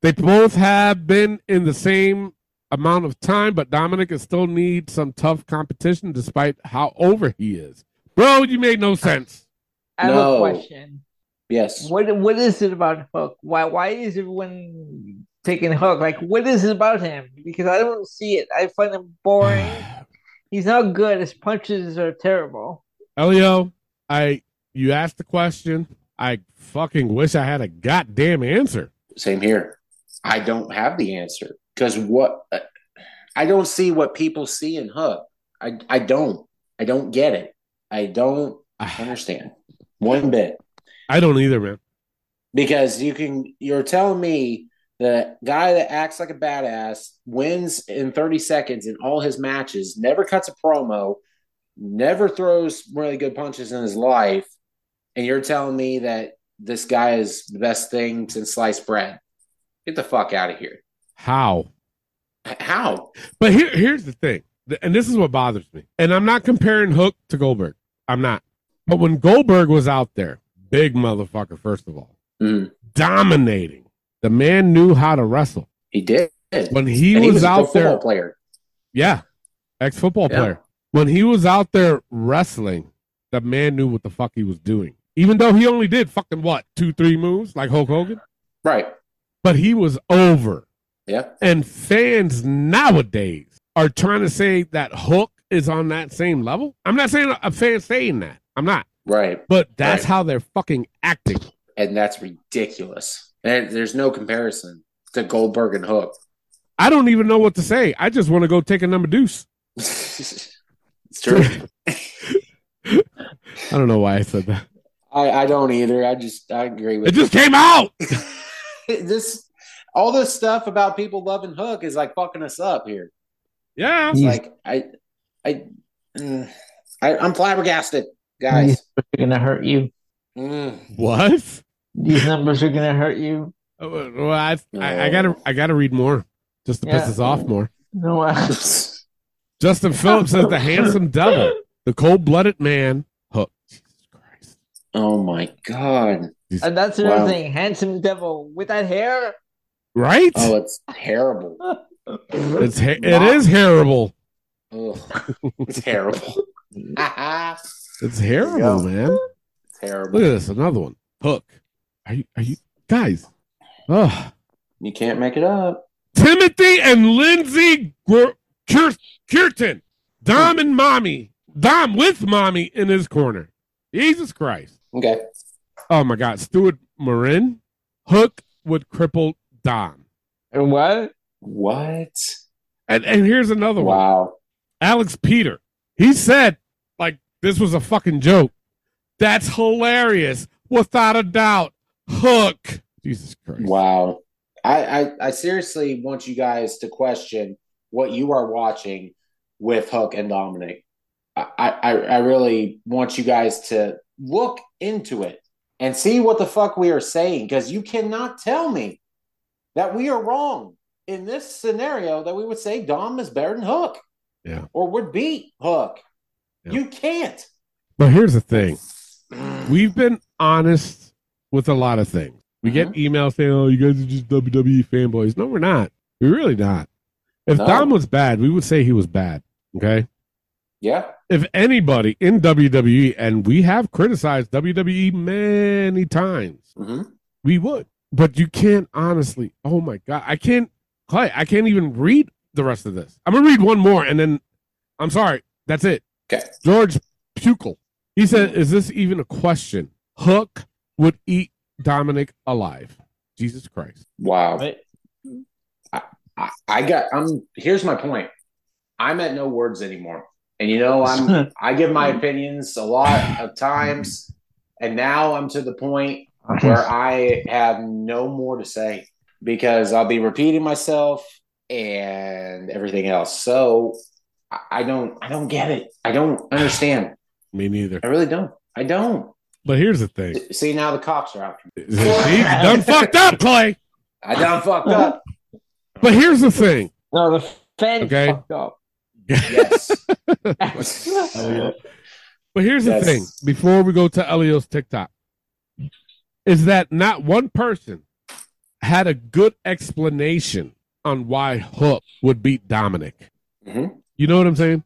Speaker 4: They both have been in the same amount of time, but Dominic is still needs some tough competition despite how over he is. Bro, you made no sense.
Speaker 6: I have
Speaker 5: No.
Speaker 6: a question.
Speaker 5: Yes.
Speaker 6: What what is it about Hook? Why why is everyone taking Hook? Like what is it about him? Because I don't see it. I find him boring. He's not good. His punches are terrible.
Speaker 4: Elio, I you asked the question. I fucking wish I had a goddamn answer.
Speaker 5: Same here. I don't have the answer because what uh, I don't see what people see in Hook. I I don't. I don't get it. I don't understand one bit
Speaker 4: I don't either, man.
Speaker 5: because you can. You're telling me the guy that acts like a badass wins in 30 seconds in all his matches, never cuts a promo, never throws really good punches in his life, and you're telling me that this guy is the best thing since sliced bread. Get the fuck out of here.
Speaker 4: How?
Speaker 5: H- How?
Speaker 4: But here, here's the thing, Th- and this is what bothers me. And I'm not comparing Hook to Goldberg. I'm not. But when Goldberg was out there, big motherfucker, first of all,
Speaker 5: Mhm.
Speaker 4: dominating. The man knew how to wrestle.
Speaker 5: He did.
Speaker 4: When he,
Speaker 5: And
Speaker 4: was,
Speaker 5: a good
Speaker 4: out there,
Speaker 5: football player.
Speaker 4: yeah, ex football
Speaker 5: Yeah.
Speaker 4: player. When he was out there wrestling, the man knew what the fuck he was doing. Even though he only did fucking what two, three moves like Hulk Hogan,
Speaker 5: Right.
Speaker 4: but he was over.
Speaker 5: Yeah.
Speaker 4: And fans nowadays are trying to say that Hook is on that same level. I'm not saying a fan saying that. I'm not.
Speaker 5: Right.
Speaker 4: But that's
Speaker 5: Right.
Speaker 4: how they're fucking acting.
Speaker 5: And that's ridiculous. There, there's no comparison to Goldberg and Hook.
Speaker 4: I don't even know what to say. I just want to go take a number deuce.
Speaker 5: it's true.
Speaker 4: I don't know why I said that.
Speaker 5: I, I don't either. I just I agree
Speaker 4: It
Speaker 5: with
Speaker 4: just came out.
Speaker 5: this. All this stuff about people loving Hook is like fucking us up here.
Speaker 4: Yeah.
Speaker 5: It's like I, I, mm, I, I'm flabbergasted, guys.
Speaker 6: They're gonna hurt you.
Speaker 5: Mm.
Speaker 4: What?
Speaker 6: These numbers are gonna hurt you.
Speaker 4: Uh, Well, I, I, I gotta I gotta read more just to piss
Speaker 6: Yeah.
Speaker 4: us off more.
Speaker 6: No, I,
Speaker 4: Justin Phillips says the handsome devil, the cold blooded man. Hook. Jesus Christ.
Speaker 5: Oh my god!
Speaker 6: and that's another
Speaker 5: Wow.
Speaker 6: thing. Handsome devil with that hair.
Speaker 4: Right?
Speaker 5: Oh, it's terrible.
Speaker 4: It's ha- it is terrible.
Speaker 5: Ugh. It's terrible.
Speaker 4: It's
Speaker 5: you
Speaker 4: terrible, man. Look at
Speaker 5: terrible.
Speaker 4: this, another one. Hook. Are you? Are you guys? Ugh.
Speaker 5: You can't make it up.
Speaker 4: Timothy and Lindsay Gr- Cur- Curtin. Dom and mommy. Dom with mommy in his corner. Jesus Christ.
Speaker 5: Okay.
Speaker 4: Oh my God. Stuart Marin. Hook would cripple Dom.
Speaker 6: And what?
Speaker 5: What?
Speaker 4: And and here's another one.
Speaker 5: Wow.
Speaker 4: Alex Peter. He said, like, this was a fucking joke. That's hilarious. Without a doubt. Hook. Jesus Christ.
Speaker 5: Wow. I, I I seriously want you guys to question what you are watching with Hook and Dominic. I, I, I really want you guys to look into it and see what the fuck we are saying because you cannot tell me that we are wrong in this scenario that we would say Dom is better than Hook.
Speaker 4: Yeah.
Speaker 5: Or would beat Hook.
Speaker 4: Yeah.
Speaker 5: You can't.
Speaker 4: But here's the thing. We've been honest with a lot of things. We get emails saying, oh, you guys are just WWE fanboys. No, we're not. We're really not. If
Speaker 5: No.
Speaker 4: Dom was bad, we would say he was bad. Okay.
Speaker 5: Yeah.
Speaker 4: If anybody in WWE, and we have criticized WWE many times,
Speaker 5: hmm
Speaker 4: we would. But you can't honestly, oh my God. I can't, Clay, I can't even read the rest of this. I'm going to read one more and then I'm sorry. That's it.
Speaker 5: Okay.
Speaker 4: George Pukel. He said, Is this even a question? Hook would eat Dominic alive. Jesus Christ.
Speaker 5: Wow.
Speaker 6: Right.
Speaker 5: I, I, I got I'm here's my point. I'm at no words anymore. And you know, I'm I give my opinions a lot of times, and now I'm to the point where I have no more to say because I'll be repeating myself and everything else. So I, I don't I don't get it. I don't understand.
Speaker 4: Me neither.
Speaker 5: I really don't. I don't.
Speaker 4: But here's the thing.
Speaker 5: See now the cops are after me.
Speaker 4: He's done fucked up, Clay.
Speaker 5: I done fucked
Speaker 6: Uh-huh.
Speaker 5: up.
Speaker 4: But here's the thing.
Speaker 6: No, the fans
Speaker 4: Okay.
Speaker 6: fucked up.
Speaker 5: Yes.
Speaker 4: But here's the
Speaker 5: Yes.
Speaker 4: thing before we go to Elio's TikTok is that not one person had a good explanation on why Hook would beat Dominic.
Speaker 5: Mhm.
Speaker 4: You know what I'm saying?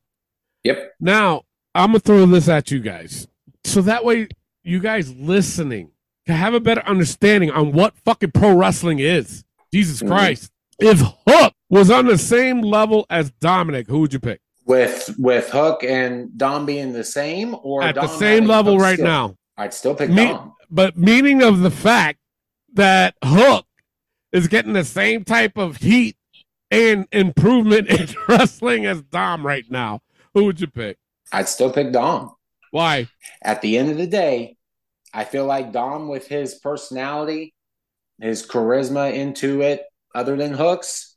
Speaker 5: Yep.
Speaker 4: Now, I'm going to throw this at you guys. So that way, you guys listening to have a better understanding on what fucking pro wrestling is. Jesus
Speaker 5: Mm-hmm.
Speaker 4: Christ. If Hook was on the same level as Dominic, who would you pick?
Speaker 5: With with Hook and Dom being the same, or
Speaker 4: At the
Speaker 5: Dom
Speaker 4: same
Speaker 5: having
Speaker 4: level
Speaker 5: Hook
Speaker 4: right
Speaker 5: still?
Speaker 4: now.
Speaker 5: I'd still pick
Speaker 4: Me-
Speaker 5: Dom.
Speaker 4: but meaning of the fact that Hook is getting the same type of heat and improvement in wrestling as Dom right now. Who would you pick?
Speaker 5: I'd still pick Dom.
Speaker 4: Why?
Speaker 5: At the end of the day, I feel like Dom, with his personality, his charisma into it, other than Hook's,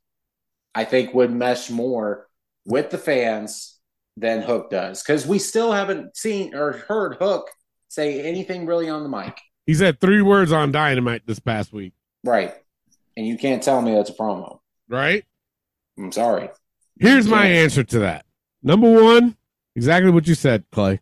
Speaker 5: I think would mesh more with the fans than Hook does because we still haven't seen or heard Hook say anything really on the mic,
Speaker 4: He said three words on Dynamite this past week,
Speaker 5: right? And you can't tell me that's a promo.
Speaker 4: right?
Speaker 5: I'm sorry.
Speaker 4: Here's my
Speaker 5: Yeah.
Speaker 4: answer to that. Number one, exactly what you said, Clay.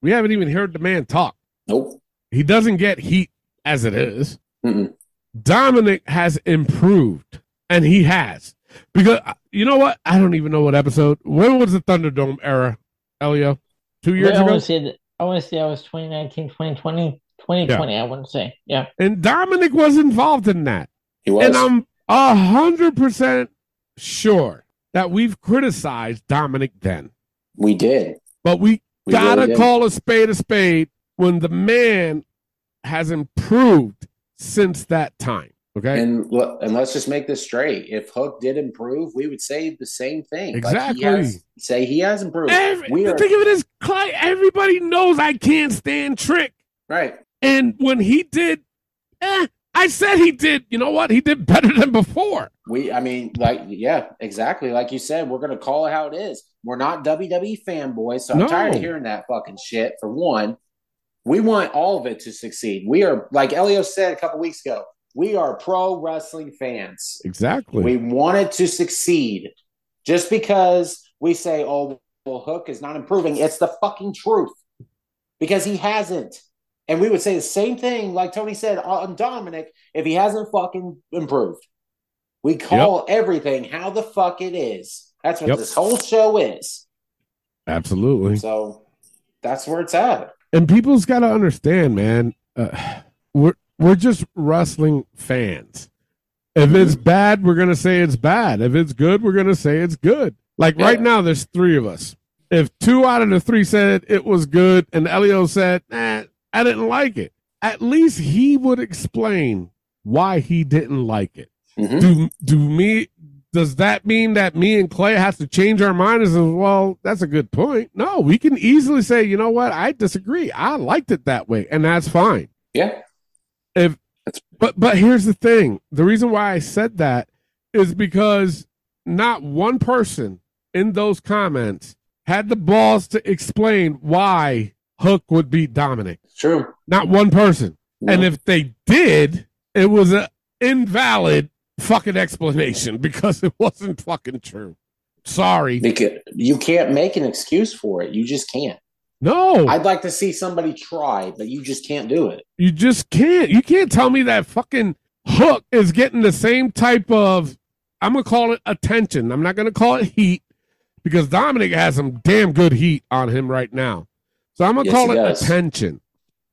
Speaker 4: We haven't even heard the man talk.
Speaker 5: Nope.
Speaker 4: He doesn't get heat as it is.
Speaker 5: Mm-mm.
Speaker 4: Dominic has improved, and he has because uh, you know what? I don't even know what episode. When was the Thunderdome era, Elio? Two years
Speaker 6: I
Speaker 4: ago.
Speaker 6: want to say that. I want to say I was 2019, 2020, 2020. I want to say, yeah.
Speaker 4: And Dominic was involved in that.
Speaker 5: He was.
Speaker 4: And I'm a hundred percent sure that we've criticized Dominic then,
Speaker 5: we did.
Speaker 4: but we
Speaker 5: We
Speaker 4: gotta
Speaker 5: really did.
Speaker 4: call a spade a spade when the man has improved since that time. Okay.
Speaker 5: And l- and let's just make this straight. If Hook did improve, we would say the same thing. Like
Speaker 4: Exactly.
Speaker 5: he has, say he has improved.
Speaker 4: Every,
Speaker 5: we
Speaker 4: the
Speaker 5: are
Speaker 4: thing of it is, Clay, everybody knows I can't stand Trick.
Speaker 5: right.
Speaker 4: And when he did, eh, I said he did, you know what? He did better than before.
Speaker 5: We, I mean, like, yeah, exactly. Like you said, we're gonna call it how it is. We're not WWE fanboys, so I'm
Speaker 4: No.
Speaker 5: tired of hearing that fucking shit. For one, we want all of it to succeed. We are, like Elio said a couple weeks ago, we are pro wrestling fans.
Speaker 4: Exactly.
Speaker 5: We want it to succeed. Just because we say, "Oh, well, Hook is not improving," it's the fucking truth because he hasn't. And we would say the same thing, like Tony said uh, on Dominic, if he hasn't fucking improved. We call everything how the fuck it is. That's what
Speaker 4: Yep.
Speaker 5: this whole show is.
Speaker 4: Absolutely.
Speaker 5: So that's where it's at.
Speaker 4: And people's got to understand, man. Uh, we're we're just wrestling fans. If it's bad, we're gonna say it's bad. If it's good, we're gonna say it's good. Like right
Speaker 5: Yeah.
Speaker 4: now, there's three of us. If two out of the three said it was good, and Elio said, "Nah, I didn't like it," at least he would explain why he didn't like it.
Speaker 5: Mhm.
Speaker 4: Do do me? Does that mean that me and Clay have to change our minds? As well, that's a good point. No, we can easily say, you know what? I disagree. I liked it that way, and that's fine.
Speaker 5: Yeah.
Speaker 4: But but here's the thing. The reason why I said that is because not one person in those comments had the balls to explain why Hook would beat Dominic.
Speaker 5: It's true.
Speaker 4: Not one person. And
Speaker 5: No.
Speaker 4: if they did, it was an invalid fucking explanation because it wasn't fucking true. Sorry.
Speaker 5: Because you can't make an excuse for it. You just can't.
Speaker 4: No.
Speaker 5: I'd like to see somebody try, but you just can't do it.
Speaker 4: You just can't. You can't tell me that fucking Hook is getting the same type of. I'm gonna call it attention. I'm not gonna call it heat because Dominic has some damn good heat on him right now. So I'm gonna
Speaker 5: Yes,
Speaker 4: call
Speaker 5: he
Speaker 4: it
Speaker 5: does.
Speaker 4: attention.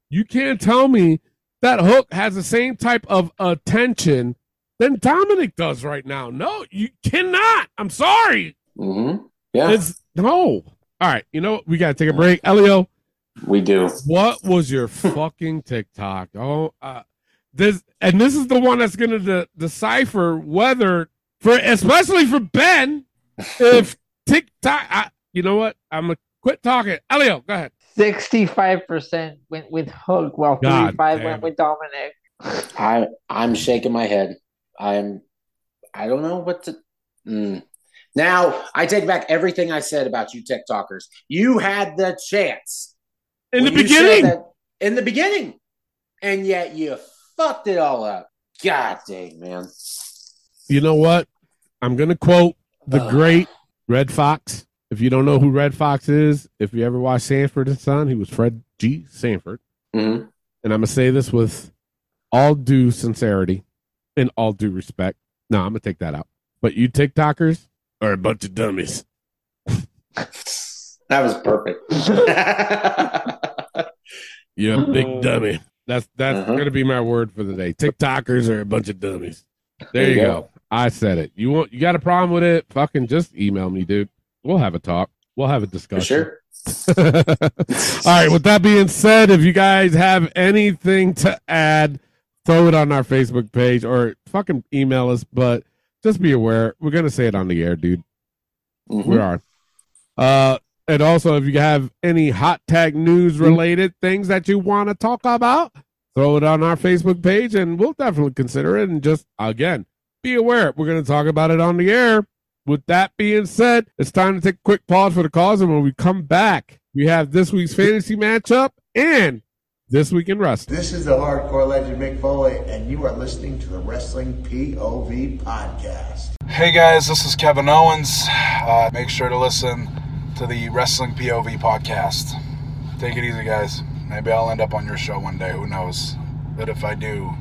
Speaker 4: You can't tell me that Hook has the same type of attention than Dominic does right now. No, you cannot. I'm sorry.
Speaker 5: hmm Yeah,
Speaker 4: It's no. All right. You know what? we gotta take a break. Elio,
Speaker 5: we do.
Speaker 4: what was your fucking TikTok? Oh, uh, this and this is the one that's going to de- decipher whether for especially for Ben if TikTok. I, you know what? I'm gonna quit talking. Elio, go ahead.
Speaker 6: Sixty-five percent went with Hook, while
Speaker 4: God
Speaker 6: forty-five
Speaker 4: damn
Speaker 6: went
Speaker 4: it.
Speaker 6: with Dominic.
Speaker 5: I I'm shaking my head. I'm I don't know what to. Mm. Now I take back everything I said about you TikTokers. You had the chance
Speaker 4: In
Speaker 5: When
Speaker 4: the
Speaker 5: you said
Speaker 4: beginning,
Speaker 5: that- in the beginning, and yet you fucked it all up. God dang, man.
Speaker 4: you know what? I'm gonna quote the
Speaker 5: Ugh.
Speaker 4: great Red Fox. If you don't know who Red Fox is, if you ever watched Sanford and Son, he was Fred G. Sanford.
Speaker 5: Mhm.
Speaker 4: and I'm gonna say this with all due sincerity and all due respect. No, I'm gonna take that out. But you TikTokers are a bunch of dummies.
Speaker 5: That was perfect.
Speaker 4: You're a big dummy. That's that's
Speaker 5: Uh-huh.
Speaker 4: gonna be my word for the day. TikTokers are a bunch of dummies. There you go. I said it. You want you got a problem with it? Fucking just email me, dude. We'll have a talk. We'll have a
Speaker 5: For
Speaker 4: discussion.
Speaker 5: sure.
Speaker 4: All right. With that being said, if you guys have anything to add, throw it on our Facebook page or fucking email us. But just be aware, we're gonna say it on the air, dude.
Speaker 5: Mm-hmm.
Speaker 4: We are. Uh, and also, if you have any hot tag news related things that you want to talk about, throw it on our Facebook page, and we'll definitely consider it. And just again, be aware, we're gonna talk about it on the air. With that being said, it's time to take a quick pause for the cause. And when we come back, we have this week's fantasy matchup and this week in wrestling.
Speaker 11: This is the hardcore legend Mick Foley, and you are listening to the Wrestling POV podcast.
Speaker 12: Hey guys, this is Kevin Owens. Uh, make sure to listen to the Wrestling POV podcast. Take it easy, guys. Maybe I'll end up on your show one day. Who knows? But if I do,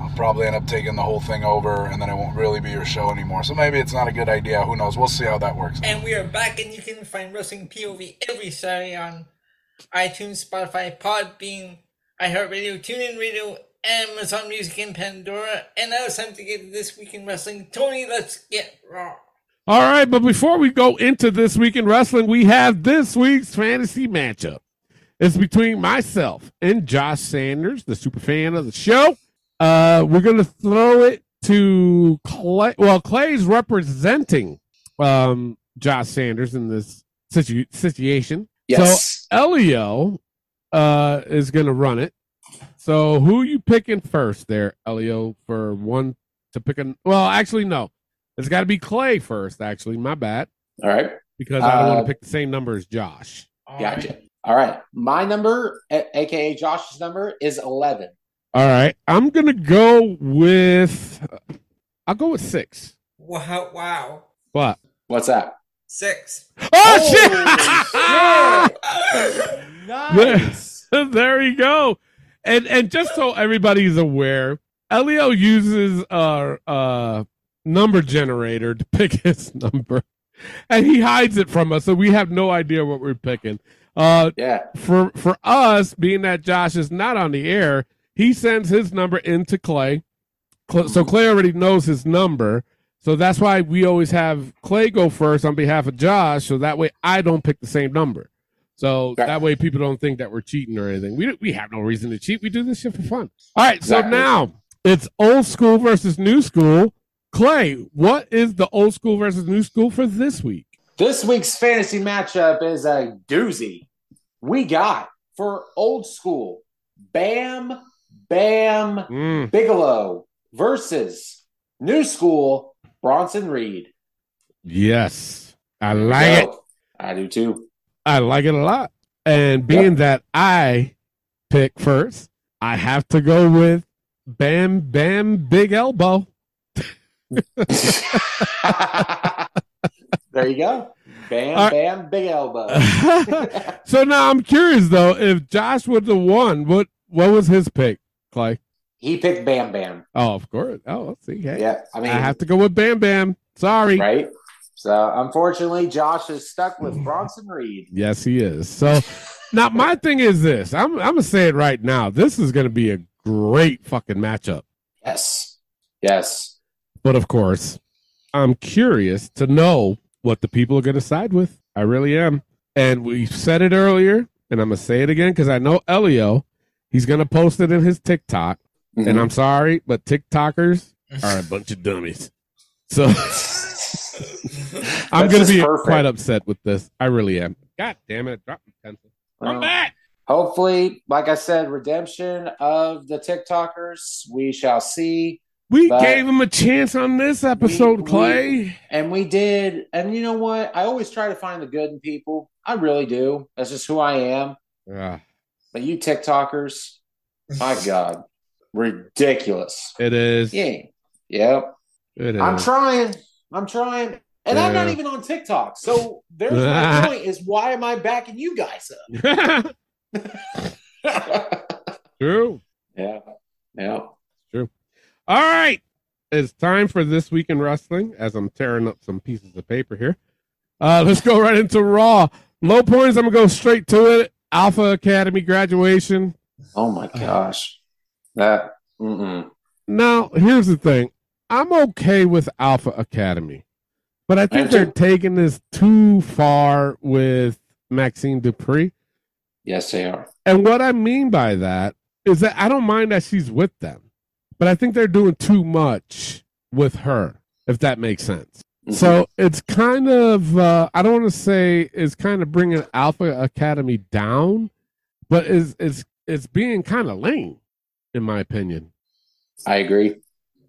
Speaker 12: I'll probably end up taking the whole thing over, and then it won't really be your show anymore. So maybe it's not a good idea. Who knows? We'll see how that works.
Speaker 13: And we are back, and you can find Wrestling POV every Saturday on iTunes, Spotify, Podbean, iHeartRadio, TuneIn Radio, Amazon Music, and Pandora. And now it's time to get to this week in wrestling. Tony, let's get raw.
Speaker 4: All right, but before we go into this week in wrestling, we have this week's fantasy matchup. It's between myself and Josh Sanders, the super fan of the show. Uh, we're gonna throw it to Clay. Well, Clay's representing um, Josh Sanders in this situ- situation.
Speaker 5: Yes.
Speaker 4: So Elio E uh, is gonna run it. So who you picking first there, Elio, for one to pick an well, actually no. It's gotta be Clay first, actually. My bad.
Speaker 5: All right.
Speaker 4: Because I don't
Speaker 5: Uh,
Speaker 4: want to pick the same number as Josh.
Speaker 5: Gotcha. All right. My number, a- aka Josh's number, is eleven.
Speaker 4: All right. I'm gonna go with I'll go with six.
Speaker 13: Wow, wow.
Speaker 4: What?
Speaker 5: What's that?
Speaker 13: Six.
Speaker 4: Oh, nice. There, there you go. And and just so everybody's aware, Elio uses our uh number generator to pick his number. And he hides it from us, so we have no idea what we're picking. Uh
Speaker 5: yeah.
Speaker 4: for for us, being that Josh is not on the air, he sends his number into Clay. Cl- So Clay already knows his number. So that's why we always have Clay go first on behalf of Josh, so that way I don't pick the same number. So that way people don't think that we're cheating or anything. We we have no reason to cheat. We do this shit for fun. All right. So
Speaker 5: Exactly.
Speaker 4: now it's old school versus new school. Clay, what is the old school versus new school for this week?
Speaker 5: This week's fantasy matchup is a doozy. We got for old school Bam Bam
Speaker 4: Mm.
Speaker 5: Bigelow versus new school Bronson Reed.
Speaker 4: Yes, I like it.
Speaker 5: So, I do too.
Speaker 4: I like it a lot. And being that I pick first, I have to go with Bam Bam Big Elbow.
Speaker 5: There you go. Bam
Speaker 4: All right.
Speaker 5: Bam Big Elbow.
Speaker 4: so now I'm curious though, if Josh was the one, what what was his pick, Clay?
Speaker 5: he picked Bam Bam.
Speaker 4: Oh, of course. Oh, let's see. Hey,
Speaker 5: Yeah, I mean,
Speaker 4: I have to go with Bam Bam. Sorry.
Speaker 5: right? So unfortunately, Josh is stuck with Bronson Reed.
Speaker 4: Yes, he is. So now my thing is this. I'm I'm gonna say it right now. This is gonna be a great fucking matchup.
Speaker 5: Yes. Yes.
Speaker 4: But of course, I'm curious to know what the people are going to side with. I really am. And we said it earlier, and I'm going to say it again because I know Elio, he's going to post it in his TikTok.
Speaker 5: Mm-hmm.
Speaker 4: And I'm sorry, but TikTokers are a bunch of dummies. So I'm
Speaker 5: That's
Speaker 4: going to
Speaker 5: just
Speaker 4: be
Speaker 5: perfect.
Speaker 4: quite upset with this. I really am. God damn it. Drop the pencil.
Speaker 5: Well, Hopefully, like I said, redemption of the TikTokers. We shall see.
Speaker 4: We
Speaker 5: But-
Speaker 4: gave him a chance on this episode,
Speaker 5: we-
Speaker 4: Clay.
Speaker 5: And we did. And you know what? I always try to find the good in people. I really do. That's just who I am.
Speaker 4: Ah,
Speaker 5: But you TikTokers, my God, ridiculous.
Speaker 4: it is.
Speaker 5: Yeah. Yep.
Speaker 4: It
Speaker 5: I'm
Speaker 4: is.
Speaker 5: trying. I'm trying. And I'm not
Speaker 4: Yeah.
Speaker 5: even on TikTok. So there's my point is why am I backing you guys up?
Speaker 4: True.
Speaker 5: yeah. Yeah.
Speaker 4: All right. It's time for this week in wrestling as I'm tearing up some pieces of paper here. Uh, let's go right into Raw. Low points. I'm going to go straight to it. Alpha Academy graduation.
Speaker 5: Oh my
Speaker 4: Uh,
Speaker 5: gosh. That mm-mm.
Speaker 4: Now, here's the thing. I'm okay with Alpha Academy, but I think
Speaker 5: am
Speaker 4: they're
Speaker 5: too.
Speaker 4: taking this too far with Maxine Dupree.
Speaker 5: Yes, they are.
Speaker 4: And what I mean by that is that I don't mind that she's with them, but I think they're doing too much with her, if that makes sense.
Speaker 5: Mm-hmm.
Speaker 4: So it's kind of, uh, I don't want to say it's kind of bringing Alpha Academy down, but it's, it's, it's being kind of lame, in my opinion.
Speaker 5: I agree.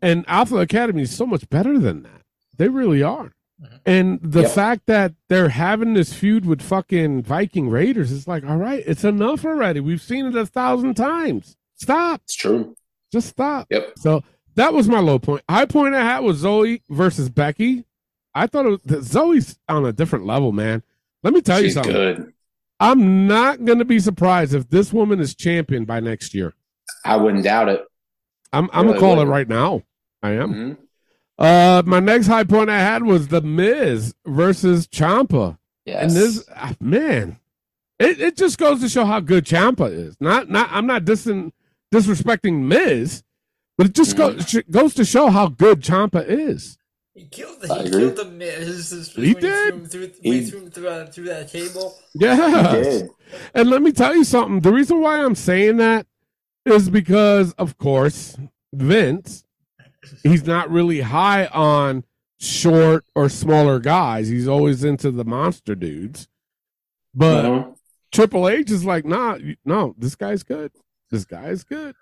Speaker 4: And Alpha Academy is so much better than that. They really are. And the
Speaker 5: Yep.
Speaker 4: fact that they're having this feud with fucking Viking Raiders is like, all right, it's enough already. We've seen it a thousand times. Stop.
Speaker 5: It's true.
Speaker 4: Just stop.
Speaker 5: Yep.
Speaker 4: So that was my low point. High point I had was Zoe versus Becky. I thought it was Zoe's on a different level, man. Let me tell you
Speaker 5: She's
Speaker 4: something.
Speaker 5: good.
Speaker 4: I'm not gonna be surprised if this woman is champion by next year.
Speaker 5: I wouldn't doubt it. Mm-hmm.
Speaker 4: I'm I'm
Speaker 5: Really
Speaker 4: gonna call it
Speaker 5: wouldn't.
Speaker 4: right now. I am. Uh, my next high point I had was the Miz versus Champa.
Speaker 5: Yes.
Speaker 4: And this ah, man, it, it just goes to show how good Champa is. Not not I'm not dissing, disrespecting Miz, but it just goes sh- goes to show how good Champa is.
Speaker 13: He killed the,
Speaker 4: I
Speaker 13: he
Speaker 4: agree.
Speaker 13: killed the Miz. This is
Speaker 4: He
Speaker 13: when He
Speaker 4: did.
Speaker 13: Threw him through,
Speaker 4: He-
Speaker 13: when he threw him through, uh, through that table.
Speaker 4: Yes. And let me tell you something. The reason why I'm saying that is because, of course, Vince, he's not really high on short or smaller guys. He's always into the monster dudes. But
Speaker 5: Mhm.
Speaker 4: Triple H is like, nah, you- no, this guy's good. This guy's good.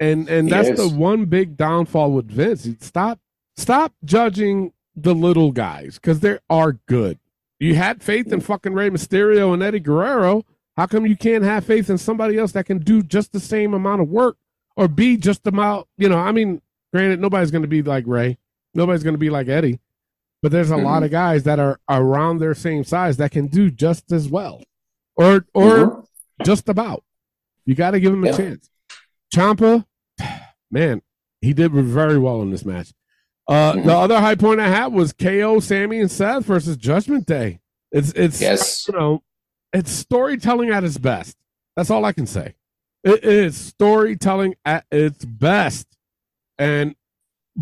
Speaker 4: And and
Speaker 5: He
Speaker 4: that's
Speaker 5: is.
Speaker 4: the one big downfall with Vince. He'd Stop stop judging the little guys because they are good. You had faith in fucking Rey Mysterio and Eddie Guerrero. How come you can't have faith in somebody else that can do just the same amount of work or be just about you know? I mean, granted, nobody's going to be like Ray. Nobody's going to be like Eddie. But there's a
Speaker 5: Mm-hmm.
Speaker 4: lot of guys that are around their same size that can do just as well, or or
Speaker 5: Mm-hmm.
Speaker 4: just about. You got to give him a
Speaker 5: Yeah.
Speaker 4: chance. Champa, man, he did very well in this match. Uh,
Speaker 5: Mm-hmm.
Speaker 4: The other high point I had was KO, Sammy, and Seth versus Judgment Day. It's it's
Speaker 5: Yes.
Speaker 4: you know, it's storytelling at its best. That's all I can say. It is storytelling at its best, and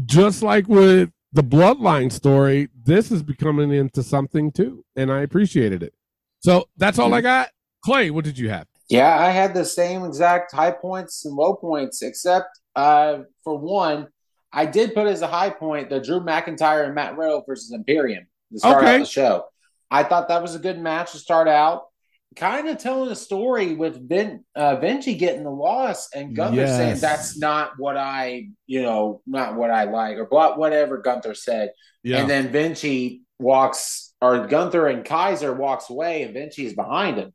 Speaker 4: just like with the Bloodline story, this is becoming into something too, and I appreciated it. So that's all
Speaker 5: Mm-hmm.
Speaker 4: I got. Clay, what did you have?
Speaker 5: Yeah, I had the same exact high points and low points, except uh, for one, I did put as a high point the Drew McIntyre and Matt Riddle versus Imperium to start
Speaker 4: Okay.
Speaker 5: out the show. I thought that was a good match to start out. Kind of telling a story with Vin, uh, Vinci getting the loss and Gunther
Speaker 14: Yes.
Speaker 5: saying that's not what I, you know, not what I like or blah, whatever Gunther said.
Speaker 14: Yeah.
Speaker 5: And then Vinci walks or Gunther and Kaiser walks away and Vinci is behind him.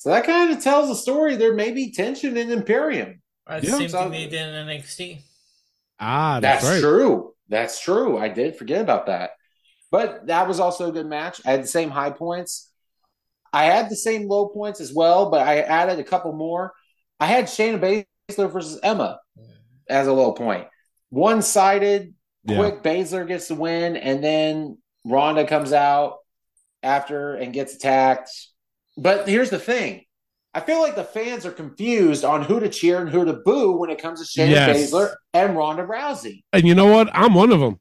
Speaker 5: So that kind of tells the story. There may be tension in Imperium.
Speaker 13: That's the same thing they did in NXT.
Speaker 4: Ah,
Speaker 5: that's,
Speaker 4: that's right.
Speaker 5: true. That's true. I did forget about that. But that was also a good match. I had the same high points. I had the same low points as well, but I added a couple more. I had Shayna Baszler versus Emma as a low point. One sided,
Speaker 14: Yeah.
Speaker 5: quick Baszler gets the win, and then Ronda comes out after and gets attacked. But here's the thing. I feel like the fans are confused on who to cheer and who to boo when it comes to Shayna
Speaker 4: Yes.
Speaker 5: Baszler and Ronda Rousey.
Speaker 4: And you know what? I'm one of them.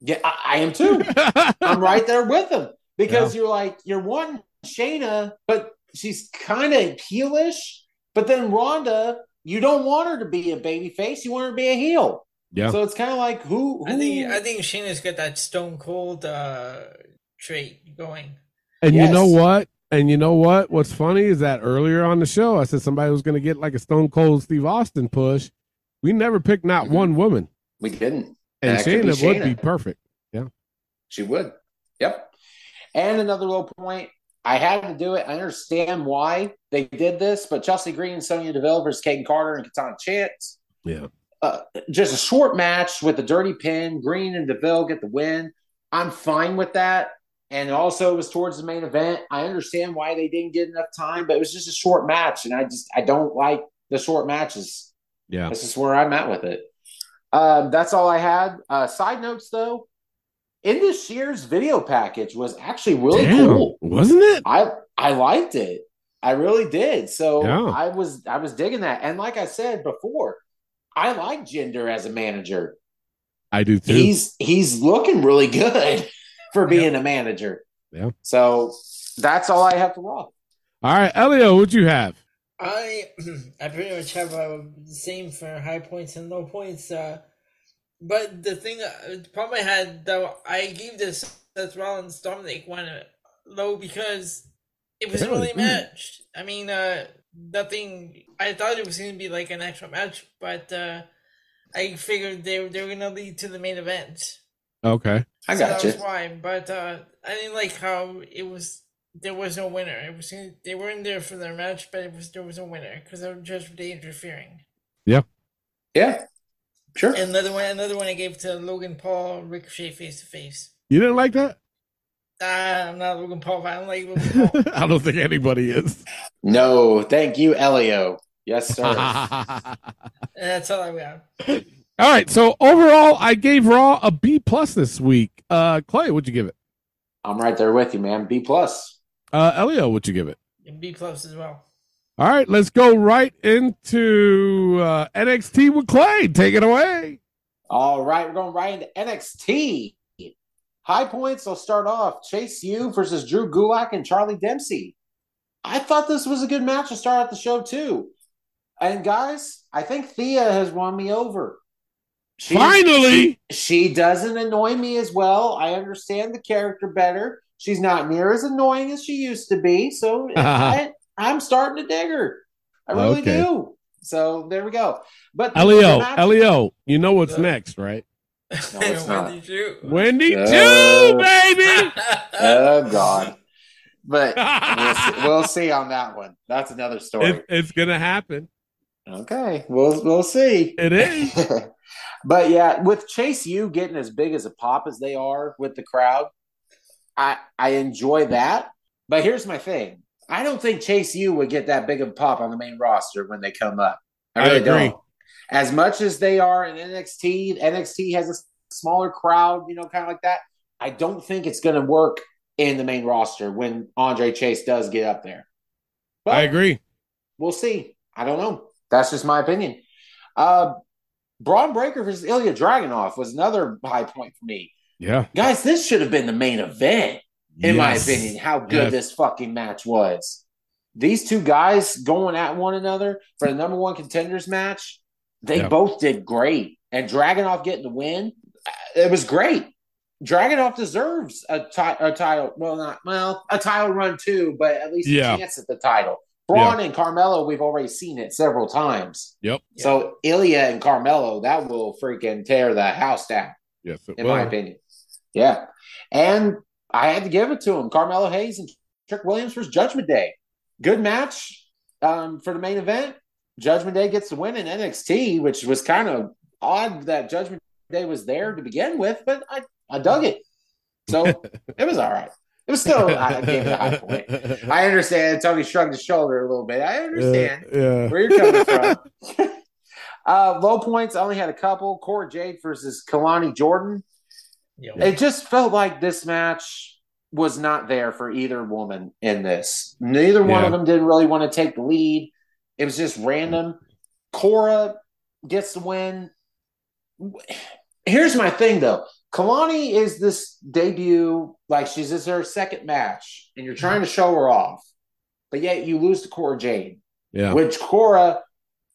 Speaker 5: Yeah, I, I am too. I'm right there with them because you're like you're one Shayna, but she's kind of heelish. But then Ronda, you don't want her to be a baby face. You want her to be a heel.
Speaker 4: Yeah.
Speaker 5: So it's kind of like who,
Speaker 13: I think I think Shayna's got that stone cold uh, trait going.
Speaker 4: And you know what? And you know what? What's funny is that earlier on the show, I said somebody was going to get like a Stone Cold Steve Austin push. We never picked not one woman,
Speaker 5: we didn't.
Speaker 4: and
Speaker 5: Mm-hmm. That could
Speaker 4: Shayna would be
Speaker 5: Shayna.
Speaker 4: perfect. Yeah,
Speaker 5: She would. Yep. And another low point. I had to do it. I understand why they did this, but Chelsea Green, Sonya Deville versus Caden Carter and Katana Chance.
Speaker 4: yeah.
Speaker 5: uh, just a short match with a dirty pin. Green and Deville get the win. I'm fine with that. And also, it was towards the main event. I understand why they didn't get enough time, but it was just a short match, and I just I don't like the short matches.
Speaker 4: Yeah.
Speaker 5: This is where I'm at with it. Um, that's all I had. Uh, side notes, though, in this year's video package was actually really
Speaker 4: Damn,
Speaker 5: cool,
Speaker 4: wasn't it?
Speaker 5: I I liked it. I really did. So
Speaker 4: Yeah.
Speaker 5: I was I was digging that. And like I said before, I like Gender as a manager.
Speaker 4: I do too.
Speaker 5: He's he's looking really good for being a manager.
Speaker 4: Yeah.
Speaker 5: So that's all I have to Raw.
Speaker 4: All right, Elio, what'd you have?
Speaker 13: I I pretty much have uh, the same for high points and low points. Uh, but the thing, uh, the problem I had though, I gave this Seth Rollins Dominic one uh, low because it was
Speaker 6: Really?
Speaker 13: really
Speaker 6: Hmm.
Speaker 13: matched. I mean, uh, nothing. I thought it was going to be like an actual match, but uh, I figured they they were going to lead to the main event.
Speaker 4: Okay.
Speaker 5: I
Speaker 13: So
Speaker 5: got
Speaker 13: that
Speaker 5: you.
Speaker 13: was why, but uh, I didn't like how it was. There was no winner. It was they weren't there for their match, but it was there was no winner because they were just they interfering.
Speaker 4: Yeah.
Speaker 5: Yeah. Sure.
Speaker 13: And another one, another one I gave to Logan Paul, Ricochet face to face.
Speaker 4: You didn't like that?
Speaker 13: Ah, I'm not a Logan Paul. But I don't like Logan Paul.
Speaker 4: I don't think anybody is.
Speaker 5: No, thank you, Elio. Yes, sir.
Speaker 13: and that's all I got.
Speaker 4: All right, so overall, I gave Raw a B plus this week. Uh, Clay, what'd you give it?
Speaker 5: I'm right there with you, man. B plus.
Speaker 4: Uh, Elio, what'd you give it?
Speaker 13: And B plus as well.
Speaker 4: All right, let's go right into uh, NXT with Clay. Take it away.
Speaker 5: All right, we're going right into NXT. High points. I'll start off Chase U versus Drew Gulak and Charlie Dempsey. I thought this was a good match to start out the show too. And guys, I think Thea has won me over. She-
Speaker 4: Finally!
Speaker 5: she doesn't annoy me as well. I understand the character better. She's not near as annoying as she used to be. So I, I'm starting to dig her. I really
Speaker 4: Okay.
Speaker 5: do. So there we go. But the- the
Speaker 4: Elio,
Speaker 5: match-
Speaker 4: Elio, E you know what's next, right?
Speaker 5: No, it's not.
Speaker 4: Wendy
Speaker 5: Uh,
Speaker 4: too, baby.
Speaker 5: Oh God! But we'll see, we'll see on that one. That's another story.
Speaker 4: It- it's gonna happen.
Speaker 5: okay, we'll we'll see.
Speaker 4: It is.
Speaker 5: but yeah, with Chase U getting as big as a pop as they are with the crowd, I I enjoy that. But here's my thing: I don't think Chase U would get that big of a pop on the main roster when they come up. I
Speaker 4: I
Speaker 5: really
Speaker 4: agree.
Speaker 5: don't. As much as they are in NXT, NXT has a s- smaller crowd, you know, kind of like that. I don't think it's going to work in the main roster when Andre Chase does get up there. But
Speaker 4: I agree.
Speaker 5: We'll see. I don't know. That's just my opinion. Uh, Braun Breaker versus Ilya Dragunov was another high point for me.
Speaker 4: Yeah.
Speaker 5: Guys, this should have been the main event, in my
Speaker 4: Yes.
Speaker 5: opinion, how good
Speaker 4: Yes.
Speaker 5: this fucking match was. These two guys going at one another for the number one contenders match, they
Speaker 4: Yeah.
Speaker 5: both did great. And Dragunov getting the win, uh, it was great. Dragunov deserves a, ti- a title. Well, not well, a title run too, but at least
Speaker 4: Yeah.
Speaker 5: a chance at the title. Braun and Carmelo, we've already seen it several times.
Speaker 4: Yep.
Speaker 5: So Ilya and Carmelo, that will freaking tear the house down
Speaker 4: Yes. It
Speaker 5: in my
Speaker 4: will.
Speaker 5: opinion. Yeah. And I had to give it to him. Carmelo Hayes and Trick Williams versus Judgment Day. Good match um, for the main event. Judgment Day gets the win in NXT, which was kind of odd that Judgment Day was there to begin with, but I, I dug it. So it was all right. It was still, I gave it a high point. I understand. Tony shrugged his shoulder a little bit. I understand
Speaker 4: Yeah.
Speaker 5: where you're coming from. uh, low points, I only had a couple. Cora Jade versus Kalani Jordan. It just felt like this match was not there for either woman in this. Neither one
Speaker 4: Yeah.
Speaker 5: of them didn't really want to take the lead. It was just random. Cora gets the win. Here's my thing though. Kalani is this debut, like she's this is her second match, and you're trying to show her off, but yet you lose to Cora Jade
Speaker 4: Yeah.
Speaker 5: which Cora,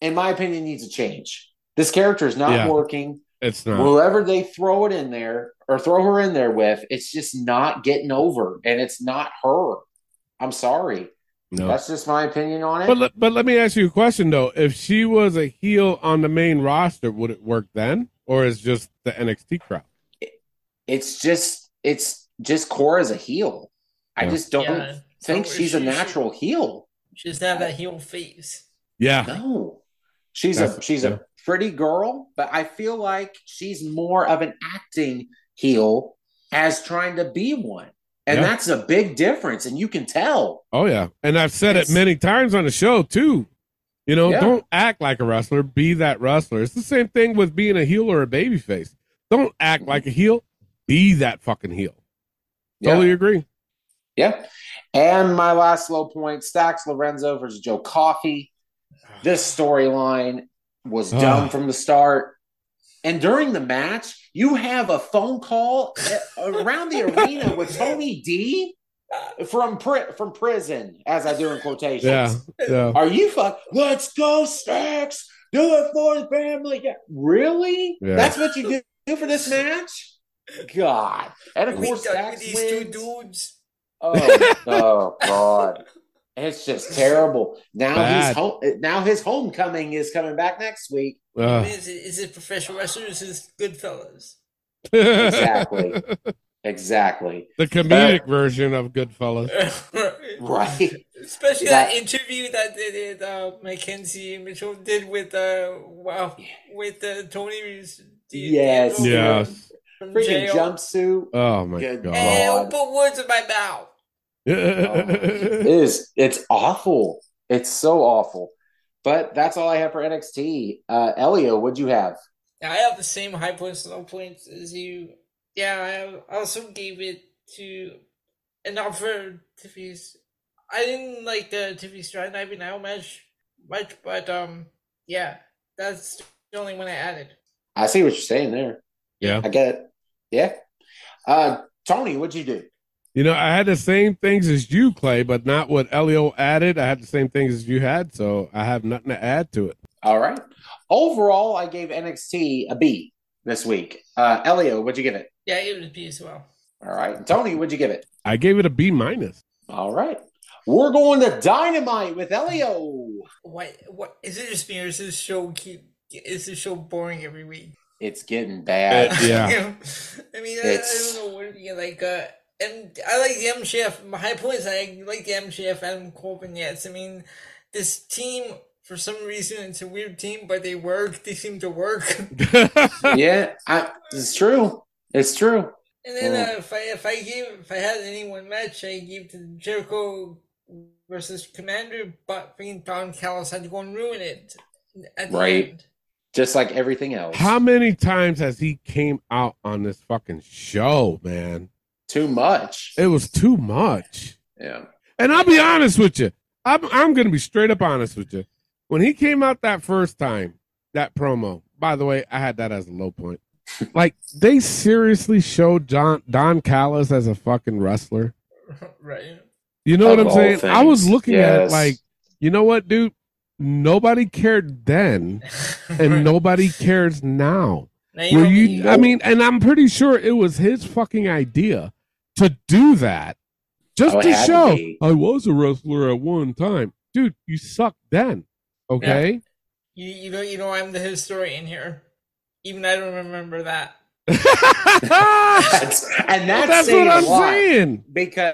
Speaker 5: in my opinion, needs a change. This character is not
Speaker 4: Yeah.
Speaker 5: working.
Speaker 4: It's not.
Speaker 5: Whoever they throw it in there or throw her in there with, it's just not getting over, and it's not her. I'm sorry.
Speaker 4: No.
Speaker 5: That's just my opinion on it.
Speaker 4: But let, but let me ask you a question though. If she was a heel on the main roster, would it work then, or is just the NXT crowd?
Speaker 5: it's just it's just Cora's a heel. I
Speaker 4: Yeah.
Speaker 5: just don't
Speaker 13: Yeah. So
Speaker 5: think
Speaker 13: if
Speaker 5: she's a
Speaker 13: she- she-
Speaker 5: natural heel.
Speaker 13: She's not that heel face.
Speaker 4: Yeah.
Speaker 5: No. She's a
Speaker 4: That's-
Speaker 5: she's
Speaker 4: yeah.
Speaker 5: a pretty girl, but I feel like she's more of an acting heel as trying to be one. And
Speaker 4: Yeah.
Speaker 5: that's a big difference, and you can tell.
Speaker 4: Oh yeah, and I've said
Speaker 5: It's-
Speaker 4: it many times on the show too. You know,
Speaker 5: Yeah.
Speaker 4: don't act like a wrestler. Be that wrestler. It's the same thing with being a heel or a babyface. Don't act like a heel. Be that fucking heel.
Speaker 5: Yeah.
Speaker 4: Totally agree.
Speaker 5: Yeah. And my last low point Stacks Lorenzo versus Joe Coffey. This storyline was
Speaker 14: Ugh.
Speaker 5: dumb from the start. And during the match, you have a phone call uh, around the arena with Tony D from pri- from prison, as I do in quotations.
Speaker 4: Yeah, yeah.
Speaker 5: Are you fuck? Let's go, Stacks. Do it for the family. Yeah. Really?
Speaker 4: Yeah.
Speaker 5: That's what you do- do for this match? God. And of
Speaker 13: We
Speaker 5: course,
Speaker 13: done with
Speaker 5: Stacks
Speaker 13: these
Speaker 5: wins.
Speaker 13: two dudes.
Speaker 5: Oh, oh God. It's just terrible. Now
Speaker 4: Bad.
Speaker 5: he's home, now his homecoming is coming back next week.
Speaker 4: Ugh.
Speaker 13: Is, it, is it professional wrestlers? Is it Goodfellas?
Speaker 5: exactly. Exactly.
Speaker 4: The comedic version of Goodfellas.
Speaker 5: Right.
Speaker 13: Especially that,
Speaker 5: That-
Speaker 13: interview that they did, uh, Mackenzie Mitchell did with uh, wow, with uh, Tony. Reeves.
Speaker 5: Yes.
Speaker 4: Yes.
Speaker 13: From
Speaker 5: Freaking
Speaker 13: jail.
Speaker 5: jumpsuit.
Speaker 4: Oh my
Speaker 5: Good
Speaker 4: god.
Speaker 13: Hey, don't put words in my mouth.
Speaker 5: It is. It's awful. It's so awful. But that's all I have for NXT. Uh Elio, what'd you have?
Speaker 13: I have the same high points and low points as you. Yeah, I also gave it to an offer Tiffy's. I didn't like the Tiffy Stratton Ivy Nile match much, but um, yeah, that's the only one I added.
Speaker 5: I see what you're saying there.
Speaker 4: Yeah.
Speaker 5: I get it. Yeah. Uh Tony, what'd you do?
Speaker 4: You know, I had the same things as you, Clay, but not what Elio added. I had the same things as you had, so I have nothing to add to it.
Speaker 5: All right. Overall, I gave NXT a B this week. Uh Elio, what'd you give it?
Speaker 13: Yeah, I gave it a B as well.
Speaker 5: All right. Tony, what'd you give it?
Speaker 4: I gave it a B minus.
Speaker 5: All right. We're going to dynamite with Elio.
Speaker 13: What? What is it? Just me, or is this show keep? Is this show boring every week?
Speaker 5: It's getting bad.
Speaker 4: Uh, yeah.
Speaker 13: I mean, I, I
Speaker 5: It's-
Speaker 13: don't know what to get like. Uh, and I like the MJF. My high points. I like the MJF Adam Cole vignettes. I mean, this team for some reason it's a weird team, but they work. They seem to work.
Speaker 5: yeah, I, it's true. It's true.
Speaker 13: And then
Speaker 4: Mm.
Speaker 5: Yeah.
Speaker 13: uh, if I if I gave if I had any one match, I gave to Jericho versus Commander, but freaking Don Callis had to go and ruin it. At the
Speaker 5: Right.
Speaker 13: end.
Speaker 5: Just like everything else.
Speaker 4: How many times has he came out on this fucking show, man?
Speaker 5: Too much.
Speaker 4: It was too much.
Speaker 5: Yeah.
Speaker 4: And I'll be honest with you. I'm I'm gonna be straight up honest with you. When he came out that first time, that promo. By the way, I had that as a low point. Like they seriously showed John Don Callis as a fucking wrestler.
Speaker 13: Right.
Speaker 4: You know
Speaker 5: Of
Speaker 4: what I'm
Speaker 5: all
Speaker 4: saying? I was
Speaker 5: things,
Speaker 4: looking at it
Speaker 5: yes.
Speaker 4: like, you know what, dude? Nobody cared then, and nobody cares now.
Speaker 13: Now you
Speaker 4: Were
Speaker 13: don't
Speaker 4: you?
Speaker 13: need-
Speaker 4: I mean, and I'm pretty sure it was his fucking idea to do that, just
Speaker 5: Oh, it
Speaker 4: to
Speaker 5: had to
Speaker 4: show
Speaker 5: be.
Speaker 4: I was a wrestler at one time, dude. You sucked then, okay?
Speaker 13: You you know you know I'm the historian here. Even I don't remember that.
Speaker 5: That's- and that's,
Speaker 4: That's
Speaker 5: saying
Speaker 4: what
Speaker 5: a
Speaker 4: I'm
Speaker 5: lot,
Speaker 4: saying.
Speaker 5: Because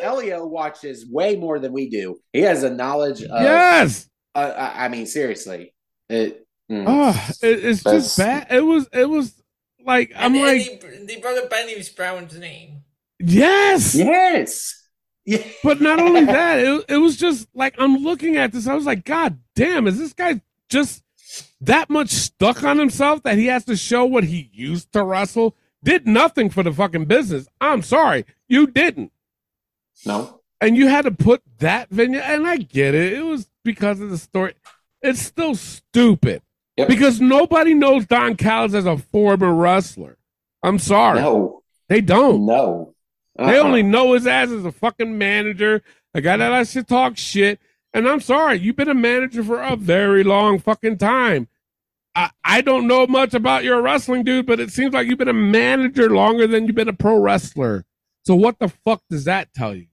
Speaker 5: Elio watches way more than we do. He has a knowledge of.
Speaker 4: Yes.
Speaker 5: Uh, I I mean, seriously. It, mm.
Speaker 4: Ah, it, it's just
Speaker 5: That's-
Speaker 4: bad. It was. It was like I'm
Speaker 13: and,
Speaker 4: like
Speaker 13: and they, they brought up Benny's Brown's name.
Speaker 4: yes,
Speaker 5: yes.
Speaker 4: But not only that, it, it was just like I'm looking at this. I was like, God damn, is this guy just that much stuck on himself that he has to show what he used to wrestle? Did nothing for the fucking business. I'm sorry, you didn't,
Speaker 5: No.
Speaker 4: and you had to put that vignette. And I get it. It was because of the story. It's still stupid
Speaker 5: Yep.
Speaker 4: because nobody knows Don Callis as a former wrestler. I'm sorry,
Speaker 5: No.
Speaker 4: they don't.
Speaker 5: No.
Speaker 4: They
Speaker 5: Uh-uh.
Speaker 4: only know his ass as a fucking manager, a guy that likes to talk shit. And I'm sorry, you've been a manager for a very long fucking time. I, I don't know much about your wrestling, dude, but it seems like you've been a manager longer than you've been a pro wrestler. So what the fuck does that tell you?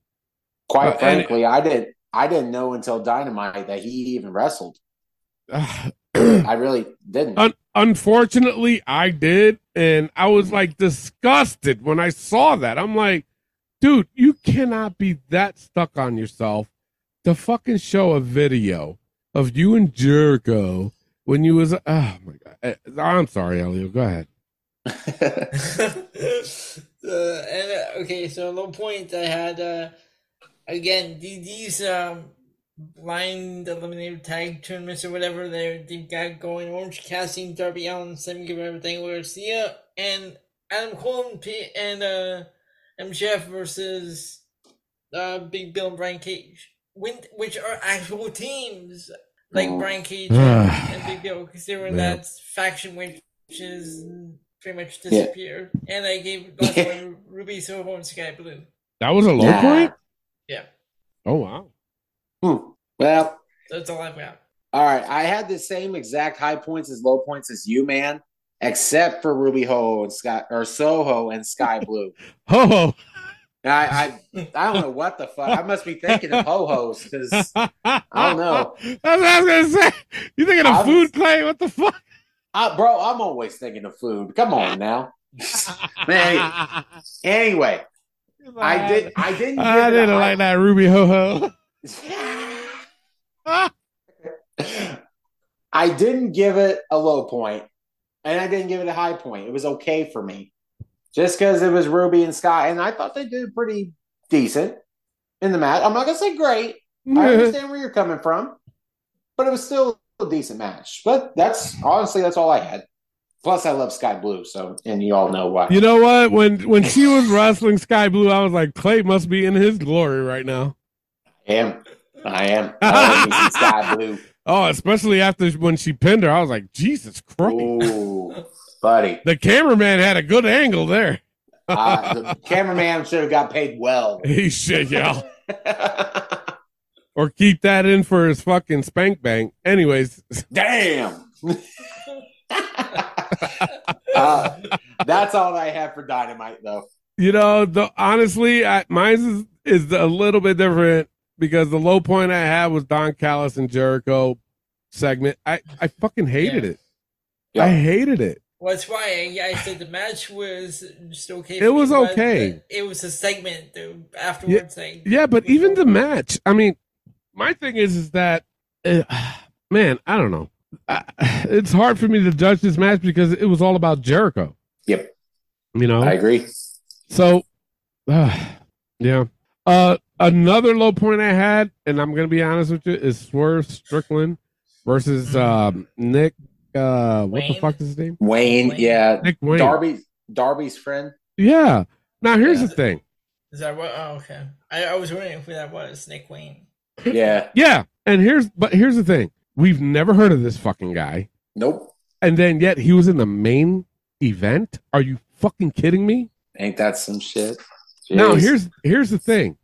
Speaker 5: Quite
Speaker 4: Uh, and-
Speaker 5: frankly, I did. I didn't know until Dynamite that he even wrestled. I really didn't.
Speaker 4: Un- unfortunately, I did, and I was like disgusted when I saw that. I'm like, dude, you cannot be that stuck on yourself to fucking show a video of you and Jericho when you was. Oh my god, Eh, I'm sorry, Elio. Go ahead.
Speaker 13: Uh, and uh, okay, so low point I had uh, again the- these um, blind eliminator tag tournaments or whatever they they've got going. Orange Cassidy, Darby Allen, Sammy Guevara, Danny Garcia, and Adam Cole and P- and uh, MJF versus uh, Big Bill and Brian Cage, when, which are actual teams like
Speaker 4: Oh.
Speaker 13: Brian Cage
Speaker 4: Ah.
Speaker 13: and, and Big Bill, considering
Speaker 4: Yeah.
Speaker 13: that faction which is pretty much disappeared. And I gave Ghost Rider Ruby Silver and Sky Blue.
Speaker 4: That was a low
Speaker 5: Nah.
Speaker 4: point.
Speaker 13: Yeah,
Speaker 4: Oh wow.
Speaker 5: Hmm. Well,
Speaker 13: that's all I've got.
Speaker 5: all right. I had the same exact high points as low points as you, man, except for Ruby Ho and Sky or Soho and Sky Blue.
Speaker 4: Ho
Speaker 5: I, I I don't know what the fuck. I must be thinking of ho hos because
Speaker 4: ho. I
Speaker 5: don't know.
Speaker 4: That's what I was gonna say. You thinking of
Speaker 5: I'm-
Speaker 4: food, Clay? What the fuck?
Speaker 5: Uh, bro, I'm always thinking of food. Come on now. Man, anyway, I did. I didn't.
Speaker 4: "Ah, I
Speaker 5: give it a
Speaker 4: didn't
Speaker 5: high-
Speaker 4: like that Ruby ho ho.
Speaker 5: I didn't give it a low point, and I didn't give it a high point. It was okay for me, just because it was Ruby and Sky, and I thought they did pretty decent in the match. I'm not gonna say great. I understand where you're coming from, but it was still a decent match. But that's honestly that's all I had. Plus, I love Sky Blue, so and you all know why.
Speaker 4: You know what? When when she was wrestling Sky Blue, I was like, Clay must be in his glory right now.
Speaker 5: I am. I am. I love me some Sky Blue.
Speaker 4: Oh, especially after when she pinned her, I was like, Jesus Christ.
Speaker 5: Ooh, buddy.
Speaker 4: The cameraman had a good angle there.
Speaker 5: Uh, the cameraman should have got paid well.
Speaker 4: He should, yeah. or keep that in for his fucking spank bank. Anyways.
Speaker 5: Damn. Uh, that's all I have for Dynamite, though.
Speaker 4: You know, the honestly, I, mine is, is a little bit different because the low point I had was Don Callis and Jericho segment. I, I fucking hated it. I hated it.
Speaker 13: That's why I, I said the match was just okay.
Speaker 4: It
Speaker 13: for me,
Speaker 4: was
Speaker 13: but
Speaker 4: okay.
Speaker 13: It was a segment though,
Speaker 4: Yeah,
Speaker 13: afterwards. Like,
Speaker 4: yeah, but even the match. I mean, my thing is, is that, uh, man, I don't know. I, it's hard for me to judge this match because it was all about Jericho.
Speaker 5: Yep.
Speaker 4: You know,
Speaker 5: I agree.
Speaker 4: So, uh, yeah. Uh, another low point I had, and I'm gonna be honest with you, is Swerve Strickland versus um, Nick. Uh, what the
Speaker 5: Wayne?
Speaker 4: fuck is his name?
Speaker 5: Wayne, yeah,
Speaker 4: Nick Wayne.
Speaker 5: Darby, Darby's friend.
Speaker 4: Yeah. Now here's the thing.
Speaker 13: Is that what? Oh, okay. I, I was wondering who that was. Nick Wayne.
Speaker 5: Yeah.
Speaker 4: Yeah. And here's but here's the thing. We've never heard of this fucking guy.
Speaker 5: Nope.
Speaker 4: And then yet he was in the main event. Are you fucking kidding me?
Speaker 5: Ain't that some shit?
Speaker 4: Now
Speaker 5: Jeez.
Speaker 4: here's here's the thing.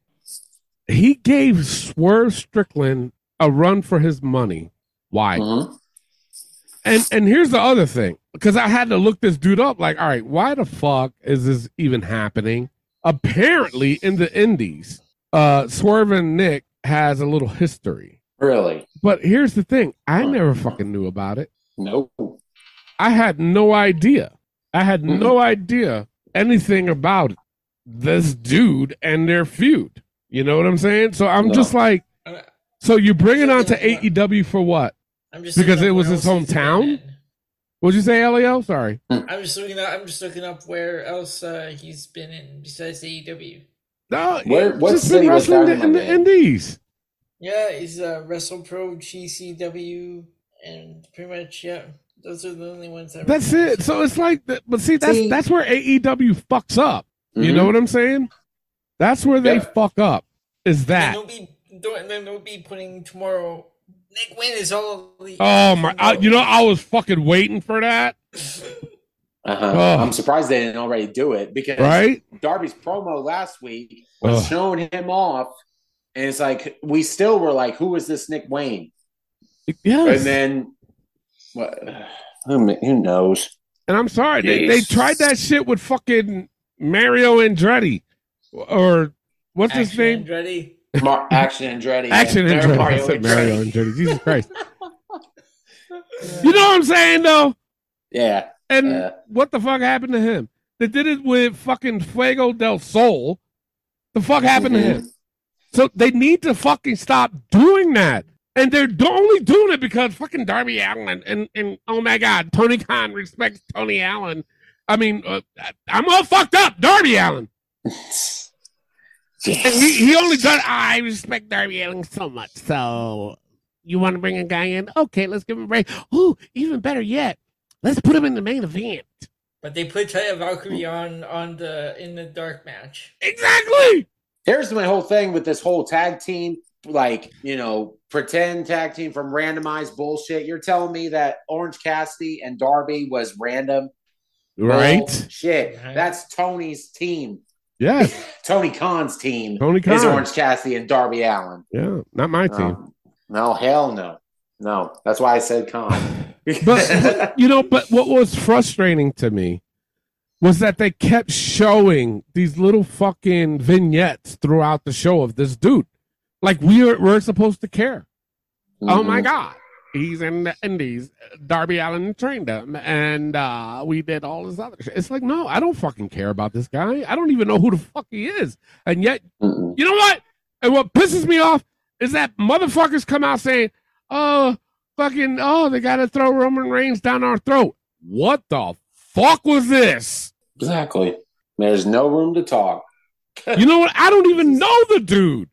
Speaker 4: He gave Swerve Strickland a run for his money.
Speaker 5: Mm-hmm.
Speaker 4: Why?
Speaker 5: Mm.
Speaker 4: And and here's the other thing, because I had to look this dude up. Like, all right, why the fuck is this even happening? Apparently, in the Indies, uh, Swerve and Nick has a little history.
Speaker 5: Really?
Speaker 4: But here's the thing: I never fucking knew about it.
Speaker 5: No.
Speaker 4: I had no idea. I had no idea anything about this dude and their feud. You know what I'm saying? So I'm
Speaker 13: No.
Speaker 4: just like,
Speaker 13: I-
Speaker 4: so you bring it on to AEW for what?
Speaker 13: I'm just
Speaker 4: because
Speaker 13: looking
Speaker 4: it
Speaker 13: up
Speaker 4: was
Speaker 13: where
Speaker 4: his
Speaker 13: else he's
Speaker 4: hometown. What'd you say, Leo? Sorry.
Speaker 13: I'm just looking up. I'm just looking up where else uh, he's been in besides E AEW.
Speaker 4: No,
Speaker 5: Where-
Speaker 4: he's
Speaker 5: what
Speaker 4: just been
Speaker 5: city was
Speaker 4: wrestling in the
Speaker 5: Dynamite in?
Speaker 4: Indies.
Speaker 13: Yeah, he's uh, WrestlePro, GCW, and pretty much yeah. Those are the only ones I.
Speaker 4: That's it. So it's like, th- but see, that's
Speaker 13: See-
Speaker 4: that's where AEW fucks up. You
Speaker 5: Mm-hmm.
Speaker 13: Mhm.
Speaker 4: know what I'm saying? That's where they fuck up. Is that?
Speaker 13: They'll be doing. Then they'll be putting tomorrow. Nick Wayne is all. The,
Speaker 4: Oh my! I, you know, I was fucking waiting for that.
Speaker 5: Uh-huh.
Speaker 4: Oh.
Speaker 5: I'm surprised they didn't already do it because
Speaker 4: Right?
Speaker 5: Darby's promo last week was
Speaker 4: Ugh.
Speaker 5: showing him off, and it's like we still were like, "Who is this Nick Wayne?"
Speaker 4: Yes.
Speaker 5: And then what? Who, ma- who knows?
Speaker 4: And I'm sorry, they, they
Speaker 5: Jeez.
Speaker 4: tried that shit with fucking Mario Andretti, or what's his name?
Speaker 13: Andretti.
Speaker 5: Mar- Action Andretti.
Speaker 4: Action
Speaker 5: Mar-
Speaker 4: Andretti. I
Speaker 5: Mario
Speaker 4: said
Speaker 5: Andretti.
Speaker 4: Mario Andretti. Jesus Christ! you know what I'm saying though?
Speaker 5: Yeah.
Speaker 4: And
Speaker 5: Yeah.
Speaker 4: what the fuck happened to him? They did it with fucking Fuego del Sol. The fuck happened to him? So they need to fucking stop doing that. And they're do- only doing it because fucking Darby Allen and, and oh my God, Tony Khan respects Tony Allen. I mean, uh, I- I'm all fucked up, Darby Allen. And he, he only does, I respect Darby Allen so much. So you want to bring a guy in? Okay, let's give him a break. Ooh, even better yet, let's put him in the main event.
Speaker 13: But they put Taya Valkyrie on on the in the dark match.
Speaker 4: Exactly.
Speaker 5: Here's my whole thing with this whole tag team, like, you know, pretend tag team from randomized bullshit. You're telling me that Orange Cassidy and Darby was random?
Speaker 4: Right.
Speaker 5: Shit. That's Tony's team.
Speaker 4: Yes.
Speaker 5: Tony Khan's team.
Speaker 4: Tony
Speaker 5: Is
Speaker 4: Khan.
Speaker 5: Orange Cassidy and Darby Allen. Um,
Speaker 4: Yeah. Not my team.
Speaker 5: No, hell no. No. That's why I said Khan.
Speaker 4: but you know, but what was frustrating to me was that they kept showing these little fucking vignettes throughout the show of this dude. Like we are, we're supposed to care. Oh my
Speaker 5: Mm-hmm.
Speaker 14: Mhm.
Speaker 4: god, he's in the Indies. Darby Allen trained him, and uh, we did all this other shit. It's like, no, I don't fucking care about this guy. I don't even know who the fuck he is, and yet, you know what? And what pisses me off is that motherfuckers come out saying, "Oh, fucking, oh, they gotta throw Roman Reigns down our throat." What the fuck was this?
Speaker 5: Exactly. There's no room to talk.
Speaker 4: you know what? I don't even know the dude.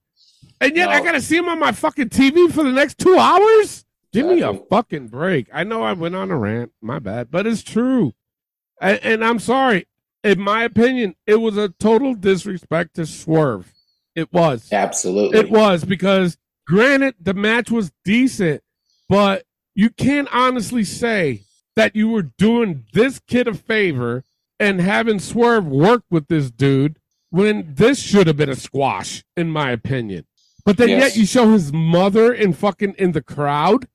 Speaker 4: And yet I gotta see him on my fucking TV for the next two hours? Give me a fucking break. I know I went on a rant, my bad, but it's true. And, and I'm sorry. In my opinion, it was a total disrespect to Swerve. It was.
Speaker 5: Absolutely.
Speaker 4: It was because granted the match was decent, but you can't honestly say that you were doing this kid a favor and having Swerve work with this dude when this should have been a squash, in my opinion. But then
Speaker 14: Yes.
Speaker 4: yet you show his mother and fucking in the crowd.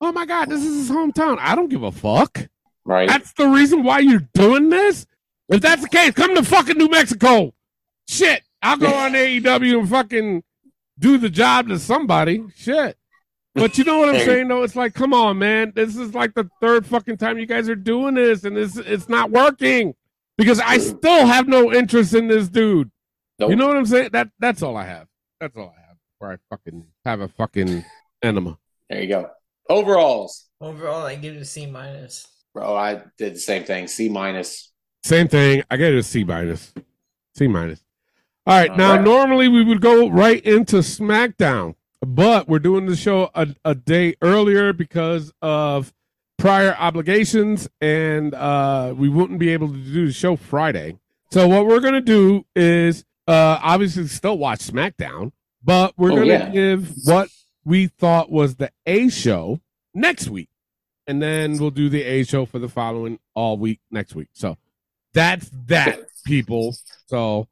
Speaker 4: Oh my god, this is his hometown. I don't give a fuck.
Speaker 5: Right.
Speaker 4: That's the reason why you're doing this? If that's the case, come to fucking New Mexico. Shit. I'll go on AEW and fucking do the job to somebody. Shit. But you know what I'm
Speaker 14: There you-
Speaker 4: saying though? It's like, come on, man. This is like the third fucking time you guys are doing this and this it's not working. Because I still have no interest in this dude. You know what I'm saying? That that's all I have. That's all I have. Where I fucking have a fucking enema.
Speaker 5: There you go. Overalls.
Speaker 13: Overall, I give it a C minus.
Speaker 5: Bro, I did the same thing. C minus.
Speaker 4: Same thing. I got it a C minus. C minus. All right.
Speaker 5: All
Speaker 4: now,
Speaker 5: right.
Speaker 4: normally we would go right into SmackDown, but we're doing the show a, a day earlier because of prior obligations, and uh, we wouldn't be able to do the show Friday. So, what we're going to do is uh, obviously still watch SmackDown, but we're
Speaker 14: Oh,
Speaker 4: going to
Speaker 14: yeah.
Speaker 4: give what we thought was the A show next week. And then we'll do the A show for the following all week next week. So that's that, people. So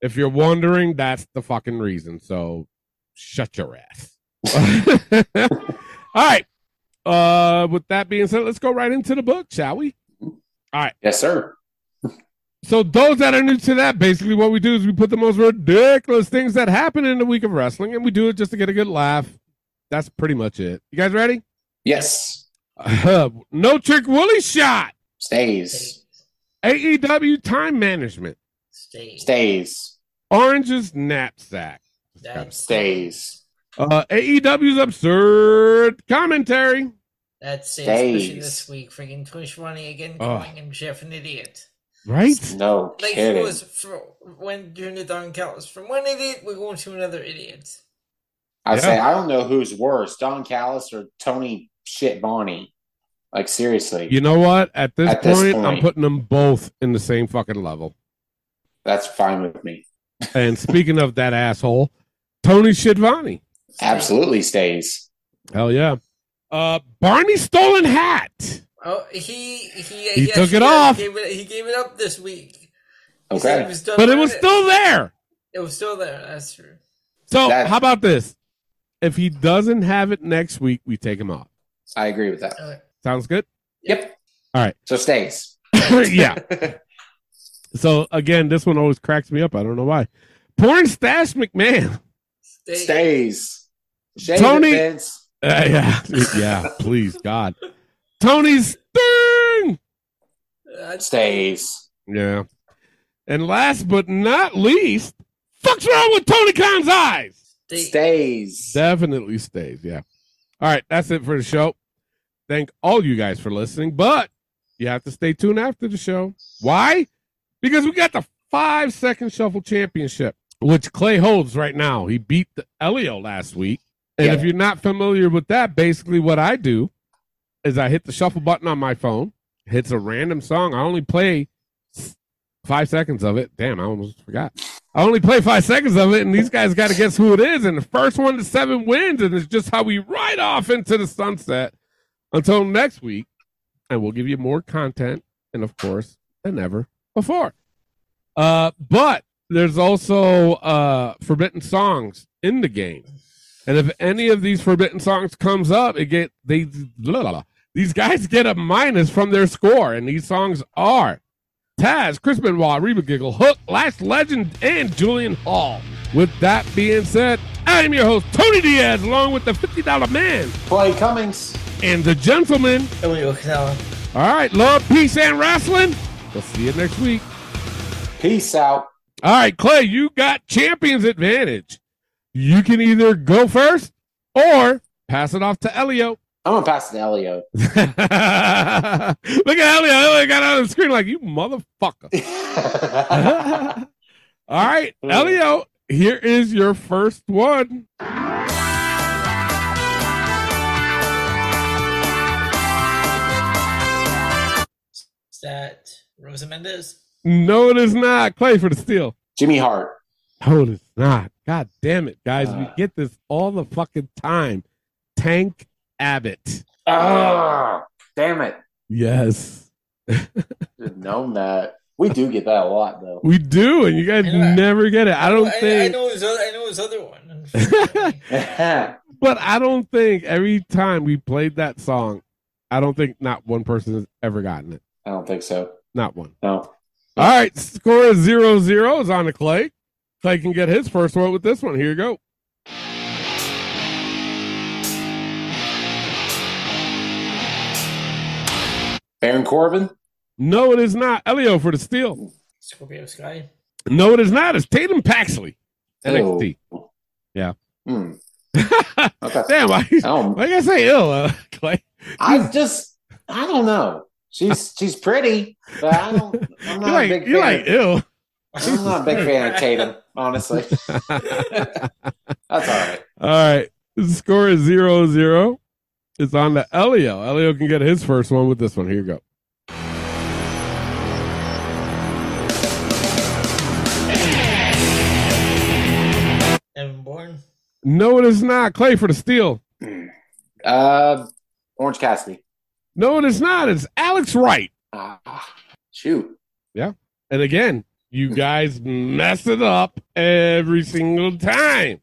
Speaker 4: if you're wondering, that's the fucking reason. So shut your ass. all right. Uh with that being said, let's go right into the book, shall we? All right.
Speaker 5: Yes, sir.
Speaker 4: So those that are new to that, basically what we do is we put the most ridiculous things that happen in the week of wrestling, and we do it just to get a good laugh. That's pretty much it. You guys ready?
Speaker 5: Yes.
Speaker 4: no trick Willie shot
Speaker 5: stays.
Speaker 4: AEW time management
Speaker 13: stays.
Speaker 5: Stays.
Speaker 4: Orange's knapsack
Speaker 13: That
Speaker 5: stays.
Speaker 4: Uh, AEW's absurd commentary.
Speaker 13: That's it, especially
Speaker 4: Stays.
Speaker 13: this week. Freaking Twitch running again,
Speaker 4: Ugh.
Speaker 13: calling him Jeff an idiot.
Speaker 4: Right?
Speaker 5: No
Speaker 13: Like he
Speaker 5: kidding.
Speaker 13: was for, when during the Don Callis. From one idiot, we're going to another idiot.
Speaker 5: I say
Speaker 4: Yeah.
Speaker 5: I don't know who's worse, Don Callis or Tony shit Bonnie. Like seriously,
Speaker 4: You know what? At this,
Speaker 5: At
Speaker 4: point,
Speaker 5: this
Speaker 4: I'm
Speaker 5: point.
Speaker 4: putting them both in the same fucking level.
Speaker 5: that's fine with me.
Speaker 4: And speaking of that asshole, Tony Schiavone.
Speaker 5: Absolutely stays.
Speaker 4: Hell yeah. Uh, Barney stolen hat.
Speaker 13: Oh, he he
Speaker 4: He
Speaker 13: yes,
Speaker 4: took it
Speaker 13: did.
Speaker 4: off.
Speaker 13: Gave it, he gave it up this week. He said
Speaker 4: Okay.
Speaker 13: he was done
Speaker 4: But it
Speaker 13: with
Speaker 4: was still there.
Speaker 13: It was still there. That's true.
Speaker 4: So how about this? If he doesn't have it next week, we take him off.
Speaker 5: I agree with that.
Speaker 4: Sounds good?
Speaker 5: Yep.
Speaker 4: All right.
Speaker 5: So stays.
Speaker 4: yeah. So again, this one always cracks me up. I don't know why. Porn stash McMahon.
Speaker 5: Stays. Shave it,
Speaker 4: Tony-
Speaker 5: Vince.
Speaker 4: Uh, yeah. yeah. Please, God. Tony's thing.
Speaker 13: uh,
Speaker 5: Stays.
Speaker 4: Yeah. And last but not least, fuck's wrong with Tony Khan's eyes?
Speaker 5: Stays.
Speaker 4: Definitely stays. Yeah. All right. That's it for the show. Thank all you guys for listening, but you have to stay tuned after the show. Why? Because we got the five second shuffle championship, which Clay holds right now. He beat the Elio last week. And if you're not familiar with that, basically what I do is I hit the shuffle button on my phone, hits a random song. I only play five seconds of it. Damn, I almost forgot. I only play five seconds of it, and these guys got to guess who it is. And the first one to seven wins, and it's just how we ride off into the sunset until next week. And we'll give you more content, and of course, than ever before. Uh, but there's also uh, forbidden songs in the game, and if any of these forbidden songs comes up, it get they blah, blah, blah. these guys get a minus from their score, and these songs are Taz, Chris Benoit, Reba Giggle, Hook, Last Legend, and Julian Hall. With that being said, I am your host Tony Diaz, along with the fifty dollar man,
Speaker 5: Clay Cummings,
Speaker 4: and the gentleman,
Speaker 13: Emilio Canella.
Speaker 4: All right, love, peace, and wrestling. We'll see you next week.
Speaker 5: Peace out.
Speaker 4: All right, Clay, you got champions advantage. You can either go first or pass it off to Elio.
Speaker 5: I'm gonna pass to Elio.
Speaker 4: Look at Elio. Elio got out of the screen like you motherfucker. All right, Elio. Here is your first one.
Speaker 13: Is that Rosa Mendez?
Speaker 4: No, it is not. Clay for the steal.
Speaker 5: Jimmy Hart.
Speaker 4: No, it is not. Uh. God damn it, guys. we get this all the fucking time. Tank Abbott.
Speaker 5: Ah, damn it.
Speaker 4: Yes.
Speaker 5: Should've known that. We do get that a lot though.
Speaker 4: We do, and you guys never get it. I don't
Speaker 13: I, I
Speaker 4: think
Speaker 13: know his other. I know his other one.
Speaker 4: but I don't think every time we played that song, I don't think not one person has ever gotten it.
Speaker 5: I don't think so.
Speaker 4: Not one.
Speaker 5: No.
Speaker 4: All right, score is zero zero is on the clay. Clay can get his first one with this one. Here you go.
Speaker 5: Baron Corbin.
Speaker 4: No, it is not. Elio for the steal.
Speaker 13: Scorpio Sky.
Speaker 4: No, it is not. It's Tatum Paxley. NXT. Yeah.
Speaker 5: Hmm.
Speaker 4: Damn, why, why you gotta say ill, uh, Clay?
Speaker 5: I just I don't know. She's she's pretty, but I don't I'm not
Speaker 4: You're
Speaker 5: a
Speaker 4: like,
Speaker 5: big
Speaker 4: you're
Speaker 5: fan.
Speaker 4: like ill.
Speaker 5: I'm not a big fan of Tatum, honestly. That's all right.
Speaker 4: All right. The score is zero zero. It's on to Elio. Elio can get his first one with this one. Here you go.
Speaker 13: Evan Bourne.
Speaker 4: No, it is not. Clay for the steal.
Speaker 5: Uh Orange Cassidy.
Speaker 4: No, it is not. It's Alex Wright.
Speaker 5: Ah, shoot.
Speaker 4: Yeah. And again, you guys mess it up every single time.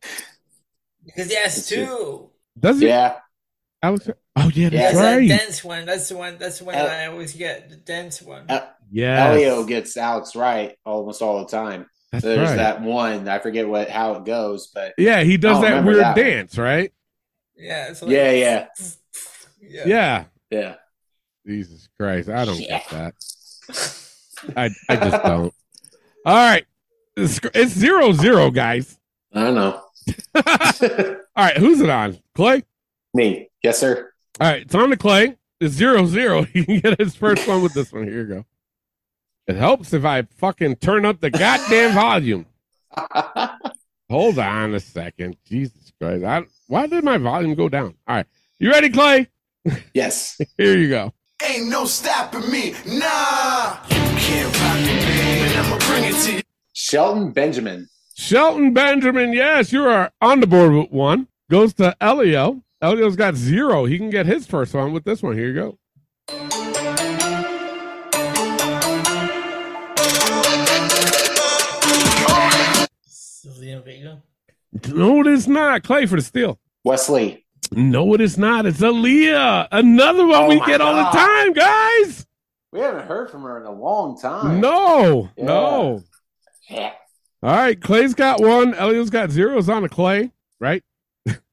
Speaker 13: Because he has two.
Speaker 4: Does he?
Speaker 5: Yeah.
Speaker 4: Alex. Oh yeah,
Speaker 13: He has
Speaker 4: that's
Speaker 13: that
Speaker 4: right.
Speaker 13: dense one. That's the one. That's the one
Speaker 5: Uh,
Speaker 13: that I always get. The dense one.
Speaker 5: Uh,
Speaker 4: Yes.
Speaker 5: Elio gets Alex right almost all the time.
Speaker 4: That's
Speaker 5: There's
Speaker 4: right.
Speaker 5: that one. I forget what how it goes, but
Speaker 4: Yeah, he
Speaker 5: I
Speaker 4: does
Speaker 5: don't
Speaker 4: Oh, that
Speaker 5: remember
Speaker 4: weird
Speaker 5: that one.
Speaker 4: dance, right?
Speaker 13: Yeah. It's
Speaker 5: Yeah, yeah.
Speaker 4: Yeah.
Speaker 5: Yeah.
Speaker 4: Jesus Christ, I don't get that. I I just don't. All right, The sc- it's zero zero, guys.
Speaker 5: I don't know.
Speaker 4: All right, who's it on? Clay.
Speaker 5: Me. Yes, sir.
Speaker 4: All right, it's on to Clay. It's zero zero. He can get his first one with this one. Here you go. It helps if I fucking turn up the goddamn volume. Hold on a second. Jesus Christ. I, why did my volume go down? All right. You ready, Clay?
Speaker 5: Yes.
Speaker 4: Here you go.
Speaker 11: Ain't no stopping me, nah. You can't rock it, baby. I'ma bring it to you.
Speaker 5: Shelton Benjamin.
Speaker 4: Shelton Benjamin, yes, you are on the board with one. Goes to Elio. Elio's got zero. He can get his first one with this one. Here you go.
Speaker 13: Selena Vega.
Speaker 4: No, it is not. Clay for the steal.
Speaker 5: Wesley.
Speaker 4: No, it is not. It's Aaliyah. Another one
Speaker 5: Oh
Speaker 4: we
Speaker 5: my
Speaker 4: get all the
Speaker 5: God.
Speaker 4: time, guys.
Speaker 5: We haven't heard from her in a long time.
Speaker 4: No,
Speaker 5: Yeah.
Speaker 4: no.
Speaker 5: Yeah.
Speaker 4: All right. Clay's got one. Elio's got zero. It's on to Clay, right?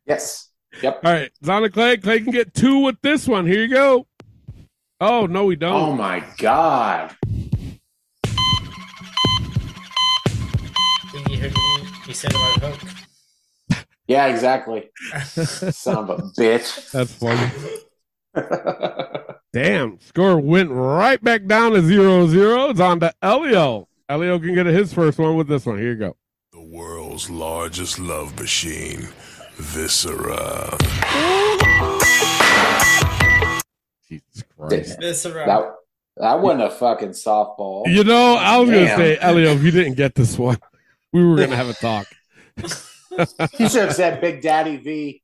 Speaker 5: Yes. Yep.
Speaker 4: All right. It's on to Clay. Clay can get two with this one. Here you go. Oh, no, we don't.
Speaker 5: Oh my god.
Speaker 13: I think you heard what you said about Hook.
Speaker 5: Yeah, exactly. Son of a bitch.
Speaker 4: That's funny. Damn, score went right back down to zero zero. It's on to Elio. Elio can get his first one with this one. Here you go.
Speaker 12: World's largest love machine, Viscera.
Speaker 4: Jesus Christ.
Speaker 13: Viscera.
Speaker 5: That, that wasn't a fucking softball.
Speaker 4: You know, I was
Speaker 5: Damn.
Speaker 4: gonna say Elio if you didn't get this one. we were going to have a talk.
Speaker 5: You should have said Big Daddy V.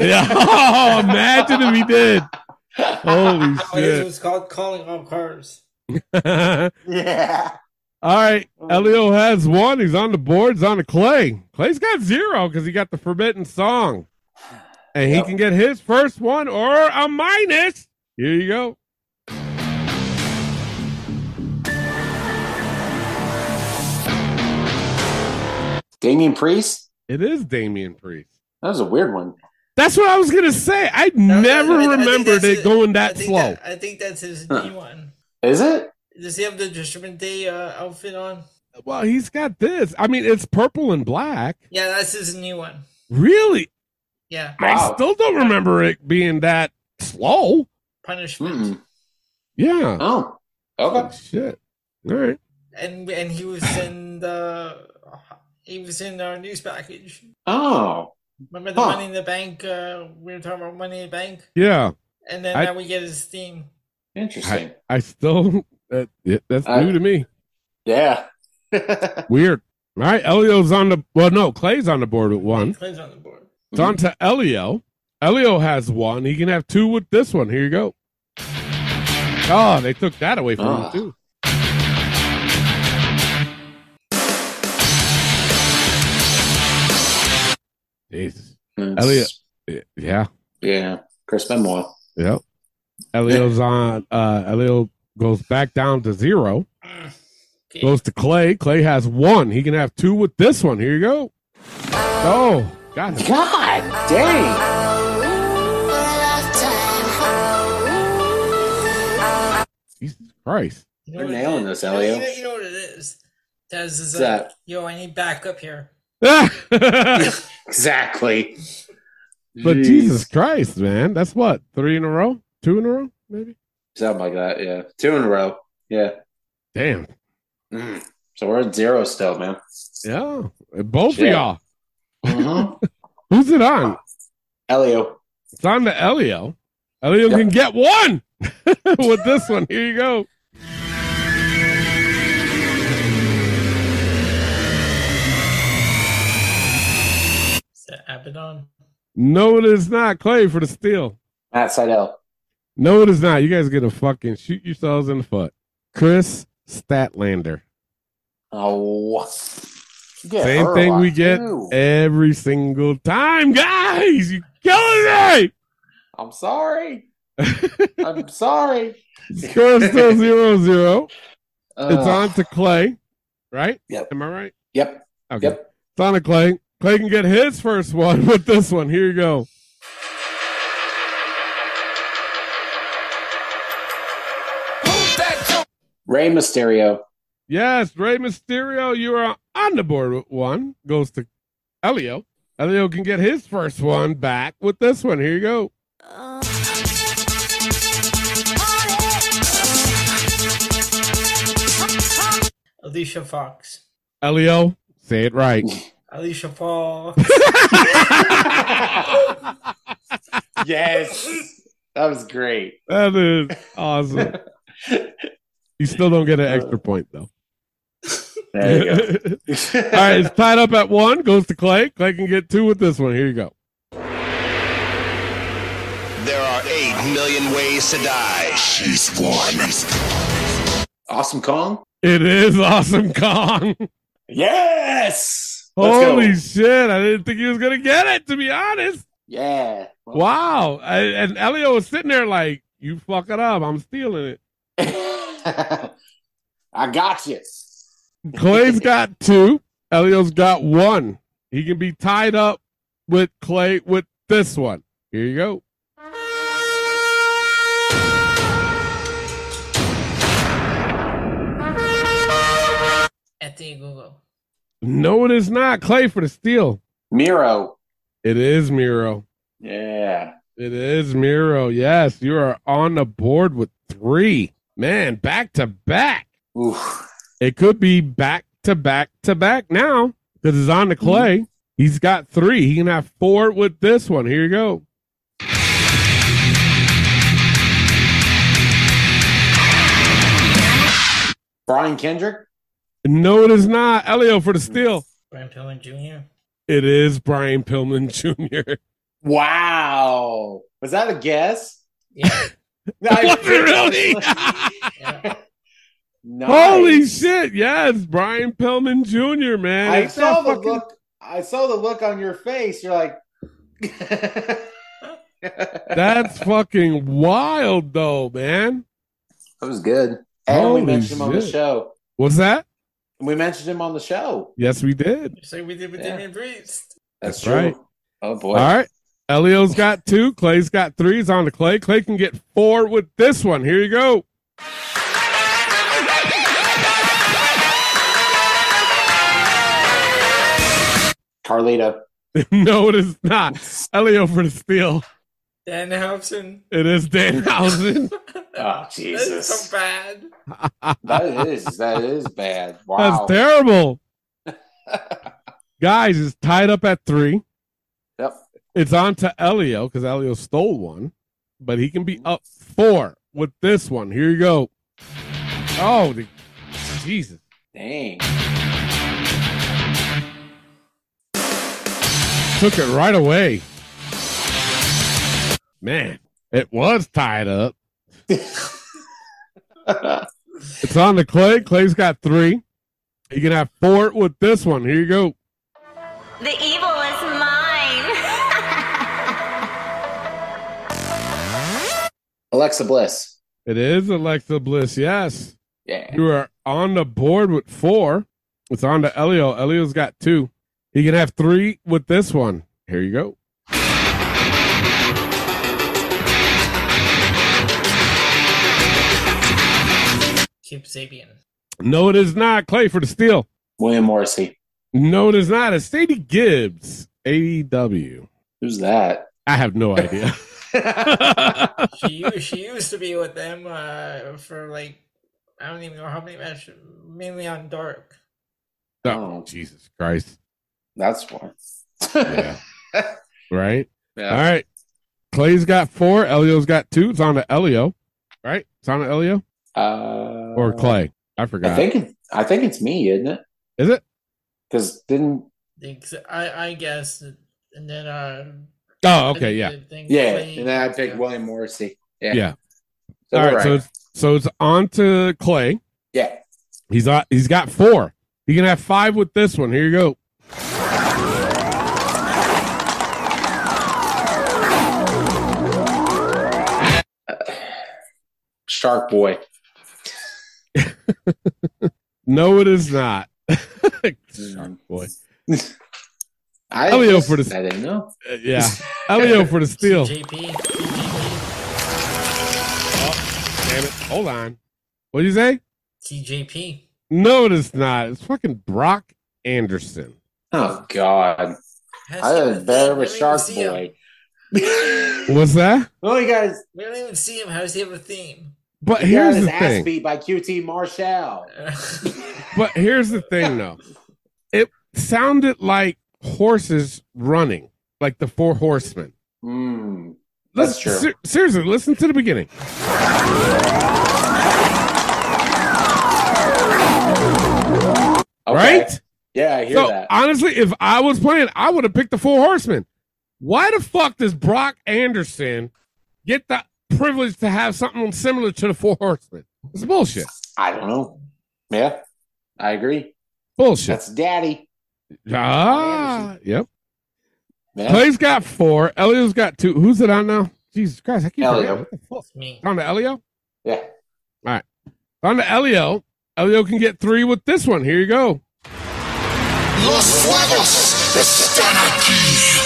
Speaker 4: yeah. Oh, imagine if he did. Holy
Speaker 13: It
Speaker 4: shit.
Speaker 13: was called calling all cars.
Speaker 5: Yeah.
Speaker 4: All right.
Speaker 13: Oh.
Speaker 4: Elio has one. He's on the board. He's on the clay. Clay's got zero because he got the forbidden song. And he can get his first one or a minus. Here you go.
Speaker 5: Damien Priest?
Speaker 4: It is Damien Priest.
Speaker 5: That was a weird one.
Speaker 4: That's what I was gonna say. I never
Speaker 13: I- I think
Speaker 4: remembered
Speaker 13: that's
Speaker 4: it going
Speaker 13: I
Speaker 4: that
Speaker 13: think
Speaker 4: slow.
Speaker 13: that- I think that's his
Speaker 4: Huh.
Speaker 13: new one.
Speaker 5: Is it?
Speaker 13: Does he have the Judgment Day uh, outfit on?
Speaker 4: Well, he's got this. I mean, it's purple and black.
Speaker 13: Yeah, that's his new one.
Speaker 4: Really?
Speaker 13: Yeah.
Speaker 4: I still don't remember it being that slow.
Speaker 13: Punishment.
Speaker 4: Yeah.
Speaker 5: Oh. Okay.
Speaker 4: Shit. All right.
Speaker 13: And and he was in the he was in our news package.
Speaker 5: Oh.
Speaker 13: Remember the
Speaker 5: Huh.
Speaker 13: Money in the Bank? Uh, we were talking about Money in the Bank.
Speaker 4: Yeah.
Speaker 13: And then
Speaker 4: I-
Speaker 13: now we get his theme.
Speaker 5: Interesting.
Speaker 4: I, I still that, that's
Speaker 5: I-
Speaker 4: new to me.
Speaker 5: Yeah.
Speaker 4: Weird. All right. Elio's on the well. No, Clay's on the board with one.
Speaker 13: Clay's on the board.
Speaker 4: It's on to Elio. Elio has one. He can have two with this one. Here you go. Oh, they took that away from him
Speaker 5: Ah.
Speaker 4: too. Jesus. Elio. Yeah.
Speaker 5: Yeah. Chris Benoit.
Speaker 4: Yep. Elio's on uh Elio goes back down to zero. Goes to Clay. Clay has one. He can have two with this one. Here you go. Oh, God.
Speaker 5: God dang.
Speaker 4: Jesus Christ.
Speaker 5: You're nailing this,
Speaker 13: You know, you
Speaker 5: Elio.
Speaker 13: know, you know what it is. Taz is
Speaker 5: What's
Speaker 13: like,
Speaker 5: that?
Speaker 13: yo, I need backup here.
Speaker 5: Exactly.
Speaker 4: But
Speaker 5: Jeez.
Speaker 4: Jesus Christ, man. That's what? Three in a row? Two in a row? Maybe?
Speaker 5: Something like that. Yeah. Two in a row. Yeah.
Speaker 4: Damn.
Speaker 5: Mm. So we're at zero still, man.
Speaker 4: Yeah. Both
Speaker 5: Shit.
Speaker 4: of y'all.
Speaker 5: Mhm.
Speaker 4: Who's it on?
Speaker 5: Elio.
Speaker 4: It's on to Elio. Elio can get one with this one. Here you go.
Speaker 13: Is that Abaddon?
Speaker 4: No, it is not. Clay for the steal.
Speaker 5: Matt Seidel.
Speaker 4: No, it is not. You guys gonna fucking shoot yourselves in the foot. Chris Statlander.
Speaker 5: Oh. Get
Speaker 4: Same
Speaker 5: her
Speaker 4: thing
Speaker 5: one,
Speaker 4: we get
Speaker 5: too.
Speaker 4: every single time, guys. You killing me.
Speaker 5: I'm sorry. I'm sorry.
Speaker 4: Score is still zero zero. it's
Speaker 6: Oh.
Speaker 5: Ugh.
Speaker 4: on to Clay, right?
Speaker 5: Yep.
Speaker 4: Am I right?
Speaker 5: Yep.
Speaker 4: Okay. It's on to Clay. Clay can get his first one with this one. Here you go.
Speaker 5: Ray Mysterio.
Speaker 4: Yes, Ray Mysterio, you are on the board with one. Goes to Elio. Elio can get his first one back with this one. Here you go.
Speaker 13: Alicia Fox.
Speaker 4: Elio, say it right.
Speaker 13: Alicia Paul.
Speaker 5: Yes. That was great.
Speaker 4: That is awesome. you still don't get an extra point though.
Speaker 5: There you go.
Speaker 4: All right, it's tied up at one. Goes to Clay. Clay can get two with this one. Here you go.
Speaker 14: There are 8 million ways to die. She's one.
Speaker 5: Awesome Kong.
Speaker 4: It is awesome, Kong.
Speaker 5: Yes. Let's
Speaker 4: Holy
Speaker 5: go.
Speaker 4: shit! I didn't think he was gonna get it. To be honest.
Speaker 5: Yeah.
Speaker 4: Wow. I- and Elio was sitting there like, "You fuck it up. I'm stealing it."
Speaker 5: I got you.
Speaker 4: Clay's got two. Elio's got one. He can be tied up with Clay with this one. Here you go.
Speaker 13: Anthony Google.
Speaker 4: No, it is not Clay for the steal.
Speaker 5: Miro.
Speaker 4: It is Miro.
Speaker 5: Yeah.
Speaker 4: It is Miro. Yes, you are on the board with three. Man, back to back. It could be back to back to back now because it's on the
Speaker 5: Mm-hmm.
Speaker 4: clay. He's got three. He can have four with this one. Here you go.
Speaker 5: Brian Kendrick. Mm.
Speaker 4: No, it is not. Elio for the steal.
Speaker 13: Brian Pillman Jr.
Speaker 4: It is Brian Pillman Jr.
Speaker 5: Wow. Was that a guess?
Speaker 13: Yeah.
Speaker 4: Was it really? Holy shit! Yes, Brian Pillman Jr. Man,
Speaker 5: I
Speaker 4: Ain't
Speaker 5: saw
Speaker 4: that
Speaker 5: the
Speaker 4: fucking-
Speaker 5: look. I saw the look on your face. You're like,
Speaker 4: That's fucking wild, though, man.
Speaker 5: That was good. and we
Speaker 4: Holy
Speaker 5: mentioned him on the
Speaker 4: shit.
Speaker 5: show.
Speaker 4: What's that?
Speaker 5: We mentioned him on the show.
Speaker 4: Yes, we did.
Speaker 13: So we did with Damian Priest.
Speaker 5: That's,
Speaker 4: true. right.
Speaker 5: Oh boy!
Speaker 4: All right. Elio's got two. Clay's got three. He's on to Clay. Clay can get four with this one. Here you go.
Speaker 5: Carlito. Oh,
Speaker 4: no, it is not. Elio for the steal.
Speaker 13: Dan Hobson.
Speaker 4: It is Danhausen.
Speaker 5: Oh
Speaker 13: That's so bad.
Speaker 5: that is that is bad.
Speaker 4: That's
Speaker 5: Wow.
Speaker 4: terrible. Guys, it's tied up at three.
Speaker 5: Yep.
Speaker 4: It's on to Elio because Elio stole one, but he can be up four with this one. Here you go. Oh, the, Jesus.
Speaker 5: Dang.
Speaker 4: Took it right away. Man, it was tied up. it's on to Clay. Clay's got three. You can have four with this one. Here you go.
Speaker 1: The evil is mine.
Speaker 5: Alexa Bliss.
Speaker 4: It is Alexa Bliss. Yes.
Speaker 5: Yeah.
Speaker 4: You are on the board with four. It's on to Elio. Elio's got two. He can have three with this one. Here you go.
Speaker 13: Keep Sabian.
Speaker 4: No, it is not. Clay for the steal.
Speaker 5: William Morrissey.
Speaker 4: No, it is not. It's Sadie Gibbs. AEW.
Speaker 5: Who's that?
Speaker 4: I have no idea.
Speaker 13: She u- she used to be with them uh, for like I don't even know how many matches, mainly on Dark.
Speaker 4: oh, Jesus Christ.
Speaker 5: That's one.
Speaker 4: Yeah. right?
Speaker 5: Yeah.
Speaker 4: All right. Clay's got four. Elio's got two. It's on to Elio. Right? It's on to Elio?
Speaker 5: Uh,
Speaker 4: Or Clay. I forgot.
Speaker 5: I think it, I think it's me, isn't it?
Speaker 4: Is it?
Speaker 5: Because didn't
Speaker 13: The ex- I I guess, and then uh,
Speaker 4: Oh, okay, yeah.
Speaker 5: yeah, and then I picked William Morrissey. Yeah.
Speaker 4: Yeah.
Speaker 5: So
Speaker 4: All
Speaker 5: we're
Speaker 4: right, so it's, so it's on to Clay.
Speaker 5: Yeah.
Speaker 4: He's on, he's got four. He can have five with this one. Here you go.
Speaker 5: Shark Boy.
Speaker 4: No, it is not. Shark boy.
Speaker 5: I
Speaker 4: Elio
Speaker 5: just-
Speaker 4: for the
Speaker 5: I didn't know.
Speaker 4: Uh, yeah. Elio for the steal.
Speaker 13: JP.
Speaker 4: Damn it. Hold on. What do you say?
Speaker 13: TJP.
Speaker 4: No, it is not. It's fucking Brock Anderson.
Speaker 5: Oh God. I was better with Shark Boy.
Speaker 4: What's that?
Speaker 5: Oh, you guys.
Speaker 13: We don't even see him. How does he have a theme?
Speaker 4: But
Speaker 5: he
Speaker 4: here's
Speaker 5: got his
Speaker 4: the
Speaker 5: ass
Speaker 4: thing.
Speaker 5: beat by QT Marshall.
Speaker 4: But here's the thing, though. It sounded like horses running, like the four horsemen.
Speaker 5: Mm,
Speaker 4: Let's-
Speaker 5: that's true.
Speaker 4: ser- seriously, listen to the beginning. Right?
Speaker 5: Yeah, I hear
Speaker 4: so
Speaker 5: that.
Speaker 4: honestly, if I was playing, I would have picked the four horsemen. Why the fuck does Brock Anderson get the privilege to have something similar to the four horsemen? It's bullshit.
Speaker 5: I don't know. Yeah, I agree.
Speaker 4: Bullshit.
Speaker 5: That's Daddy.
Speaker 4: Ah, yep.
Speaker 5: Yeah.
Speaker 4: Clay's got four. Elio's got two. Who's it on now? Jesus Christ, I keep forgetting.
Speaker 5: Elio.
Speaker 4: What the fuck?
Speaker 13: It's me.
Speaker 4: On to Elio.
Speaker 5: Yeah.
Speaker 4: All right. On to Elio. Elio can get three with this one. Here you go.
Speaker 14: Los huevos están aquí.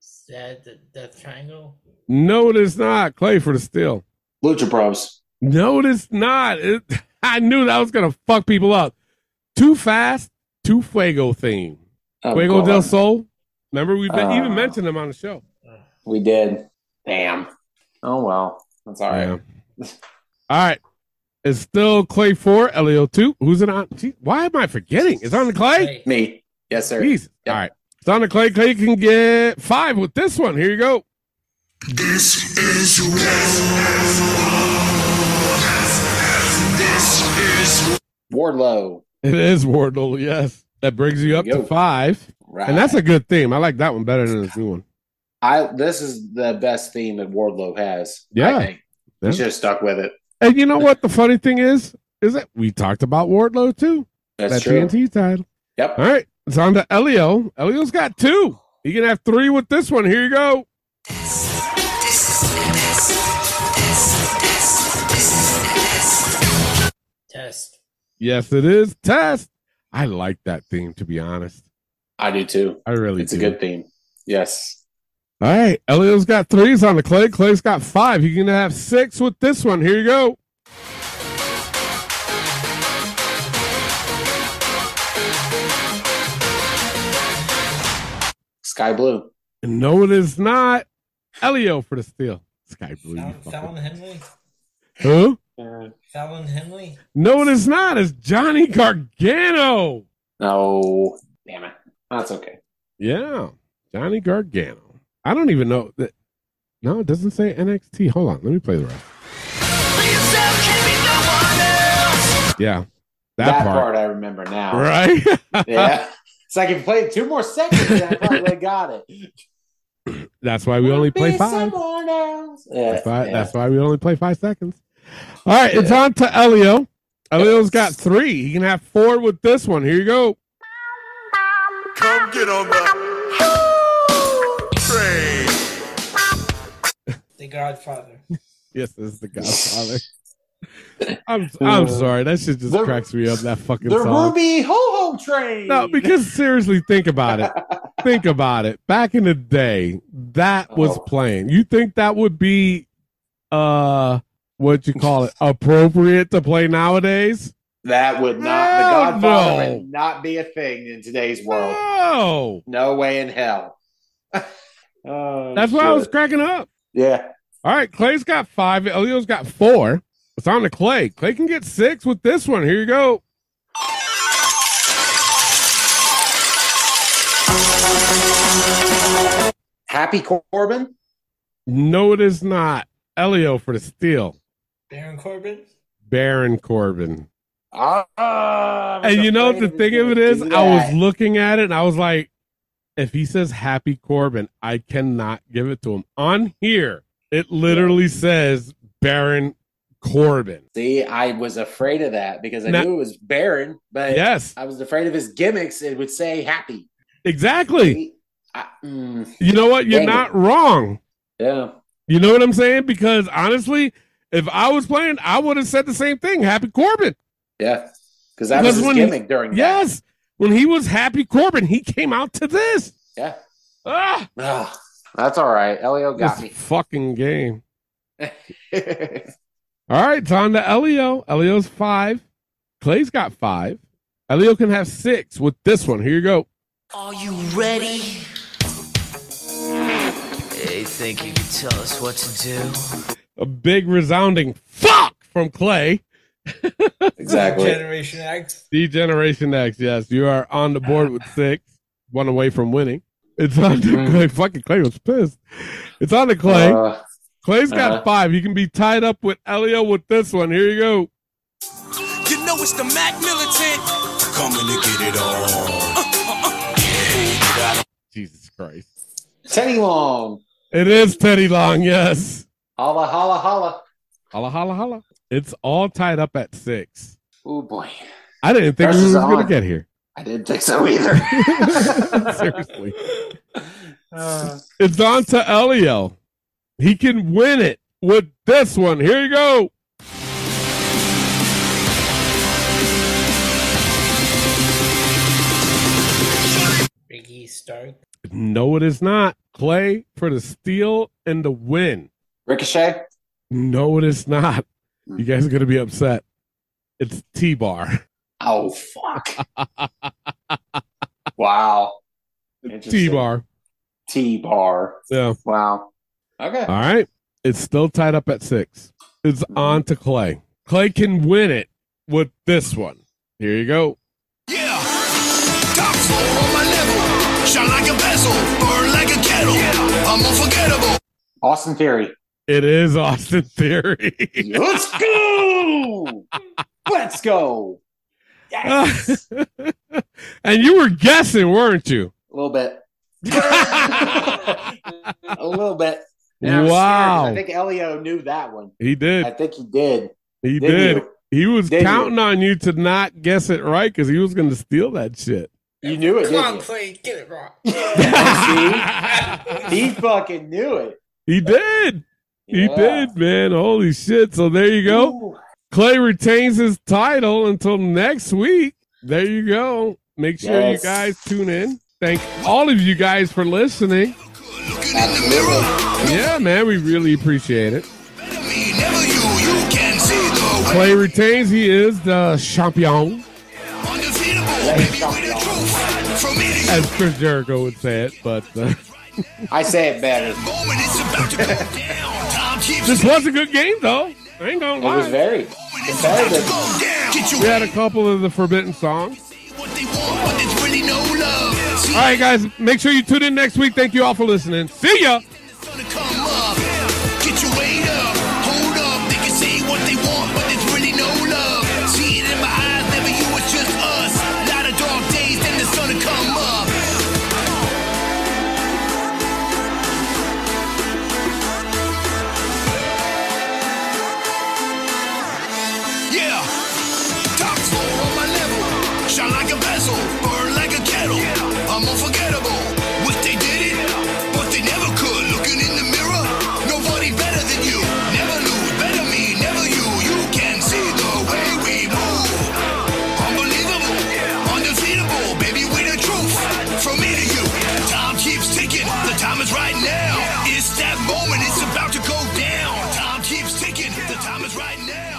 Speaker 13: Is that the Death Triangle?
Speaker 4: No, it is not. Clay for the steal.
Speaker 5: Lucha Bros.
Speaker 4: No, it is not. It, I knew that was gonna fuck people up. Too fast, too fuego theme.
Speaker 5: Oh,
Speaker 4: fuego
Speaker 5: God.
Speaker 4: del Sol. Remember we have even
Speaker 5: Ah.
Speaker 4: mentioned them on the show.
Speaker 5: We did. Damn. Oh well. That's all right.
Speaker 4: Yeah. All right. It's still Clay four, Elio two. Who's it on? Gee, why am I forgetting? It's on the Clay.
Speaker 13: Hey,
Speaker 5: Me. Yes, sir.
Speaker 4: Jesus.
Speaker 5: Yep.
Speaker 4: All right. It's on the Clay. Clay can get five with this one. Here you go.
Speaker 14: This is love. This is
Speaker 5: Wardlow.
Speaker 4: It is Wardle, yes. That brings you up to five.
Speaker 5: Right.
Speaker 4: And that's a good theme. I like that one better than this new one.
Speaker 5: I this is the best theme that Wardlow has.
Speaker 4: Yeah.
Speaker 5: I think. We
Speaker 4: Yeah.
Speaker 5: should have stuck with it.
Speaker 4: And you know what the funny thing is? Is that we talked about Wardlow too.
Speaker 5: That's
Speaker 4: that
Speaker 5: true.
Speaker 4: TNT title.
Speaker 5: Yep.
Speaker 4: All right. It's on to Elio. Elio's got two. He can have three with this one. Here you go.
Speaker 13: Test.
Speaker 4: Yes, it is. Test. I like that theme, to be honest.
Speaker 5: I do too.
Speaker 4: I really
Speaker 5: It's
Speaker 4: do.
Speaker 5: a good theme. Yes.
Speaker 4: All right. Elio's got threes on the clay. Clay's got five. He can have six with this one. Here you go.
Speaker 5: Sky blue.
Speaker 4: No, it is not. Elio for the steal. Sky Blue. you fucker.
Speaker 13: Fallon Henley.
Speaker 4: Who?
Speaker 13: Fallon Henley.
Speaker 4: No, it is not. It's Johnny Gargano.
Speaker 5: No. Damn it. That's okay.
Speaker 4: Yeah, Johnny Gargano. I don't even know that. No, it doesn't say NXT. Hold on, let me play the rest. Yeah, that,
Speaker 5: That
Speaker 4: part.
Speaker 5: part I remember now.
Speaker 4: Right?
Speaker 5: yeah. It's like if you played two more seconds, then I probably got it.
Speaker 4: That's why we only play
Speaker 5: Be
Speaker 4: five.
Speaker 5: someone else. Yeah,
Speaker 4: That's why,
Speaker 5: yeah.
Speaker 4: that's why we only play five seconds. All right, it's on to Elio. Elio's got three. He can have four with this one. Here you go.
Speaker 14: Come get on the train.
Speaker 13: The Godfather.
Speaker 4: Yes, this is the Godfather. I'm I'm sorry. That shit just cracks me up. That fucking
Speaker 5: The
Speaker 4: song.
Speaker 5: Ruby Ho Ho Train.
Speaker 4: No, because seriously, think about it. think about it. Back in the day, that was playing. You think that would be uh what you call it appropriate to play nowadays?
Speaker 5: That would not.
Speaker 4: Hell
Speaker 5: the Godfather
Speaker 4: no.
Speaker 5: would not be a thing in today's world.
Speaker 4: No,
Speaker 5: No way in hell. Oh,
Speaker 4: that's why I was
Speaker 5: shit.
Speaker 4: cracking up.
Speaker 5: Yeah.
Speaker 4: All right, Clay's got five. Elio's got four. It's on to Clay. Clay can get six with this one. Here you go.
Speaker 5: Happy Corbin.
Speaker 4: No, it is not. Elio for the steal.
Speaker 13: Baron Corbin.
Speaker 4: Baron Corbin.
Speaker 5: Ah, I was
Speaker 4: and you know
Speaker 5: afraid
Speaker 4: the
Speaker 5: was
Speaker 4: thing of it
Speaker 5: gonna
Speaker 4: is,
Speaker 5: do
Speaker 4: I was
Speaker 5: that.
Speaker 4: looking at it and I was like, if he says Happy Corbin, I cannot give it to him. On here, it literally says Baron Corbin.
Speaker 5: See, I was afraid of that because I
Speaker 4: Now-
Speaker 5: knew it was Baron, but
Speaker 4: Yes.
Speaker 5: I was afraid of his gimmicks. It would say happy.
Speaker 4: Exactly.
Speaker 5: I, mm,
Speaker 4: You know what? You're
Speaker 5: Dang it.
Speaker 4: not wrong.
Speaker 5: yeah.
Speaker 4: You know what I'm saying? Because honestly, if I was playing, I would have said the same thing. Happy Corbin.
Speaker 5: Yeah. Because that was his
Speaker 4: when
Speaker 5: gimmick during that.
Speaker 4: Yes. When he was Happy Corbin, he came out to this.
Speaker 5: Yeah.
Speaker 4: Ah,
Speaker 5: Ah, that's all right. Elio got
Speaker 4: this
Speaker 5: me.
Speaker 4: fucking game. All right, it's on to E Elio. Elio's five. Clay's got five. Elio can have six with this one. Here you go.
Speaker 1: Are you ready? They think you can tell us what to do.
Speaker 4: A big resounding fuck from Clay.
Speaker 13: Generation X.
Speaker 4: D Generation X. Yes, you are on the board with six. One away from winning. It's on to Clay. Fucking Clay was pissed. It's on to Clay.
Speaker 5: Uh,
Speaker 4: Clay's got
Speaker 5: uh-huh.
Speaker 4: five. You can be tied up with Elio with this one. Here you go.
Speaker 14: You know it's the Mac Militant. Coming to get it on.
Speaker 4: Jesus Christ.
Speaker 5: Teddy Long.
Speaker 4: It is Teddy Long. Yes.
Speaker 5: Holla, holla, holla.
Speaker 4: Holla, holla, holla. It's all tied up at six.
Speaker 5: Oh, boy.
Speaker 4: I didn't think we
Speaker 5: Pressure's
Speaker 4: were going
Speaker 5: on.
Speaker 4: to get here.
Speaker 5: I didn't think so either.
Speaker 4: Seriously.
Speaker 13: Uh,
Speaker 4: It's on to Elio. He can win it with this one. Here you go.
Speaker 13: Ricky E Stark.
Speaker 4: No, it is not. Clay for the steal and the win.
Speaker 5: Ricochet.
Speaker 4: No, it is not. You guys are going to be upset. It's T Bar.
Speaker 5: Oh, fuck. wow.
Speaker 4: T Bar.
Speaker 5: T bar.
Speaker 4: Yeah.
Speaker 5: Wow. Okay.
Speaker 4: All right. It's still tied up at six. It's on to Clay. Clay can win it with this one. Here you go.
Speaker 14: Top floor on my level. Shine like a vessel. Burn like a kettle. I'm unforgettable.
Speaker 5: Austin Theory.
Speaker 4: It is Austin Theory.
Speaker 5: Let's go. Let's go.
Speaker 4: and you were guessing, weren't you?
Speaker 5: A little bit. a little bit. And I was
Speaker 4: Wow.
Speaker 5: scared 'cause I think Elio knew that one.
Speaker 4: He did.
Speaker 5: I think he did.
Speaker 4: He
Speaker 5: Did
Speaker 4: did.
Speaker 5: you?
Speaker 4: He was
Speaker 5: Did you?
Speaker 4: counting on you to not guess it right because he was going to steal that shit.
Speaker 5: You knew it,
Speaker 13: Come on,
Speaker 5: didn't
Speaker 13: play, get it wrong.
Speaker 5: you? See? He fucking knew it.
Speaker 4: He did. He
Speaker 5: Yeah.
Speaker 4: did, man. Holy shit. So there you go. Clay retains his title until next week. There you go. Make sure
Speaker 14: Yes.
Speaker 4: you guys tune in. Thank all of you guys for listening. Yeah, man. We really appreciate it.
Speaker 14: You can see the
Speaker 4: Clay retains. He is the champion,
Speaker 14: from me to
Speaker 4: as Chris Jericho would say it. But uh,
Speaker 5: I say it better.
Speaker 14: moment it's about to go down. Time keeps
Speaker 4: this was a good game, though. I ain't gonna
Speaker 5: It
Speaker 4: lie.
Speaker 5: was very competitive.
Speaker 4: We had a couple of the forbidden songs.
Speaker 14: really no love.
Speaker 4: All right, guys, make sure you tune in next week. Thank you all for listening. See ya.
Speaker 14: Come up, get your weight up, hold up. They can say what they want, but there's really no love. See it in my eyes, never you, it's just us. Lot of dark days, then the sun will come up. Yeah, top floor on my level. Shine like a vessel, burn like a kettle. I'm unforgettable. Wish they did it, but they never could. Looking in the mirror, nobody better than you. Never lose, better me, never you. You can see the way we move. Unbelievable, undefeatable, baby, we the truth. From me to you, time keeps ticking. The time is right now. It's that moment, it's about to go down. Time keeps ticking. The time is right now.